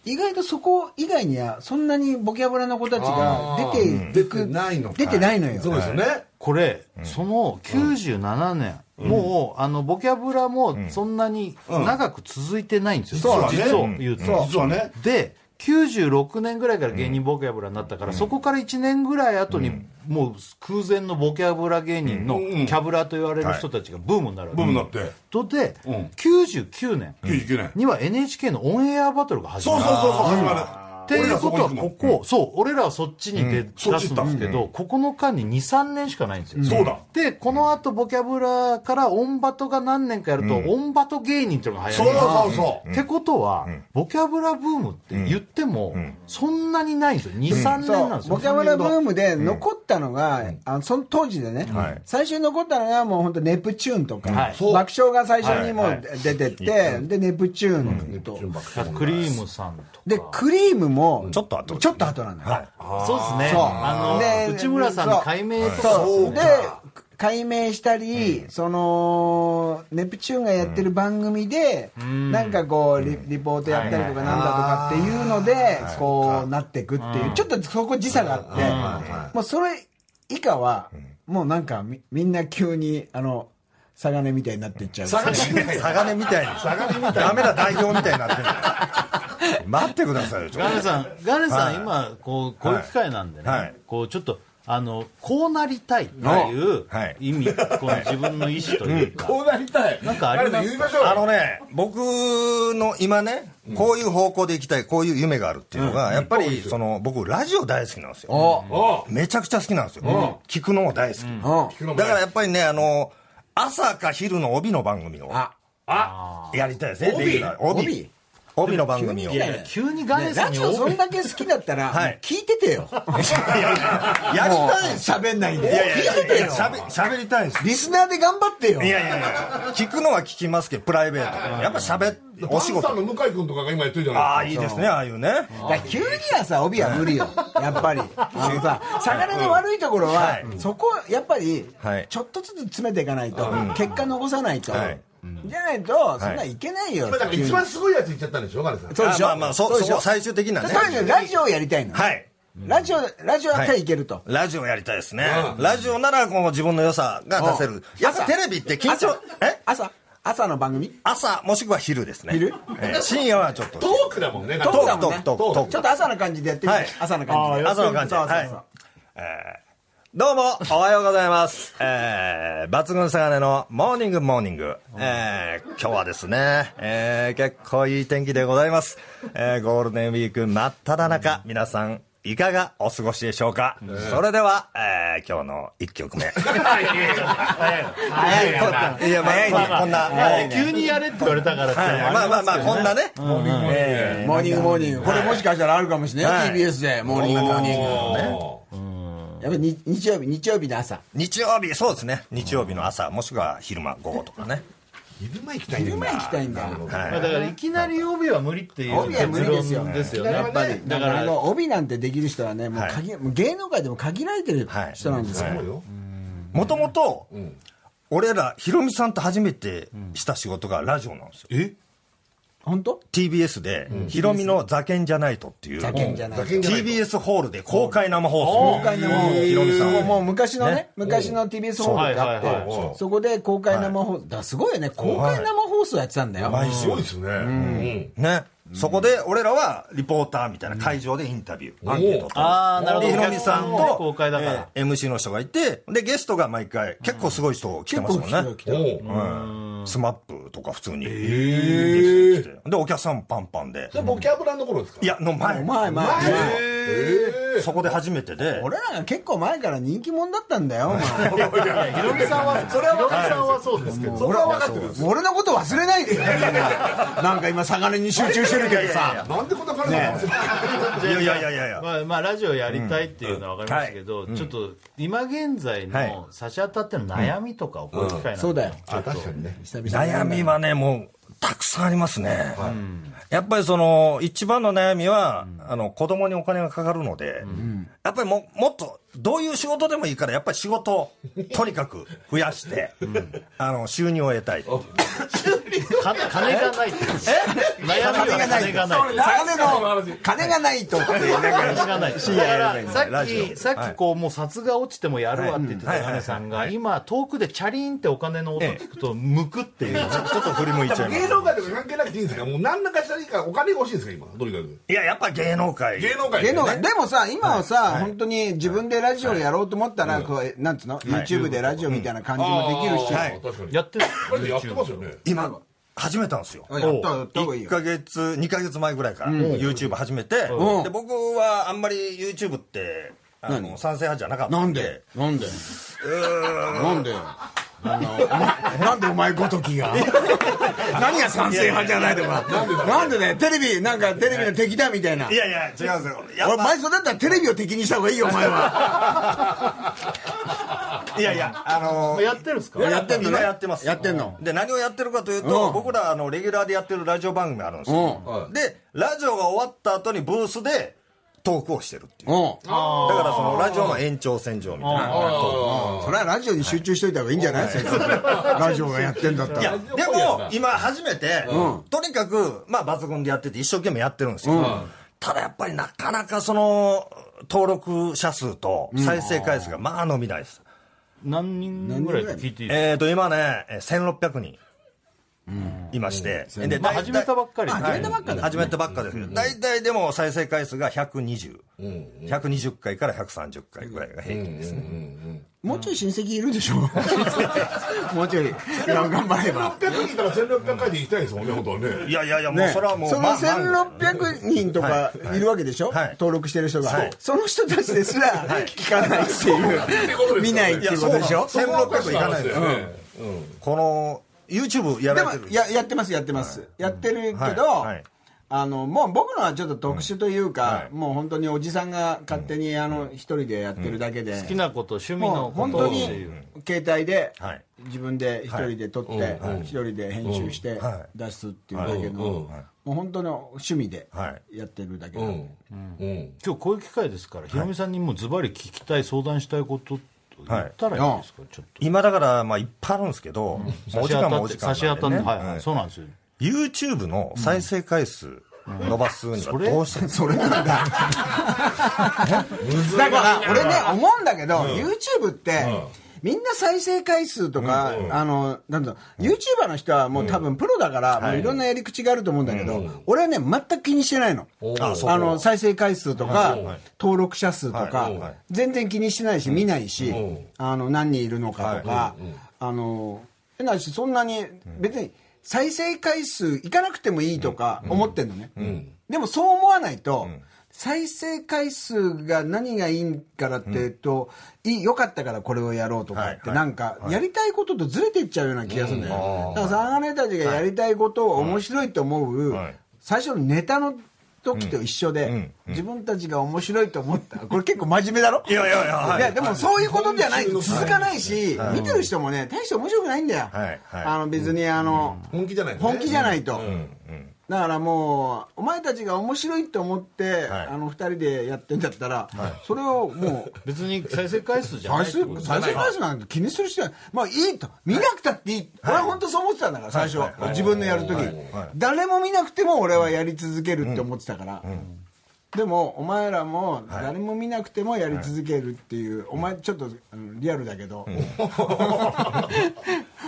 S5: 意外とそこ以外にはそんなにボキャブラの子たちが出
S2: あー
S5: ていく、
S2: 出てないのか
S5: 出てないのよ、
S2: そうですよね、
S1: これ、その97年、もうあのボキャブラもそんなに長く続いてないんですよ、
S2: そうだね
S1: 実を言うと、
S2: 実はね
S1: で96年ぐらいから芸人ボキャブラになったから、そこから1年ぐらい後に、もう空前のボキャブラ芸人のキャブラと言われる人たちがブームになるわ
S2: ブ
S1: け、
S2: ームになって、
S1: とで、
S2: ん
S1: 99年
S2: 99年、
S1: には NHK のオンエアバトルが始
S2: そ
S1: ま
S2: う
S1: る
S2: そうそうそう始まる
S1: っていうことはここ、そう俺らはそっちに出,、
S2: そっち
S1: 出す
S2: 行った
S1: んですけど、ここの間に23年しかないんですよ、
S2: そうだ
S1: でこのあとボキャブラからオンバトが何年かやると、オンバト芸人っていうのが流行
S2: そう
S1: る
S2: そうそう、
S1: ってことは、ボキャブラブームって言っても、そんなにないんですよ23年なんです
S5: ボ
S1: よ、
S5: キャブラブームで残ったのが、あのその当時でね、
S3: はい
S5: 最初に残ったのがもう本当ネプチューンとか、
S1: はい
S5: 爆笑が最初にも
S1: はいう
S5: 出てって、でネプチューンと、
S1: クリームさんと
S5: でクリームも
S3: ちょっと後
S5: ちょっと後なんだよ、
S3: はい
S1: そうですね
S5: そう
S1: あの
S5: で
S1: 内村さんの改名とか
S5: そうで解明したり、そのネプチューンがやってる番組で、なんかこうリリポートやったりとかなんだとかっていうので、こうなっていくっていう、ちょっとそこ時差があって、もうそれ以下は、もうなんかみみんな急にあのサガネみたいになっていっちゃう
S3: サガネみたいに、ダメだ、代表みたいになってる待ってくださいよ、ちょっ
S1: ガネさんガネさん、
S3: はい
S1: 今こうこういう機会なんでね、
S3: はい
S1: こうちょっとあのこうなりたいっていう
S3: はい
S1: 意味、この自分の意思という
S2: [laughs]
S1: か、
S2: こうなりたい
S1: なんかあります
S2: 誰言いましょう
S3: と
S2: よ
S3: あのね、僕の今ね、こういう方向で行きたい、こういう夢があるっていうのが、やっぱり、その、僕、ラジオ大好きなんですよ。
S2: お
S3: めちゃくちゃ好きなんですよ。聞くのも大好き。
S2: う
S3: だからやっぱりね、あの、朝か昼の帯の番組を
S2: あ
S3: やりたいですね。
S2: 帯
S3: レギュラー帯帯
S5: 帯
S3: の番組を。
S5: 急に嫌い
S3: や
S1: 急にガネさ
S5: ラ
S1: んに
S5: ジ
S1: 多
S5: オ
S1: い
S5: そんだけ好きだったら、
S3: はい
S5: 聞いててよ
S3: りたいです。
S5: 喋んないで
S3: いやいや
S5: 聞いてて
S3: い
S5: よ
S3: や、しゃべ、喋りたいんです。
S5: リスナーで頑張ってよ
S3: いやいやいや、聞くのは聞きますけど、プライベートで。やっぱ喋っ、
S2: あ
S3: お仕
S2: パン
S3: 事。
S2: サーの向井君とかが今やってるじゃ
S3: あ
S2: な
S3: あ、
S2: い
S3: いいですね、ああいうね。
S5: だから急にはさ帯は無理よやっぱりあのさ魚の悪いところは、
S3: はい
S5: そこはやっぱり、
S3: はい
S5: ちょっとずつ詰めていかないと、結果残さないと、
S3: はい
S5: じゃないとそんなんいけないよ、
S2: ですかだから一番すごいやつ言っちゃったんでしょガネさん
S5: そうでしょ
S3: あまあまあそ
S5: でしょ
S3: そこ最終的なね
S5: だからとにかくラジオをやりたいの、
S3: はい。
S5: ラジオラジオだったらいけると、
S3: ラジオやりたいですね
S2: う。ん
S3: ラジオならこう自分の良さが出せる。やっぱテレビって緊張
S5: 朝、
S3: え
S5: 朝朝の番組
S3: 朝、もしくは昼ですね。
S5: 昼
S3: ええ深夜はちょっと。
S2: トークだもんね
S5: トークだ
S3: ト
S5: もん
S3: ー
S5: ね
S3: ク、トーク、トーク
S5: ちょ。っと朝の感じでやってみて、
S3: はい
S5: 朝の感じで
S3: 朝の感じで
S5: そうそうそう
S3: はいどうも、おはようございます。えー、抜群魚のモーニングモーニング。えー、今日はですね、えー、結構いい天気でございます。えー、ゴールデンウィーク真っ只中、皆さん、いかがお過ごしでしょうか、それでは、えー、今日の1曲目。
S1: 早いな
S3: はい、いや、ま
S1: まあ
S3: あ、
S1: まあ
S3: こんな、
S1: はい急にやれって言われたからって、
S3: はいまあまあまあ、こんなね。え
S5: モーニングモーニングこれもしかしたらあるかもしれないよ、
S3: はい
S5: TBS でモーニングモーニングやっぱり日日曜日日曜日の朝
S3: 日曜日、そうですね。日曜日の朝、もしくは昼間、午後とかね。
S2: 昼間行きたい
S5: 昼間行きたいんだよ
S3: はい
S1: まあだからいきなり帯は無理っていう
S5: 帯は無理ですよ
S1: 結論ですよね
S5: やっぱり
S1: だ
S5: だ
S1: か
S5: からあ
S1: ら
S5: の帯なんてできる人はねもう
S3: はい
S5: 限、もう芸能界でも限られてる
S3: はい
S5: 人なんですよ、
S3: は
S2: そ
S3: いう
S2: よ
S3: もともと、俺ら、ヒロミさんと初めてした仕事がラジオなんですよ。
S1: え
S5: 本当
S3: TBS で、ヒロミのザケンじゃないとっていう、
S5: ざけんじゃない
S2: ざけんじゃない
S3: TBS ホールで公開生放送。
S5: 公開生
S3: うんヒロミさん
S5: もうもう
S3: は。
S5: 昔のね
S3: ね
S5: 昔の TBS ホールがあって、
S1: はいはい
S2: はい
S5: そこで公開生放送、だからすごいよね公開生放送やってたんだよ、
S3: 毎
S2: す
S3: 週
S2: ごいですねうん
S3: ね。そこで俺らはリポーターみたいな会場でインタビュー、アンケートを取る
S1: あーなるほど
S3: でヒロミさん
S1: お客さんもね
S3: と
S1: 公開だから
S3: えー MC の人がいてでゲストが毎回結構すごい人来てますもんね、
S2: おおう
S3: うん、スマップとか普通に、
S2: え
S3: ゲスト来てでお客さんもパンパンで
S2: それボキャブラの頃ですか
S3: いやの前
S5: 前前前
S3: そこで初めてで
S5: 俺らが結構前から人気者だったんだよお
S3: [laughs]
S5: 前も
S1: ヒロミさんは、それはヒロミさんはそうですけど。
S2: それは分かってるんです
S5: う俺のこと忘れないでよみんななんか今魚に集中してるけどさ
S2: なんでこんな彼女なんですか
S3: いやいやいやいやいや
S1: まあ、まあラジオやりたいっていうのは分かりますけど、ちょっと今現在
S3: はい
S1: の差し当たっての悩みとかをこういう機会なんで
S5: そうだよ
S2: あ確かに [laughs] ね
S5: 久々に
S3: 悩みはねもうたくさんありますね、やっぱりその一番の悩みは、あの子供にお金がかかるので、やっぱりももっとどういう仕事でもいいからやっぱり仕事をとにかく増やして、あの収入を得たいっていう
S1: か金がないって悩みは金がない
S5: 魚の金がないとってなん
S1: 金
S5: か
S1: がないだからさっきさっきこうもう札が落ちてもやるわって言ってた
S3: はい
S1: 金さんが今遠くでチャリーンってお金の音聞くとむくっていう
S3: ちょっと振り向いちゃいます
S2: 芸能界とか関係なくていいんですかもう何らかしたらいいからお金が欲しいんですか今とにかく
S3: いややっぱ芸能界
S2: 芸能界
S5: 芸能
S2: ね
S5: 界でもさ今はさ本当に自分でラジオやろうと思ったらこうなんつうの YouTube でラジオみたいな感じもできるし
S2: あー
S5: や
S3: い
S2: 確かに
S1: やってる
S2: あれやってますよね
S3: 今始めたんですよ
S5: ったやった方がい
S3: 1
S5: いよ
S3: ヶ月2ヶ月前ぐらいから YouTube 始めて、
S5: うん
S3: で僕はあんまり YouTube ってあの賛成派じゃなかった
S5: なんでなんでなんであのお前なんでお前ごときが [laughs] 何が賛成派じゃないとかなんでだよテレビなんかテレビの敵だみたいない
S3: やいや違うんですよや
S5: 俺
S3: っぱ
S5: 前それだったらテレビを敵にした方がいいよお前 [laughs] はい
S3: やいやあの
S1: やってるんですか
S5: やってんのね
S3: 今やってます
S5: やってんの
S3: で何をやってるかというと、
S5: うん
S3: 僕らあのレギュラーでやってるラジオ番組あるんですよ、
S2: うん
S3: でラジオが終わった後にブースでトークをしてるっていうだ
S5: おう
S3: からそのラジオの延長線上みたいな
S5: それはラジオに集中しといた方がいいんじゃないせっかくラジオがやってんだった
S3: いや
S5: ら
S3: でも今初めて、とにかくまあ抜群でやってて一生懸命やってるんですよ、ただやっぱりなかなかその登録者数と再生回数がまあ伸びないです、
S1: 何人ぐらい聞いていいですか
S3: えーと今ねえー1600人いまして、で
S1: まあ
S3: 大体
S1: 始めたばっかり
S5: 始めたばっかだ
S3: 始めたばっかですけど、大体でも再生回数が120、120回から130回ぐらいが平均ですね、
S5: もうちょい親戚いるでしょもうちょいいや頑張れば
S2: 1600人いたら1600回で行きたいですもんね本当はね
S3: いやいやいやもう
S5: ね、
S3: そ
S5: そ
S3: れはもう、
S5: の
S3: まあ
S5: 1600人とかいるわけでしょ、
S3: はい
S5: 登録してる人が、
S3: はい
S5: その人たちですら聞かないっていう、
S2: そう
S5: 見ないっていうことでしょ
S3: いやそうなんです1600いかないです
S2: よね
S3: この YouTube や
S5: で
S3: られて
S5: も
S3: る
S5: ややってますやってます、やってるけど、
S3: はいはい
S5: あのもう僕のはちょっと特殊というか、
S3: うんはい
S5: もう本当におじさんが勝手にあの一人でやってるだけで、
S1: 好きなこと趣味
S5: も
S1: のこ
S5: う本
S1: と
S5: 当
S1: って
S5: に
S1: いう
S5: 携帯で
S3: はい
S5: 自分で一人で撮って一、人で編集して
S3: は
S5: 出すっていうだけの、
S2: うんうん
S5: もう本当の趣味で
S3: は
S5: やってるだけ
S2: う
S5: なんで、
S2: んうん
S1: 今日こういう機会ですからヒロミさんにもズバリ聞きたい相談したいこと言ったらいいですかちょっと
S3: 今だからまあいっぱいあるんですけど、もうお時間もお時間
S1: 差し当た
S3: な
S1: って
S3: んでね、
S1: はいはいそうなんですよ
S3: YouTube の再生回数伸ばすにはどうしてるんですか、
S5: [laughs] それなんだだから俺ね思うんだけど、YouTube って、みんな再生回数とか、あの、なんだろう、YouTuber の人はもう多分プロだから、もういろんなやり口があると思うんだけど、俺はね、全く気にしてないの。
S3: あそう
S5: あの、再生回数とか、登録者数と
S3: は
S5: か
S3: いはい、
S5: 全然気にしてないし、見ないし
S2: うん、
S5: あの、何人いるのかとか、あの、変な話、そんなに、別に、再生回数いかなくてもいいとか思ってんのね。でもそう思わないと、再生回数が何がいいからっていうと、いい良かったからこれをやろうとかって、
S3: はいは
S5: ないんか、やりたいこととずれていっちゃうような気がするんだよ。だから、サンガネたちがやりたいことを面白いと思う
S3: はい、
S5: 最初のネタの時と一緒で、自分たちが面白いと思った。これ結構真面目だろ
S3: いやいやいやはい
S5: いや、でもそういうことじゃない。続かないし、見てる人もね、大して面白くないんだよ。
S3: はいはい
S5: あの、別にあの、
S2: 本気じゃないのね
S5: 本気じゃないと、だからもうお前たちが面白いと思って、
S3: はい
S5: あの2人でやってんだったら、それをもう
S1: 別に再生回数じゃない
S5: 再生再生回数なんて気にする必要ない、まあ、いいと見なくたっていい、俺は本当そう思ってたんだから最初は、自分のやる時、誰も見なくても俺はやり続けるって思ってたから、でもお前らも誰も見なくてもやり続けるっていう、お前ちょっとあのリアルだけど、 [laughs]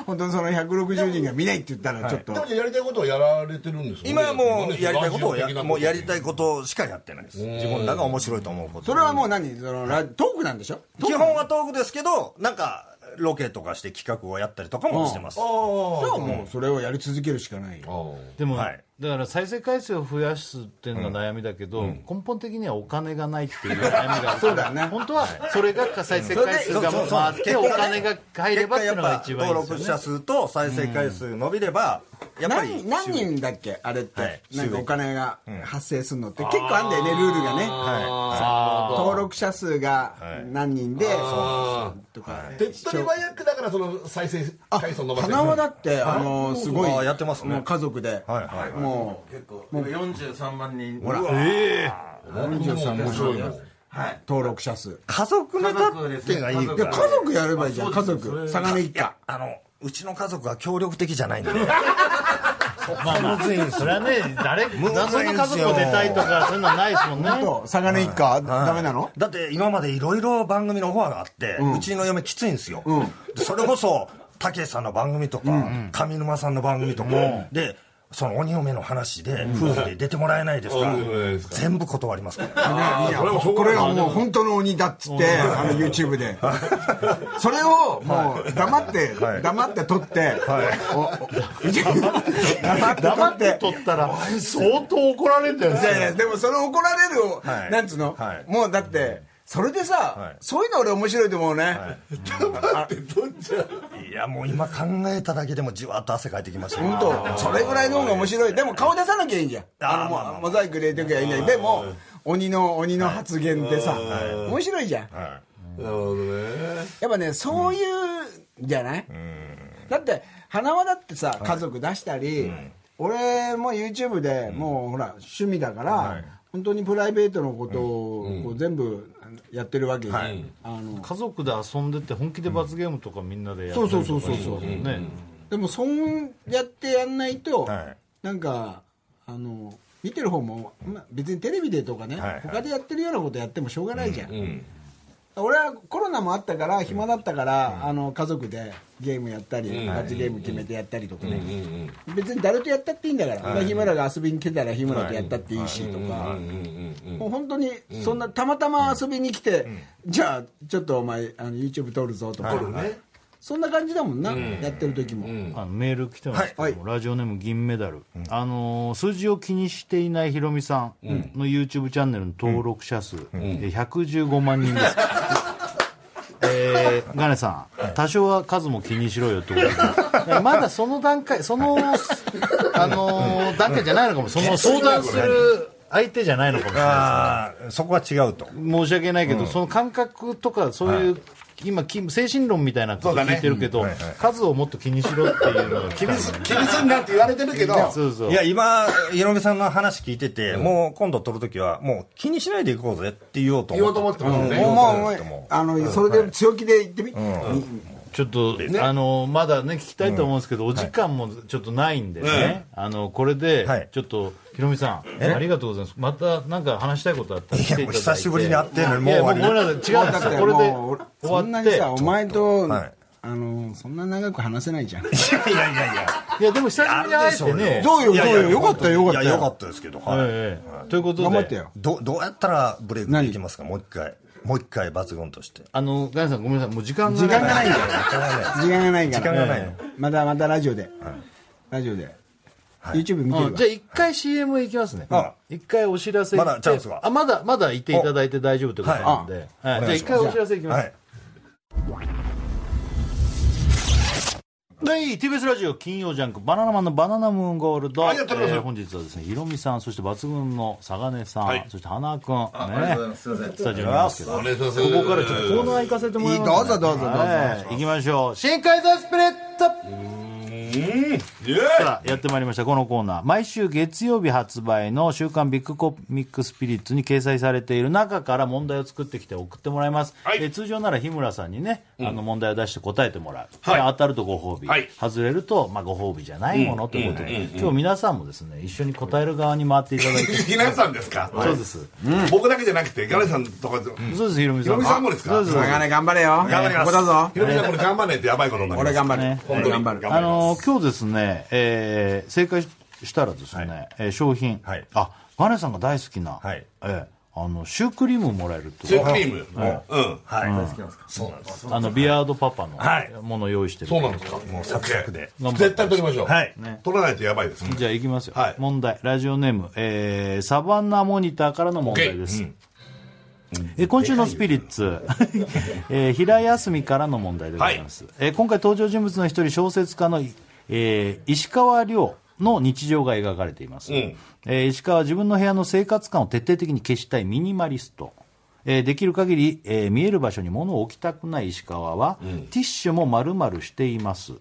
S5: 本当にその160人が見ないって言ったらちょっと、
S2: でもやりたいことはやられてるんですよね
S3: 今はもうやりたいことを
S2: ラジオ的
S3: や
S2: な
S3: もうやりたいことしかやってないです自分らが面白いと思うこと
S5: それはもう何そのラトークなんでしょ
S3: 基本はトークですけどなんかロケとかして企画をやったりとかもしてます
S5: じゃあもうそれをやり続けるしかないよ
S1: でも、
S3: はい
S1: だから再生回数を増やすっていうのが悩みだけど、根本的にはお金がないっていう悩みがあるそうだ
S5: ね
S1: 本当はそれが再生回数が
S3: そうそうそう
S1: 回ってお金が入ればっていうのが一番いいで
S3: 結果やっぱ登録
S1: すよ
S3: 者
S1: ね
S3: 数と再生回数伸びればやっぱり
S5: 何何人だっけあれって、
S3: はい
S5: なん
S3: 収
S5: か
S3: 益
S5: お金が発生するのって結構あんだよねルールがね、登録者数が何人で、そうとか、
S2: 手っ取り早くだからその再生回数を伸ばして
S5: 花輪だってあのすごい
S3: あやってますね
S5: もう家族で、
S3: はいはいはい
S5: もう
S4: 結構今43万人ほ
S2: 43面白いもん
S4: はい
S5: 登録者数
S3: 家族ネタっていうのがいい
S5: いや
S3: か
S5: 家
S3: ら
S5: 族やればいいじゃん家族相模一家
S3: あのうちの家族は協力的じゃないんで
S1: まあまあそれはね誰
S3: むずいんすよ
S1: 謎の家族を出たいとかそういうのはないですもんね
S5: と相模一家ダメなの
S3: だって今までいろいろ番組のオファーがあって、うちの嫁きついんですよ、でそれこそたけしさんの番組とか、上沼さんの番組とか、でその鬼嫁の話で、夫婦で出てもらえないですか、
S2: うんうん
S3: 全部断りますから、
S5: いやこれがもう本当の鬼だっつってあの YouTube で
S3: [laughs]
S5: それをもう黙って
S3: はい
S5: 黙って撮っておお
S1: 黙
S5: 黙
S1: っ
S5: って
S1: 取
S5: て撮って
S1: ったら相当怒られるんじゃないで
S5: い
S1: す
S5: やい
S1: か
S5: やでもその怒られるを
S3: はい
S5: なんつうの
S3: はい
S5: もうだってそれで
S3: はい
S5: さそういうの俺面白いと思うね
S3: いやもう今考えただけでもじわっと汗かいてきましたよ
S5: 本当それぐらいの方が面白いでも顔出さなきゃいいじゃん
S3: あー
S5: あの
S3: まあまあ
S5: もうモザイク入れときゃいいのにでも鬼の鬼の発言でさ面白いじゃん
S3: は
S2: なるほどね
S5: やっぱねそういうんじゃない、だって花輪だってさ家族出したり、俺も YouTube でもうほら趣味だから、本当にプライベートのことをこう全部やってるわけじゃん、あの
S1: 家族で遊んでて本気で罰ゲームとかみんなでや
S5: そうそうそうそうそう
S1: ね
S5: でもそうやってやんないと、
S3: はい
S5: なんかあの見てる方も、まあ、別にテレビでとかね、
S3: はいはい
S5: 他でやってるようなことやってもしょうがないじゃん、俺はコロナもあったから暇だったから、あの家族でゲームやったり、罰ゲーム決めてやったりとかね、別に誰とやったっていいんだから、日村が遊びに来てたら日村とやったっていいしとか、もう本当にそんなたまたま遊びに来て、じゃあちょっとお前あの YouTube 撮るぞとか、そんな感じだもんな、やってる時も、
S1: あのメール来てますけども、
S5: はい
S1: ラジオネーム銀メダル、あのー数字を気にしていないヒロミさんの YouTube チャンネルの登録者数、えー115万人
S5: [laughs]
S1: です、えーガネさん、多少は数も気にしろよってことでえまだその段階その、あのー段階じゃないのかもその相談する相手じゃないのかもしれ
S3: い、
S1: ないですね
S3: ああそこは違うと
S1: 申し訳ないけど、その感覚とかそういう、今き精神論みたいなこと聞いてるけど、数をもっと気にしろっていうのが厳し
S2: 気にすんなって言われてるけど
S1: そうそう
S3: いや今ヒロミさんの話聞いてて、もう今度撮るときはもう気にしないでいこうぜって言おうと
S2: 言お
S3: 思
S2: う
S3: って
S2: と思ってますよね、
S5: もうもうも
S3: と思う
S5: うあの、それで強気で言ってみ、
S1: ちょっと、あのまだね聞きたいと思うんですけど、お時間もちょっとないんでね、あのこれで、
S3: はい
S1: ちょっとひろみさんありがとうございますまたなんか話したいことあったら来ていただい
S3: もう
S1: て
S3: 久しぶりに会ってんのに
S1: い
S3: もう
S1: や
S3: 終
S1: もうごめんな
S3: わり
S1: さい違うんですよ
S5: だって
S1: これで
S5: もう俺そん
S1: 終わ
S5: な
S1: っ
S5: に
S1: て
S5: さお前と、
S3: はい
S5: あのそんな長く話せないじゃん
S3: [laughs] いやいやいや
S1: いやでも久しぶりに会えてね
S5: どうよ
S3: いやい
S5: ど
S3: や
S5: うよよかったよよかっ
S3: い
S5: た
S3: や
S5: よ
S3: よかったですけど、はい
S1: ええええということで
S5: 頑張ってよ
S3: どどうやったらブレイクできますかもう一回もう一回抜群として
S1: あのガネさんごめんなさいもう時間が
S5: 時間がないんだよ時間がないか
S3: 時
S5: ら
S3: 間がないの、
S5: またまたラジオで、ラジオで、YouTube 見てる
S1: う
S5: わ、
S1: んじゃあ一回 CM 行きますね
S3: あ
S1: 一回お知らせ
S3: まだチャンスが
S1: あまだまだ行っていただいて大丈夫ということなんで、はい
S3: お
S1: じゃあ
S3: 願い
S1: 一
S3: し
S1: 回
S3: ます
S1: お知らせいきます、
S3: はい
S1: はい TBS ラジオ金曜ジャンク「バナナマンのバナナムーンゴールド」
S2: ありがとうございます
S1: えー本日はですねヒロミさんそして抜群のサガネさん、
S2: はい
S1: そして花君ね
S4: ありがとうございますすいません
S1: スタジオにいますけどこ
S2: お願いします
S1: こからちょっとコーナー行かせてもらいます、
S5: いいどうぞどうぞどうぞ
S1: はい行きましょう新海座スプレッド
S2: い
S1: さあやってまいりましたこのコーナー毎週月曜日発売の「週刊ビッグコミックスピリッツ」に掲載されている中から問題を作ってきて送ってもらいます、
S2: はい
S1: えー通常なら日村さんにね、あの問題を出して答えてもらう、
S2: はい
S1: で当たるとご褒美、
S2: はい
S1: 外れると、まあ、ご褒美じゃないものということで、今日皆さんもですね一緒に答える側に回っていただいて
S2: 皆さんですか、
S1: そうです、
S2: 僕だけじゃなくてガネさんとか、
S1: そうですひろみ
S2: ヒ
S1: さ
S2: ロ
S1: ん
S2: ミさんもですか
S1: そうです
S2: 頑
S5: 長ね頑張れよ頑
S2: 張ります
S5: ここだぞ
S2: ヒロミさんこれ頑張んないとやばいことになります
S5: 俺頑張る、
S1: ね
S5: 俺頑張る
S2: 頑
S1: あのー今日ですね、えー正解したらですね、えー商品、
S3: はい
S1: あガネさんが大好きな、
S3: はい
S1: えーあのシュークリームもらえると
S2: シュークリームうん
S3: はい。
S2: そうなんです
S1: あのビアードパパの
S3: はい
S1: ものを用意してる、
S2: そうなんですか
S3: もうサクサクで。
S1: 頑張って
S2: 絶対取りましょう
S3: はい。
S2: 取らないとやばいです
S1: じゃあいきますよ、
S2: はい
S1: 問題ラジオネーム、えーサバンナモニターからの問題です、えー今週のスピリッツ、 [laughs] えー平休みからの問題でございます、えー今回登場人物の一人小説家の、えー石川遼の日常が描かれています、
S2: うん
S1: えー石川は自分の部屋の生活感を徹底的に消したいミニマリスト、えーできる限り、えー見える場所に物を置きたくない石川は、ティッシュも丸々しています、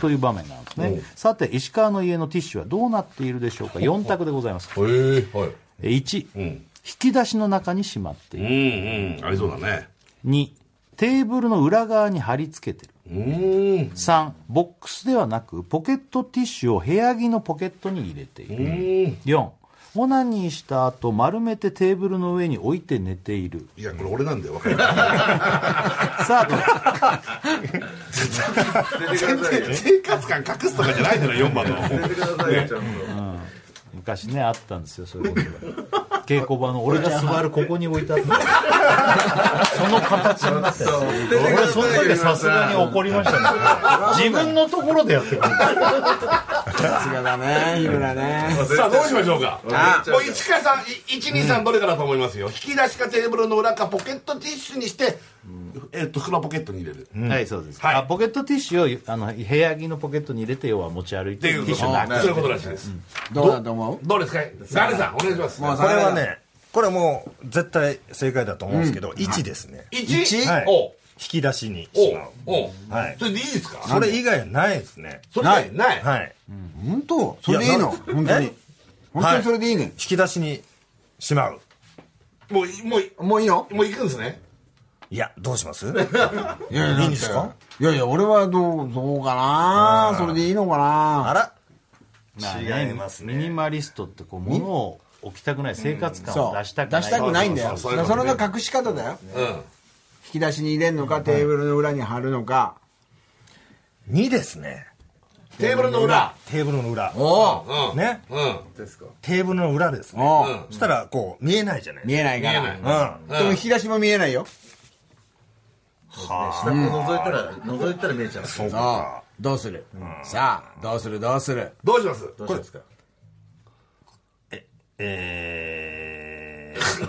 S1: という場面なんですね、さて石川の家のティッシュはどうなっているでしょうか4択でございます
S2: へえはい
S1: 1、
S2: ん
S1: 引き出しの中にしまっている
S2: うんうんありそうだね
S1: 2テーブルの裏側に貼り付けてる
S2: うん
S1: 3ボックスではなくポケットティッシュを部屋着のポケットに入れている
S2: うん
S1: 4オナニーした後丸めてテーブルの上に置いて寝ている
S2: いやこれ俺なんだよわかります
S1: さあと
S2: 全然生活感隠すとかじゃないじゃない4番の
S4: てくださいよちゃんと
S1: [laughs] 昔ねあったんですよそういうことが稽古場の俺が座るここに置いてあった [laughs] その形になって
S4: そう捨ててくだ
S1: 俺その時さ
S4: さいよ
S1: すがに怒りましたね自分のところでやってくる
S5: さすがだね日村ね
S2: [laughs] さあどうしましょうか
S5: あ
S2: もう市川さんい123どれかだと思いますよ引き出しかテーブルの裏かポケットティッシュにしてえっと服のポケットに入れる
S1: はいそうです、
S2: はい
S1: あポケットティッシュをあの部屋着のポケットに入れて要は持ち歩い
S2: って
S1: て
S2: い
S1: る
S2: う
S1: ティ
S2: こ
S1: ッシ
S2: と
S1: ュな
S2: なそういうことらしいです
S5: どうだと思う
S2: どうですかガネさんお願いします
S5: もう
S3: これはね、これはもう絶対正解だと思うんですけど、1ですね。
S2: 1
S3: はい
S2: おう
S3: 引き出しに
S2: お
S3: しま
S2: う
S3: う。
S2: おう
S3: はい
S2: それでいいですか
S3: それ以外ないですね。
S2: それないない
S3: はい。
S5: 本当それでいいの
S3: やな
S5: 本当に
S3: え
S5: 本当にそれでいいね
S3: 引、き出しにしまう。
S2: もうもう
S5: もういいの
S2: もう行くんですね
S3: いや、どうします
S5: [laughs] いやいや
S3: いいんですか
S5: いやいや俺はどうどうかなそれでいいのかな
S3: あら
S1: まあ
S3: 違いますね
S1: ミニマリストってこう物を置きたくない生活感を
S5: そう
S1: 出したくない、
S5: 出したくないんだよ
S2: そ
S5: そう
S2: そうそうそういうことね
S5: れの隠し方だよ
S2: うん
S5: 引き出しに入れんのかテーブルの裏に貼るのか
S3: ?2 ですね。
S2: テーブルの裏
S3: テーブルの裏。
S5: おう
S2: うん
S3: ね。
S2: うん
S3: テーブルの裏ですね。
S5: おう
S3: そしたら、こう、見えないじゃない
S5: 見えない
S2: 見
S5: か
S2: え
S5: ら
S2: ない
S3: うん。
S5: でも引き出しも見えないよ
S4: 下を覗いたら覗いたら見えちゃう
S3: そう
S5: あ
S3: か。
S5: どうするさあどうするどうする
S2: どうします
S4: どうしたんですか
S3: えー。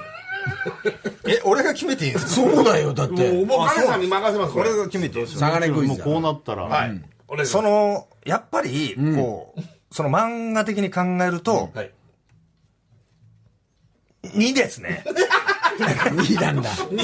S3: [laughs] え、俺が決めていいんですか
S5: そうだよだっ
S2: もうもうガネさんに任せますこれ
S3: 俺が決めていいですか
S5: サガネクイ
S1: も
S5: ズ
S1: う
S5: だ
S1: こうなったら、
S2: はいお願いし
S3: そ
S2: ます
S3: の、やっぱり、こう、その漫画的に考えると、
S2: はい
S3: 2ですね。
S5: いいなんだ [laughs]
S1: 本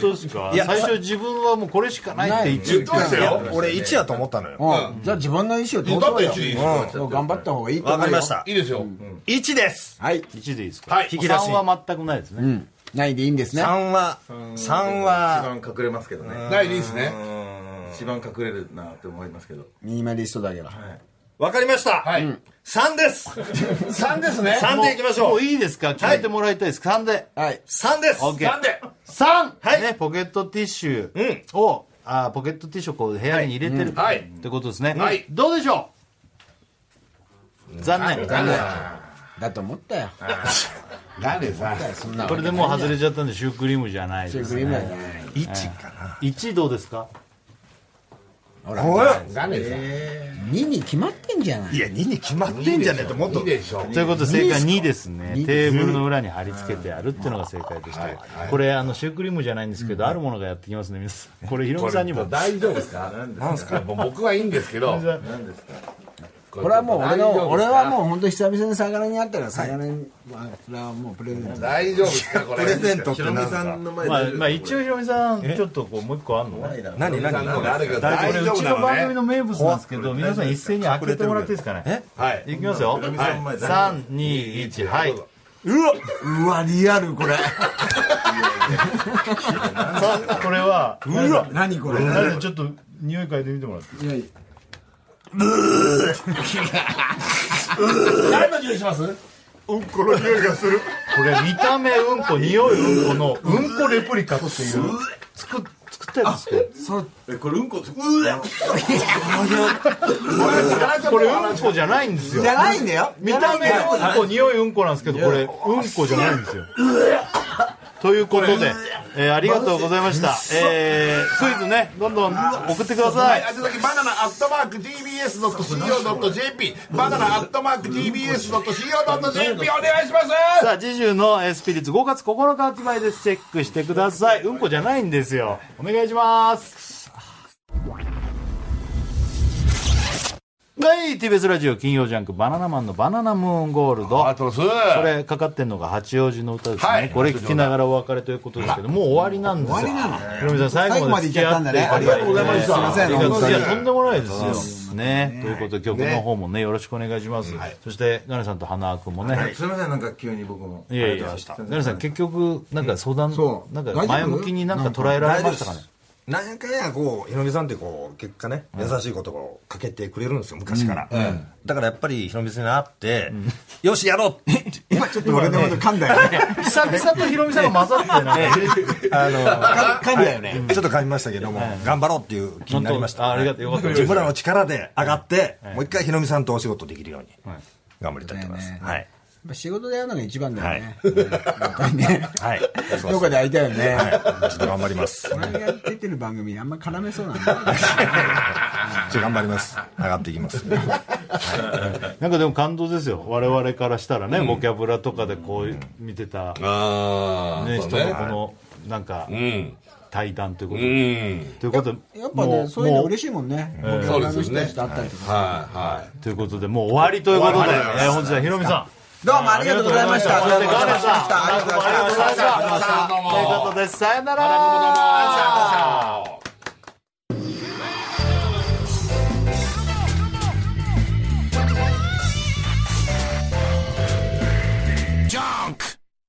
S1: 当ですか
S3: いや
S1: 最初自分はもうこれしかないって言
S2: 言
S1: ってる
S2: ってましたよ
S3: 俺1やと思ったのよ。
S5: うんじゃあ自分の意思を通
S2: だっ
S5: そう
S2: て
S5: よ
S2: 1いいです
S3: うん
S2: よ
S5: もう頑張った方がいいと思う
S3: わか
S5: よ
S3: りました
S2: い。いですよ
S3: 1です。
S5: はい
S1: 1でいいですか、
S2: はい
S1: 引き出し3は全くないですね、
S5: うんないでいいんですね
S3: 3は、3は、
S4: 一番隠れますけどね
S2: ないでいいですね
S4: 一番隠れるなって思いますけど
S5: ミニマリストだけど
S3: わかりました。
S2: はい
S3: 3です。
S2: 3ですね
S3: 3でいきまし
S1: も
S3: ょ
S1: う。
S3: う
S1: いいですか決めてもらいたいです、3で
S5: はい
S3: 3です。
S1: OK
S2: なんで
S1: 三、
S3: はい
S1: ね、ポケットティッシュを、あーポケットティッシュをこう部屋に入れてる、
S2: はい
S1: ってことですね、
S2: はい
S1: どうでしょう残念
S2: ガネ
S5: だと思ったよ
S2: ガネさん
S5: そんな
S1: これでもう外れちゃったんでシュークリームじゃない
S5: シュ
S1: で
S5: ー
S1: す
S5: クリーム
S1: ね
S5: やね
S3: 1かな。
S1: 1どうですか
S5: ほら
S3: おい
S2: ガネさん
S5: 2に決まってんじゃない
S3: いや、2に決まってんじゃねえと、もっ
S2: い
S3: と
S2: い。でしょ
S1: ということで正解2ですねテーブルの裏に貼り付けてあるっていうのが正解でした、これあのシュークリームじゃないんですけど、あるものがやってきますね皆さんこれヒロミさんにも
S2: 大丈夫ですか
S4: 何ですか
S2: もう僕はいいんですけど
S1: さん
S4: 何ですか
S5: これはもう俺
S7: 大丈夫です
S5: の
S7: か
S5: 俺はもう本当久々に魚に会ったから魚に、まあそれはもうプレゼント
S2: 大丈夫ですかこれ
S4: プレゼントって
S2: ヒロミ
S4: 何です
S2: さ
S4: か
S2: んの前
S1: まあ、まあ、一応ヒロミさんちょっとこうもう一個あんのね
S3: 何
S2: ヒロミさんの方があるけど
S3: 何
S1: こ
S2: 大
S1: れう
S2: 丈夫
S1: ち
S2: な
S1: の番
S2: の
S1: 組
S2: ね
S1: の名物なんですけど皆さん一斉に開けてもらっていいですかね
S2: はい
S1: いきますよ
S4: ヒロミさんの前
S1: 321はい
S5: うわリアルこれ
S1: さこれは
S5: うわ何これ
S1: 誰かちょっと匂い嗅いでみてもらっていい
S5: いやいや
S2: うんこの匂いがする
S1: これ見た目うんこ匂いうんこのうんこレプリカっていう作っ作ったやつです
S4: えこれうんこうわ
S1: かこれうんこじゃないんですよ
S5: じゃないんだよ
S1: 見た目うんこ匂いうんこなんですけどこれうんこじゃないんですよということで、えーありがとうございました、えークイズねどんどん送ってください
S2: 宛先バナナアットマーク TBS.CO.JP バナナアットマーク TBS.CO.JP お願いします
S1: さあ次週の、えースピリッツ5月9日発売ですチェックしてくださいうんこじゃないんですよお願いしますはい TBS ラジオ金曜ジャンク「バナナマンのバナナムーンゴールド」
S2: トロス
S1: これかかってんのが八王子の歌ですね、
S2: はい
S1: これ聞きながらお別れということですけどもう終わりなんですよ終わりなのヒロミさん最後まで付き合って
S5: 最後まで行っちゃったんだね
S1: いただいて
S5: ありがとうございましたすいません
S1: やとんでもないですよねということで曲の方もねよろしくお願いします、そしてガネさんと花輪君もね、
S4: すみませんなんか急に僕も
S1: いやいや、ガネさん、結局、なんか相談、
S5: そう
S1: なんか
S5: 大丈夫
S1: 前向きになんか捉えられましたかね。
S3: 何回やこうヒロミさんってこう結果ね優しい言葉をかけてくれるんですよ昔から、だからやっぱりヒロミさんに会って、よしやろうって
S5: 今ちょっと俺のこと噛んだよね
S1: 久々とヒロミさんが混ざってない。
S3: あの
S5: [laughs] 噛んだよね、
S3: [laughs] ちょっと変みましたけども、頑張ろうっていう気になりました
S1: あありがとうよかったです
S3: 自分らの力で上がって、もう一回ヒロミさんとお仕事できるように頑張りたいと思います、
S5: そうだよね
S3: はい
S5: やっぱ仕事でやるのが一番だよね、うん本当にね
S3: はい
S5: どこで会いたいよね、
S3: はいちょっと頑張りますちょっ
S5: 俺が出てる番組にあんま絡めそうなんだ
S3: と頑張ります上がっていきます
S1: なんかでも感動ですよ。我々からしたらね、ボキャブラとかでこう見てた、ね、
S2: あ
S1: 人のこの、なんか、
S2: ん
S1: 対談というこ
S2: う
S1: とで。
S2: ん
S1: ということで、
S5: やっぱねそういうの嬉しいもんね、僕らの人たちと会ったりとか、
S2: は
S1: ということで、もう終わりということで、
S2: 終
S1: え
S2: わりで
S1: ー本日はヒロミさん。
S5: どうもありがとうございました
S1: そしてガネさん。
S5: ありがとうございました
S1: ありがとうございました。ということで、さよなら。
S2: い